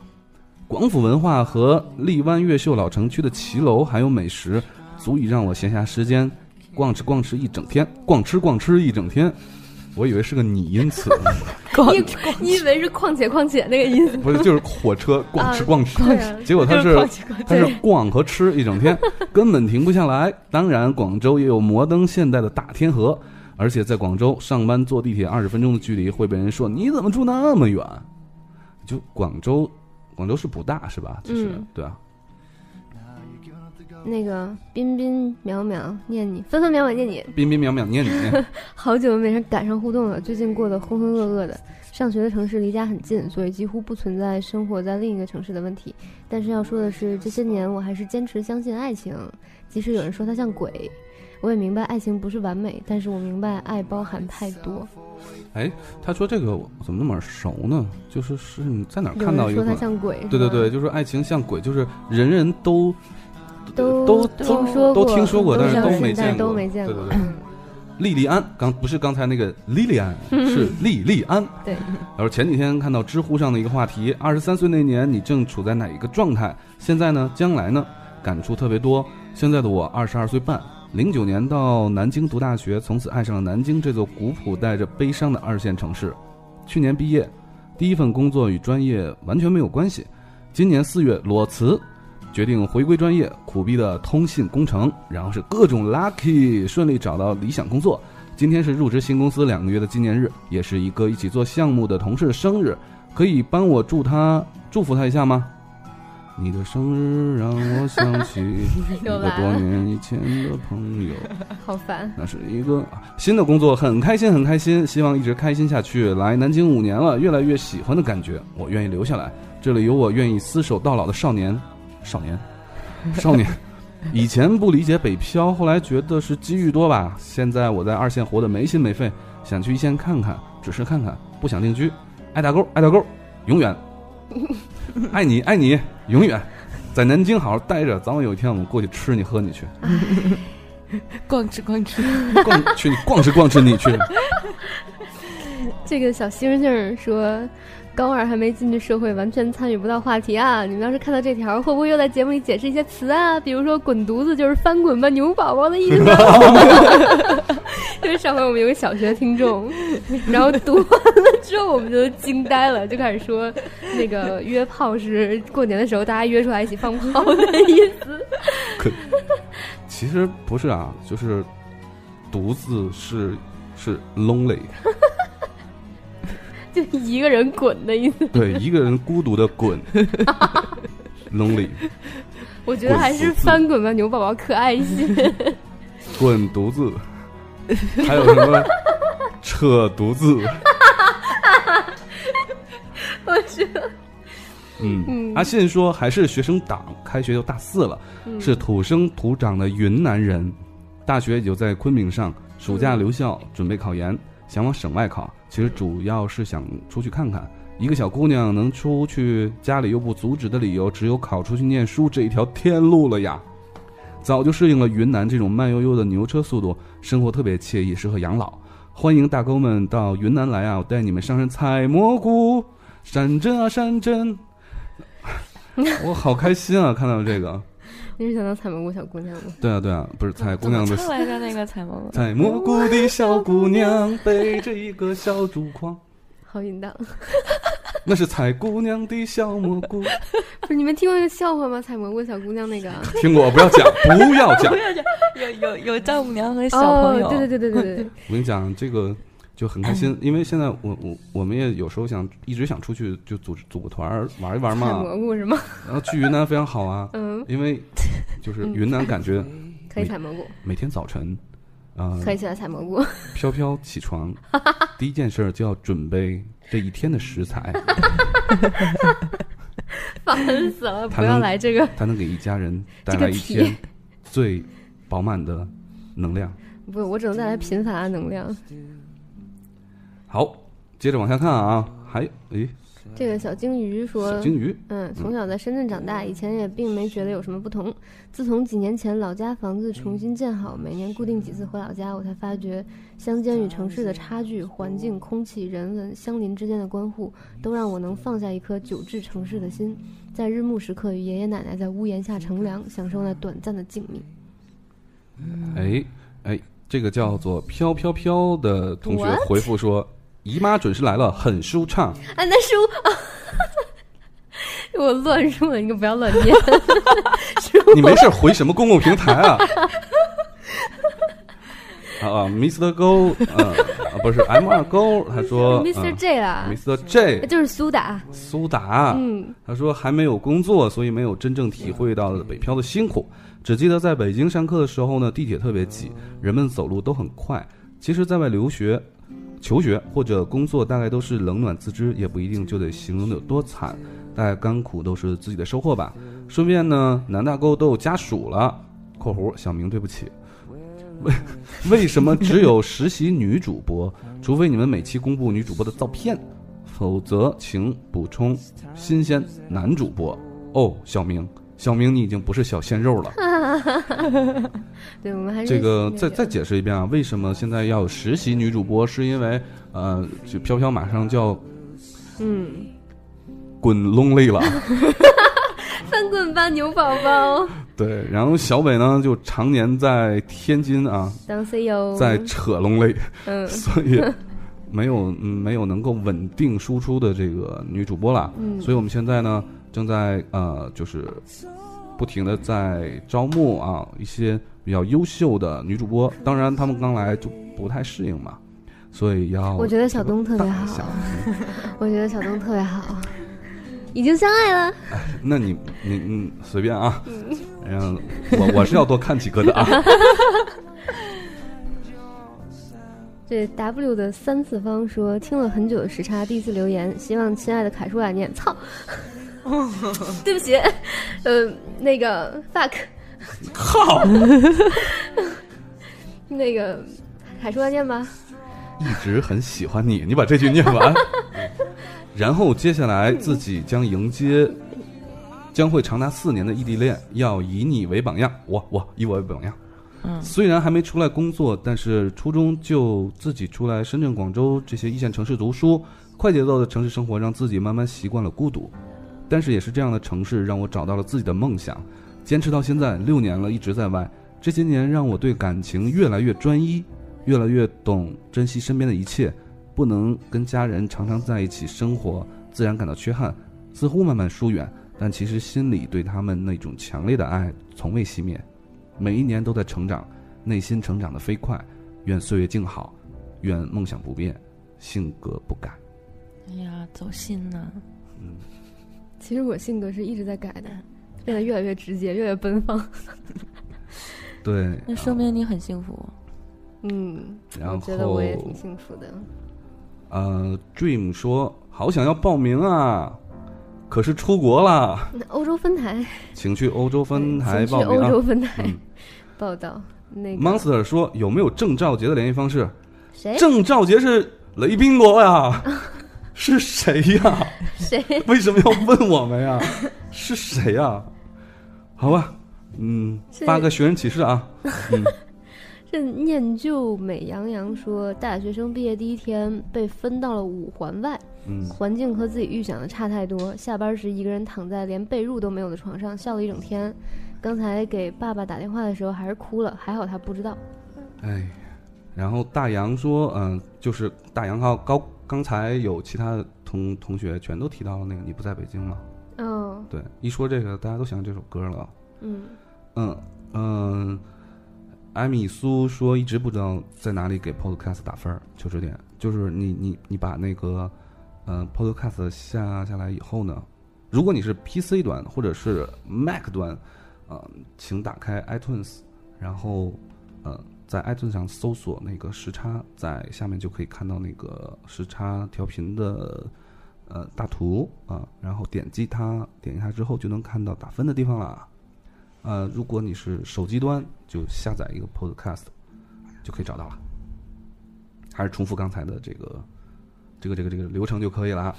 广府文化和荔湾越秀老城区的骑楼还有美食，足以让我闲暇时间逛吃逛吃一整天，逛吃逛吃一整天。我以为是个拟 音词，你 你以为是况且况且那个意思？不是就是火车逛吃逛吃，对啊结果它是它是对逛和吃一整天，根本停不下来。当然，广州也有摩登现代的大天河，而且在广州上班坐地铁二十分钟的距离会被人说你怎么住那么远？就广州，广州是不大是吧？其实、嗯对啊，那个彬彬淼淼念你，分分秒秒念你，彬彬淼淼念你，好久没人赶上互动了，最近过得浑浑噩噩的。上学的城市离家很近，所以几乎不存在生活在另一个城市的问题。但是要说的是，这些年我还是坚持相信爱情，即使有人说它像鬼。我也明白爱情不是完美，但是我明白爱包含太多。他说这个我怎么那么耳熟呢？就是是你在哪儿有看到人一个说它广？像鬼，对对对，是吗，就是爱情像鬼，就是人人都都都听说都过，听说过，但是相都信没但见是过，都没见对过对对。。莉莉安，刚不是刚才那个莉 莉安，是莉莉安。对然后前几天看到知乎上的一个话题：二十三岁那年你正处在哪一个状态？现在呢？将来呢？感触特别多。现在的我二十二岁半，零九年到南京读大学，从此爱上了南京这座古朴带着悲伤的二线城市。去年毕业，第一份工作与专业完全没有关系。今年四月裸辞，决定回归专业，苦逼的通信工程，然后是各种 lucky，顺利找到理想工作。今天是入职新公司两个月的纪念日，也是一个一起做项目的同事的生日，可以帮我祝他祝福他一下吗？你的生日让我想起一又个来多了年以前的朋友，好烦。那是一个啊新的工作，很开心，很开心，希望一直开心下去。来南京五年了，越来越喜欢的感觉，我愿意留下来。这里有我愿意厮守到老的少年，少年，少年。以前不理解北漂，后来觉得是机遇多吧。现在我在二线活得没心没肺，想去一线看看，只是看看，不想定居。爱打勾，爱哎打勾，永远。爱你，爱你，永远。在南京好好待着，早晚有一天我们过去吃你喝你去。 逛吃逛吃。逛去你逛吃逛吃你去，这个小星星说，高二还没进去社会，完全参与不到话题啊！你们要是看到这条，会不会又在节目里解释一些词啊？比如说“滚犊子”就是“翻滚吧，牛宝宝”的意思吗。 就是上回我们有个小学听众，然后读完了之后，我们就惊呆了，就开始说那个约炮是过年的时候大家约出来一起放炮的意思。其实不是啊，就是独自是是 lonely，就一个人滚的意思，对，一个人孤独的滚，lonely，我觉得还是滚“犊子翻滚吧，牛宝宝”可爱一些。滚犊子，还有 什么扯犊子，我觉得嗯，阿信说还是学生党，开学就大四了，嗯是土生土长的云南人，大学也就在昆明上，暑嗯假留校准备考研，想往省外考，其实主要是想出去看看。一个小姑娘能出去，家里又不阻止的理由，只有考出去念书这一条天路了呀。早就适应了云南这种慢悠悠的牛车速度，生活特别惬意，适合养老。欢迎大哥们到云南来啊！我带你们上山采蘑菇，山珍啊山珍， 我好开心啊！看到这个，你是想当采蘑菇小姑娘吗？对啊对啊，不是采姑怎么娘的唱来着那个采蘑菇，采蘑菇的小姑娘背着一个小竹筐，好淫荡，那是采姑娘的小蘑菇。 不是你们听过那个笑话吗？采蘑菇小姑娘那 个。听过，不要讲，不要讲。 有有有丈母娘和小朋友，哦，对对对对 对对，我跟你讲，这个就很开嗯心，因为现在我我我们也有时候想一直想出去就组组个团儿玩一玩采嘛，蘑菇是吗？然后去云南非常好啊， 嗯，因为就是云南感觉可以采蘑菇，每天早晨，啊、可以起来采蘑菇。飘飘起床，第一件事儿就要准备这一天的 食材，烦死了！他不要能来这个，它能给一家人带这个来一题天最饱满的能量。不，我只能带来贫乏的能量。好，接着往下看啊，还诶，这个小鲸鱼小说，金鱼，嗯，从小在深圳长大，以前也并没觉得有什么不同。自从几年前老家房子重新建好，每年固定几次回老家，我才发觉乡间与城市的差距，环境、空气、人文、乡邻之间的关护，都让我能放下一颗久治城市的心，在日暮时刻与爷爷奶奶在屋檐下乘凉，享受那短暂的静谧。哎哎，这个叫做飘飘飘的同学 What？回复说。姨妈准时来了，很舒畅。 啊，那是 我，我乱入了，你可不要乱 念。你没事儿回什么公共平台啊？ 啊啊，Mr. Go，呃，啊不是 M 二勾，他说 Mr. J 啦， Mr. J，就是苏打，苏达，嗯，他说还没有工作，所以没有真正体会到北漂的辛苦。只记得在北京上课的时候呢，地铁特别挤，人们走路都很快。其实，在外留学、求学或者工作，大概都是冷暖自知，也不一定就得形容的有多惨。大概甘苦都是自己的收获吧。顺便呢，南大沟都有家属了（括弧小明对不起）。为为什么只有实习女主播？除非你们每期公布女主播的照片，否则请补充新鲜男主播哦，小明，小明你已经不是小鲜肉了。对我们还是这个那再再解释一遍啊，为什么现在要有实习女主播？是因为呃，就飘飘马上就要嗯，滚 lonely 了， 翻滚吧，牛宝宝，对。然后小北呢，就常年在天津啊，当 CEO，在扯 lonely，嗯所以没有嗯没有能够稳定输出的这个女主播了。嗯所以我们现在呢，正在呃，就是不停的在招募啊一些比较优秀的女主播。当然，她们刚来就不太适应嘛，所以要我觉得小东特别小好，我觉得小东特别好，已经相爱了，那你你你随便啊，嗯然后我我是要多看几个的 啊。这 W 的三次方说听了很久的时差，第一次留言，希望亲爱的凯叔来念。操，对不起，呃，那个 fuck， 靠，那个凯叔来念吧。一直很喜欢你，你把这句念完。然后接下来自己将迎接，将会长达四年的异地恋，要以你为榜样，我我以我为榜样。嗯虽然还没出来工作，但是初中就自己出来深圳、广州这些一线城市读书，快节奏的城市生活让自己慢慢习惯了孤独。但是也是这样的城市让我找到了自己的梦想，坚持到现在六年了，一直在外。这些年让我对感情越来越专一，越来越懂珍惜身边的一切，不能跟家人常常在一起生活，自然感到缺憾，似乎慢慢疏远，但其实心里对他们那种强烈的爱从未熄灭，每一年都在成长，内心成长的飞快，愿岁月静好，愿梦想不变，性格不改。哎呀，走心呐、哦其实我性格是一直在改的，变得越来越直接，越来越奔放。对，那说明你很幸福。嗯，然后我觉得我也挺幸福的。呃，Dream 说好想要报名啊，可是出国了，那欧洲分台，请去欧洲分台请去报名欧啊。洲分台嗯 报道。那个 Monster 说有没有郑兆杰的联系方式？谁郑兆杰是雷宾国呀， 是谁呀？谁 为什么要问我们呀？是谁呀？好吧，嗯，是发个寻人启事啊。嗯，这念旧美羊羊说，大学生毕业第一天被分到了五环外，嗯环境和自己预想的差太多。下班时一个人躺在连被褥都没有的床上，笑了一整天。刚才给爸爸打电话的时候还是哭了，还好他不知道。哎，然后大洋说，嗯、就是大洋号高，刚才有其他同同同学全都提到了那个你不在北京嘛。嗯对，一说这个大家都想起这首歌了。啊嗯，嗯嗯，艾米苏说一直不知道在哪里给 Podcast 打分儿，求指点。就是你你你把那个嗯 Podcast 下下来以后呢，如果你是 PC 端或者是 Mac 端，呃，请打开 iTunes，然后呃在 iTunes 上搜索那个时差，在下面就可以看到那个时差调频的。呃，大图啊、然后点击它，点击它之后就能看到打分的地方了。呃，如果你是手机端，就下载一个 Podcast，就可以找到了。还是重复刚才的这个这个这个这个流程就可以了啊。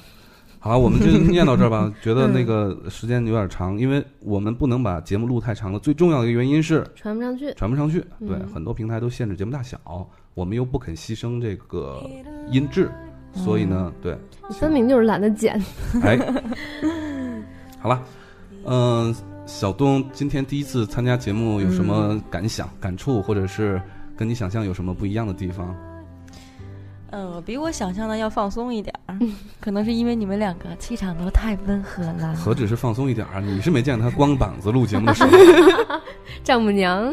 好了，我们就念到这儿吧。觉得那个时间有点长，因为我们不能把节目录太长了。最重要的一个原因是传不上去。传不上去，对，嗯很多平台都限制节目大小，我们又不肯牺牲这个音质，所以呢，对，你分明就是懒得剪。 哎，好了，嗯、小东今天第一次参加节目，有什嗯么感想、感触，或者是跟你想象有什么不一样的地方？呃，比我想象的要放松一点 儿，可能是因为你们两个气场都太温和了。何止是放松一点儿，啊你是没见他光膀子录节目的时候，丈母娘，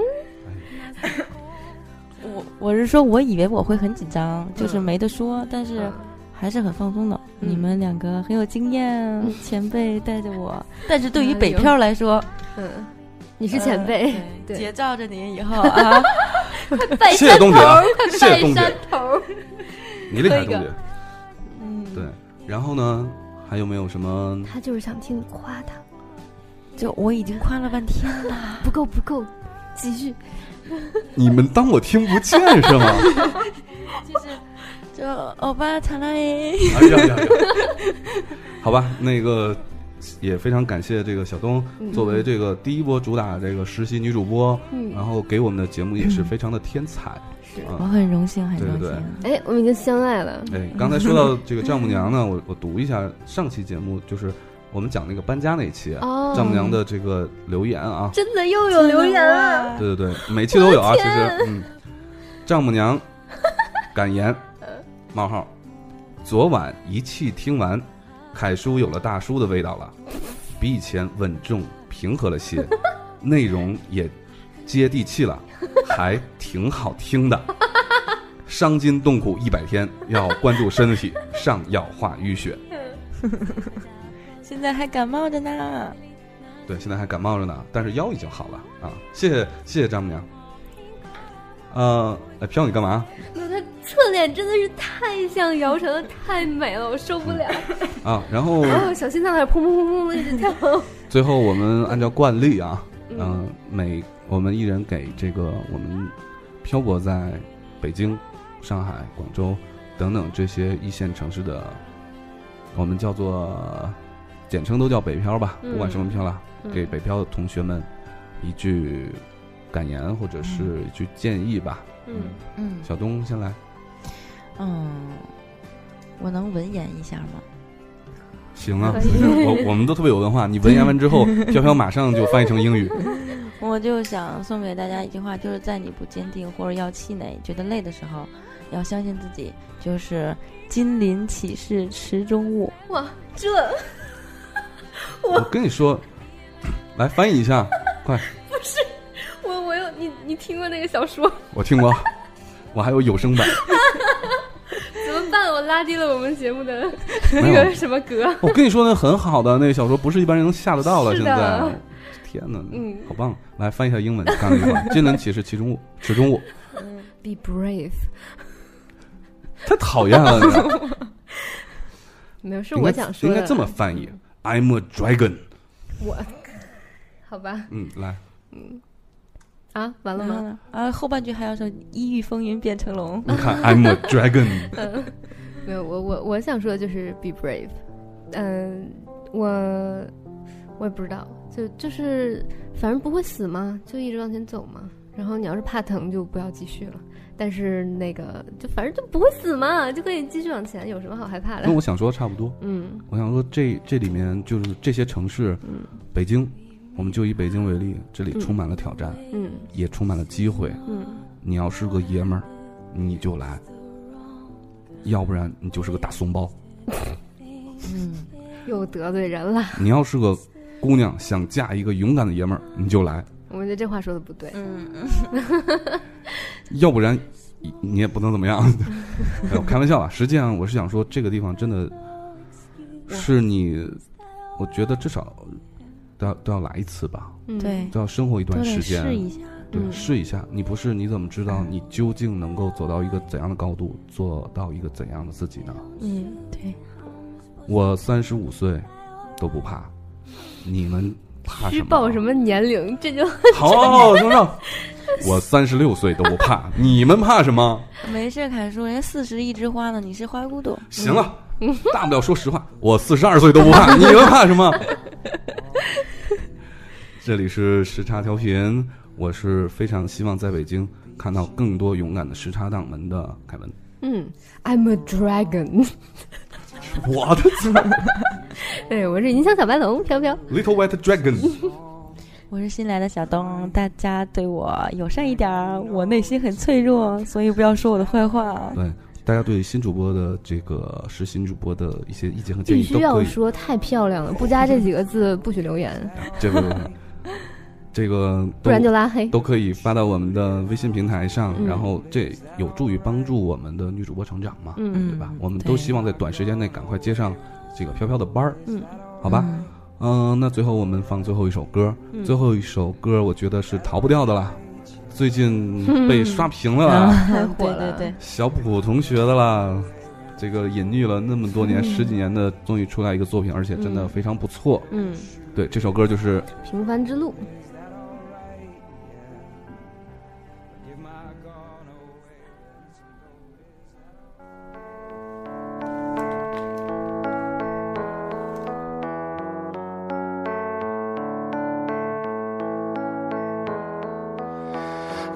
我我是说，我以为我会很紧张，就是嗯没得说，但是还是很放松的。嗯你们两个很有经验，前辈带着我， 但是对于哎北呦漂来 说，嗯，你是前辈，对结照着你以 后啊，哎谢谢东姐啊，谢谢东姐，头。你厉害，喝一个东姐。嗯，对，然后呢，还有没有什么？他就是想听你夸他，就我已经夸了半天了，不够不够，继续。你们当我听不见是吗？ 就欧巴查拉 耶，哎呀呀呀！ 好吧，那个也非常感谢这个小东，作为这个第一波主打这个实习女主播，然后给我们的节目也是非常的天才。我很荣幸，很对荣对对幸。哎，我们已经相爱了。哎，刚才说到这个丈母娘呢，我我读一下上期节目，就是我们讲那个搬家那一期，哦，丈母娘的这个留言啊，真的又有留言了。对对对，每期都有啊，其实嗯，丈母娘感言冒号，昨晚一气听完，凯叔有了大叔的味道了，比以前稳重平和了些，内容也接地气了，还挺好听的。伤筋动骨一百天，要关注身体，上要化淤血。现在还感冒着呢，对，现在还感冒着呢，但是腰已经好了啊！谢谢谢谢丈母娘。呃，哎，飘你干嘛？那他侧脸真的是太像姚晨了，太美了，我受不了。啊，然后 哦，小心脏在那砰砰砰砰的一直跳。最后我们按照惯例啊，嗯、嗯每我们一人给这个我们漂泊在北京、上海、广州等等这些一线城市的，我们叫做简称都叫北漂吧，嗯不管什么漂啦，嗯给北漂的同学们一句感言或者是一句建议吧。嗯，嗯小东先来，嗯，我能文言一下吗？行啊可，以 我我们都特别有文化，你文言完之 后，飘飘马上就翻译成英语。我就想送给大家一句话，就是在你不坚定或者要气馁、觉得累的时候，要相信自己，就是金鳞岂是池中物。哇，这我跟你说，来翻译一下，快。我我有你你听过那个小说？我听过， 我还有有声版。怎么办？我拉低了我们节目的 没那有个，什么格。我跟你说，那很好的那个小说，不是一般人能下得到了。是现的在，天哪，嗯好棒！来翻译一下英文，刚才那句话：“金轮岂是 其中物，池中物。 Be brave，” 太讨厌了， 你没有是应我该想说应的。该这么翻译：“I'm a dragon。我，好吧”嗯，来，啊，完了完吗？了啊，后半句还要说“一遇风云变成龙你看 ，“I'm a dragon”，没有，我我我想说的就是 be brave。嗯，我我也不知道，就就是反正不会死嘛，就一直往前走嘛。然后你要是怕疼，就不要继续了。但是那个就反正就不会死嘛，就可以继续往前，有什么好害怕的跟？我想说的差不多。嗯我想说这，这里面就是这些城市，北京，我们就以北京为例，这里嗯充满了挑战，嗯也充满了机会。嗯，你要是个爷们儿，你就来；要不然你就是个大怂包。嗯，又得罪人了。 你要是个姑娘，想嫁一个勇敢的爷们儿，你就来，我觉得这话说的不对。嗯，要不然你你也不能怎么样。 哎呦，开玩笑啊！实际上我是想说，这个地方真的是你，我觉得至少都要都要来一次吧，嗯对，都要生活一段都时得间，试一下。对，嗯试一下。你不试，你怎么知道你究竟能够走到一个怎样的高度，做到一个怎样的自己呢？嗯，对，我三十五岁都不怕，你们怕什虚么？报什？么年龄？这就好， 等等，我三十六岁都不怕，你们怕什么？嗯没事，凯叔，人家四十一枝花呢，你是花骨朵。行了，大不了说实话，我四十二岁都 不怕，你们怕什么？这里是时差调频，我是非常希望在北京看到更多勇敢的时差党们的凯文。嗯，I'm a dragon。 我的天对，哎我是银枪小白龙，飘飘。 ，Little White Dragon，我是新来的小东，大家对我友善一点儿，嗯我内心很脆弱，所以不要说我的坏话。对。大家对新主播的这个是新主播的一些意见和建必议都须要可以，说太漂亮了，不加这几个字不许留言，这个这个都不然就嗯拉黑。都可以发到我们的微信平台上，然后这有助于帮助我们的女主播成长嘛，嗯对吧嗯？我们都希望在短时间内赶快接上这个飘飘的班儿，嗯，嗯好吧。嗯那最后我们放最后一首歌，最后一首歌我觉得是逃不掉的啦，最 近被刷屏了啦， 太对火了，对对，小普同学的啦，这个隐匿了那么多年、十几年的，终于出来一个作品，而且真的非常不错。嗯，对，这首歌就是平凡之路，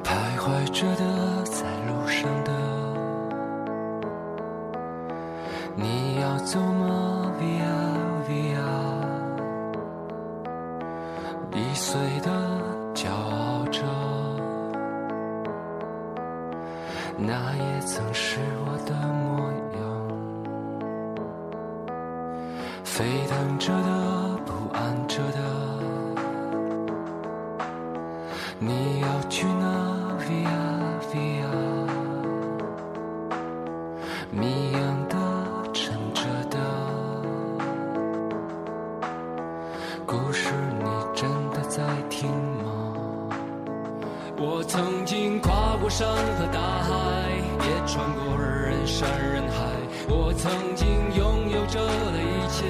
徘徊着的，在路上的，你要走吗？Via Via，易碎的，骄傲着，那也曾是我的模样，沸腾着的，不安着的。你要去哪？Via Via，谜样的，沉着的，故事你真的在听吗？我曾经跨过山和大海，也穿过人山人海。我曾经拥有着的一切，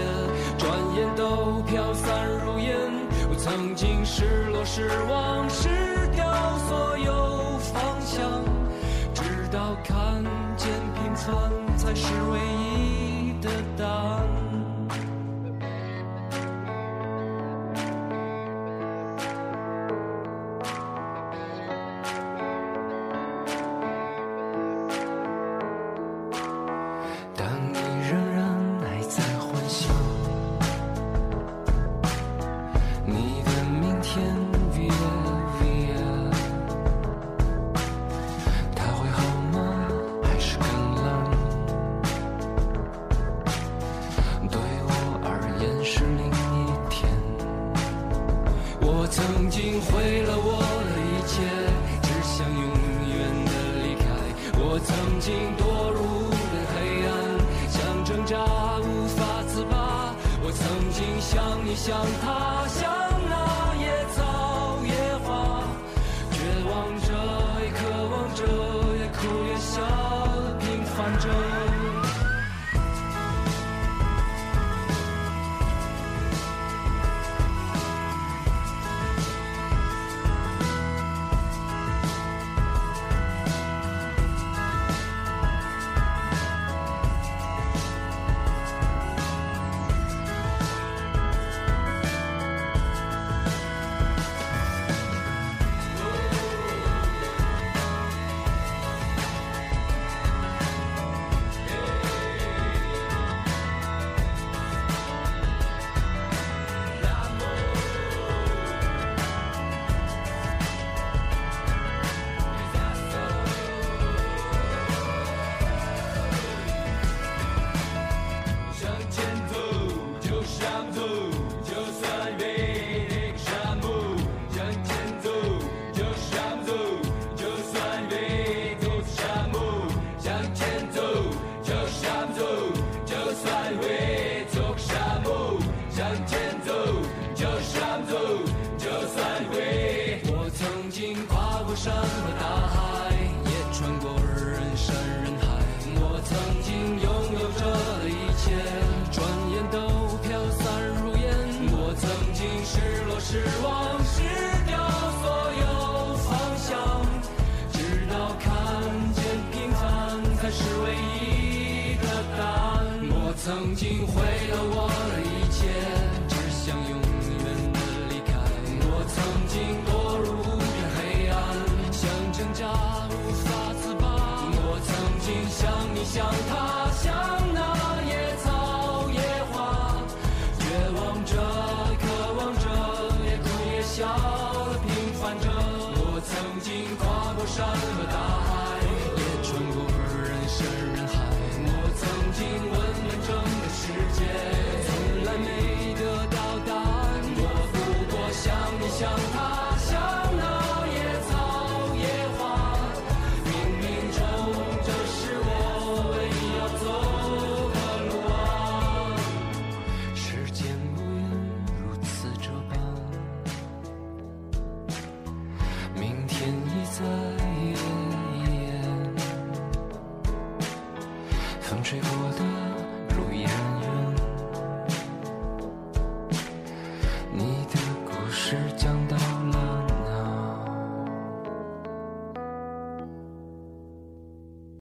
转眼都飘散如烟。我曾经失落、失望、失掉所有方向，直到看见平凡才是唯一的答案。但你仍然还在幻想，你的明天，Via Via，它会好吗？还是更冷？对我而言是另一天。我曾经毁了我的一切，只想永远的离开。我曾经堕入无边黑暗，想挣扎无法自拔。我曾经像你，像他，像那野草野花，绝望着，也渴望着，也哭也笑，也平凡着。曾经毁了我的一切，只想永远的离开。我曾经堕入无边黑暗，想挣扎无法自拔。我曾经像你，像他，像那野草野花，绝望着，渴望着，也哭也笑，平凡着。我曾经跨过山和大海，也穿过人山人海。我曾经问遍整个世界，从来没得到答案。我不过像你，像他，像那野草野花。冥冥中，这是我唯一要走的路啊。时间无言，如此这般。明天已在眼前，风吹过的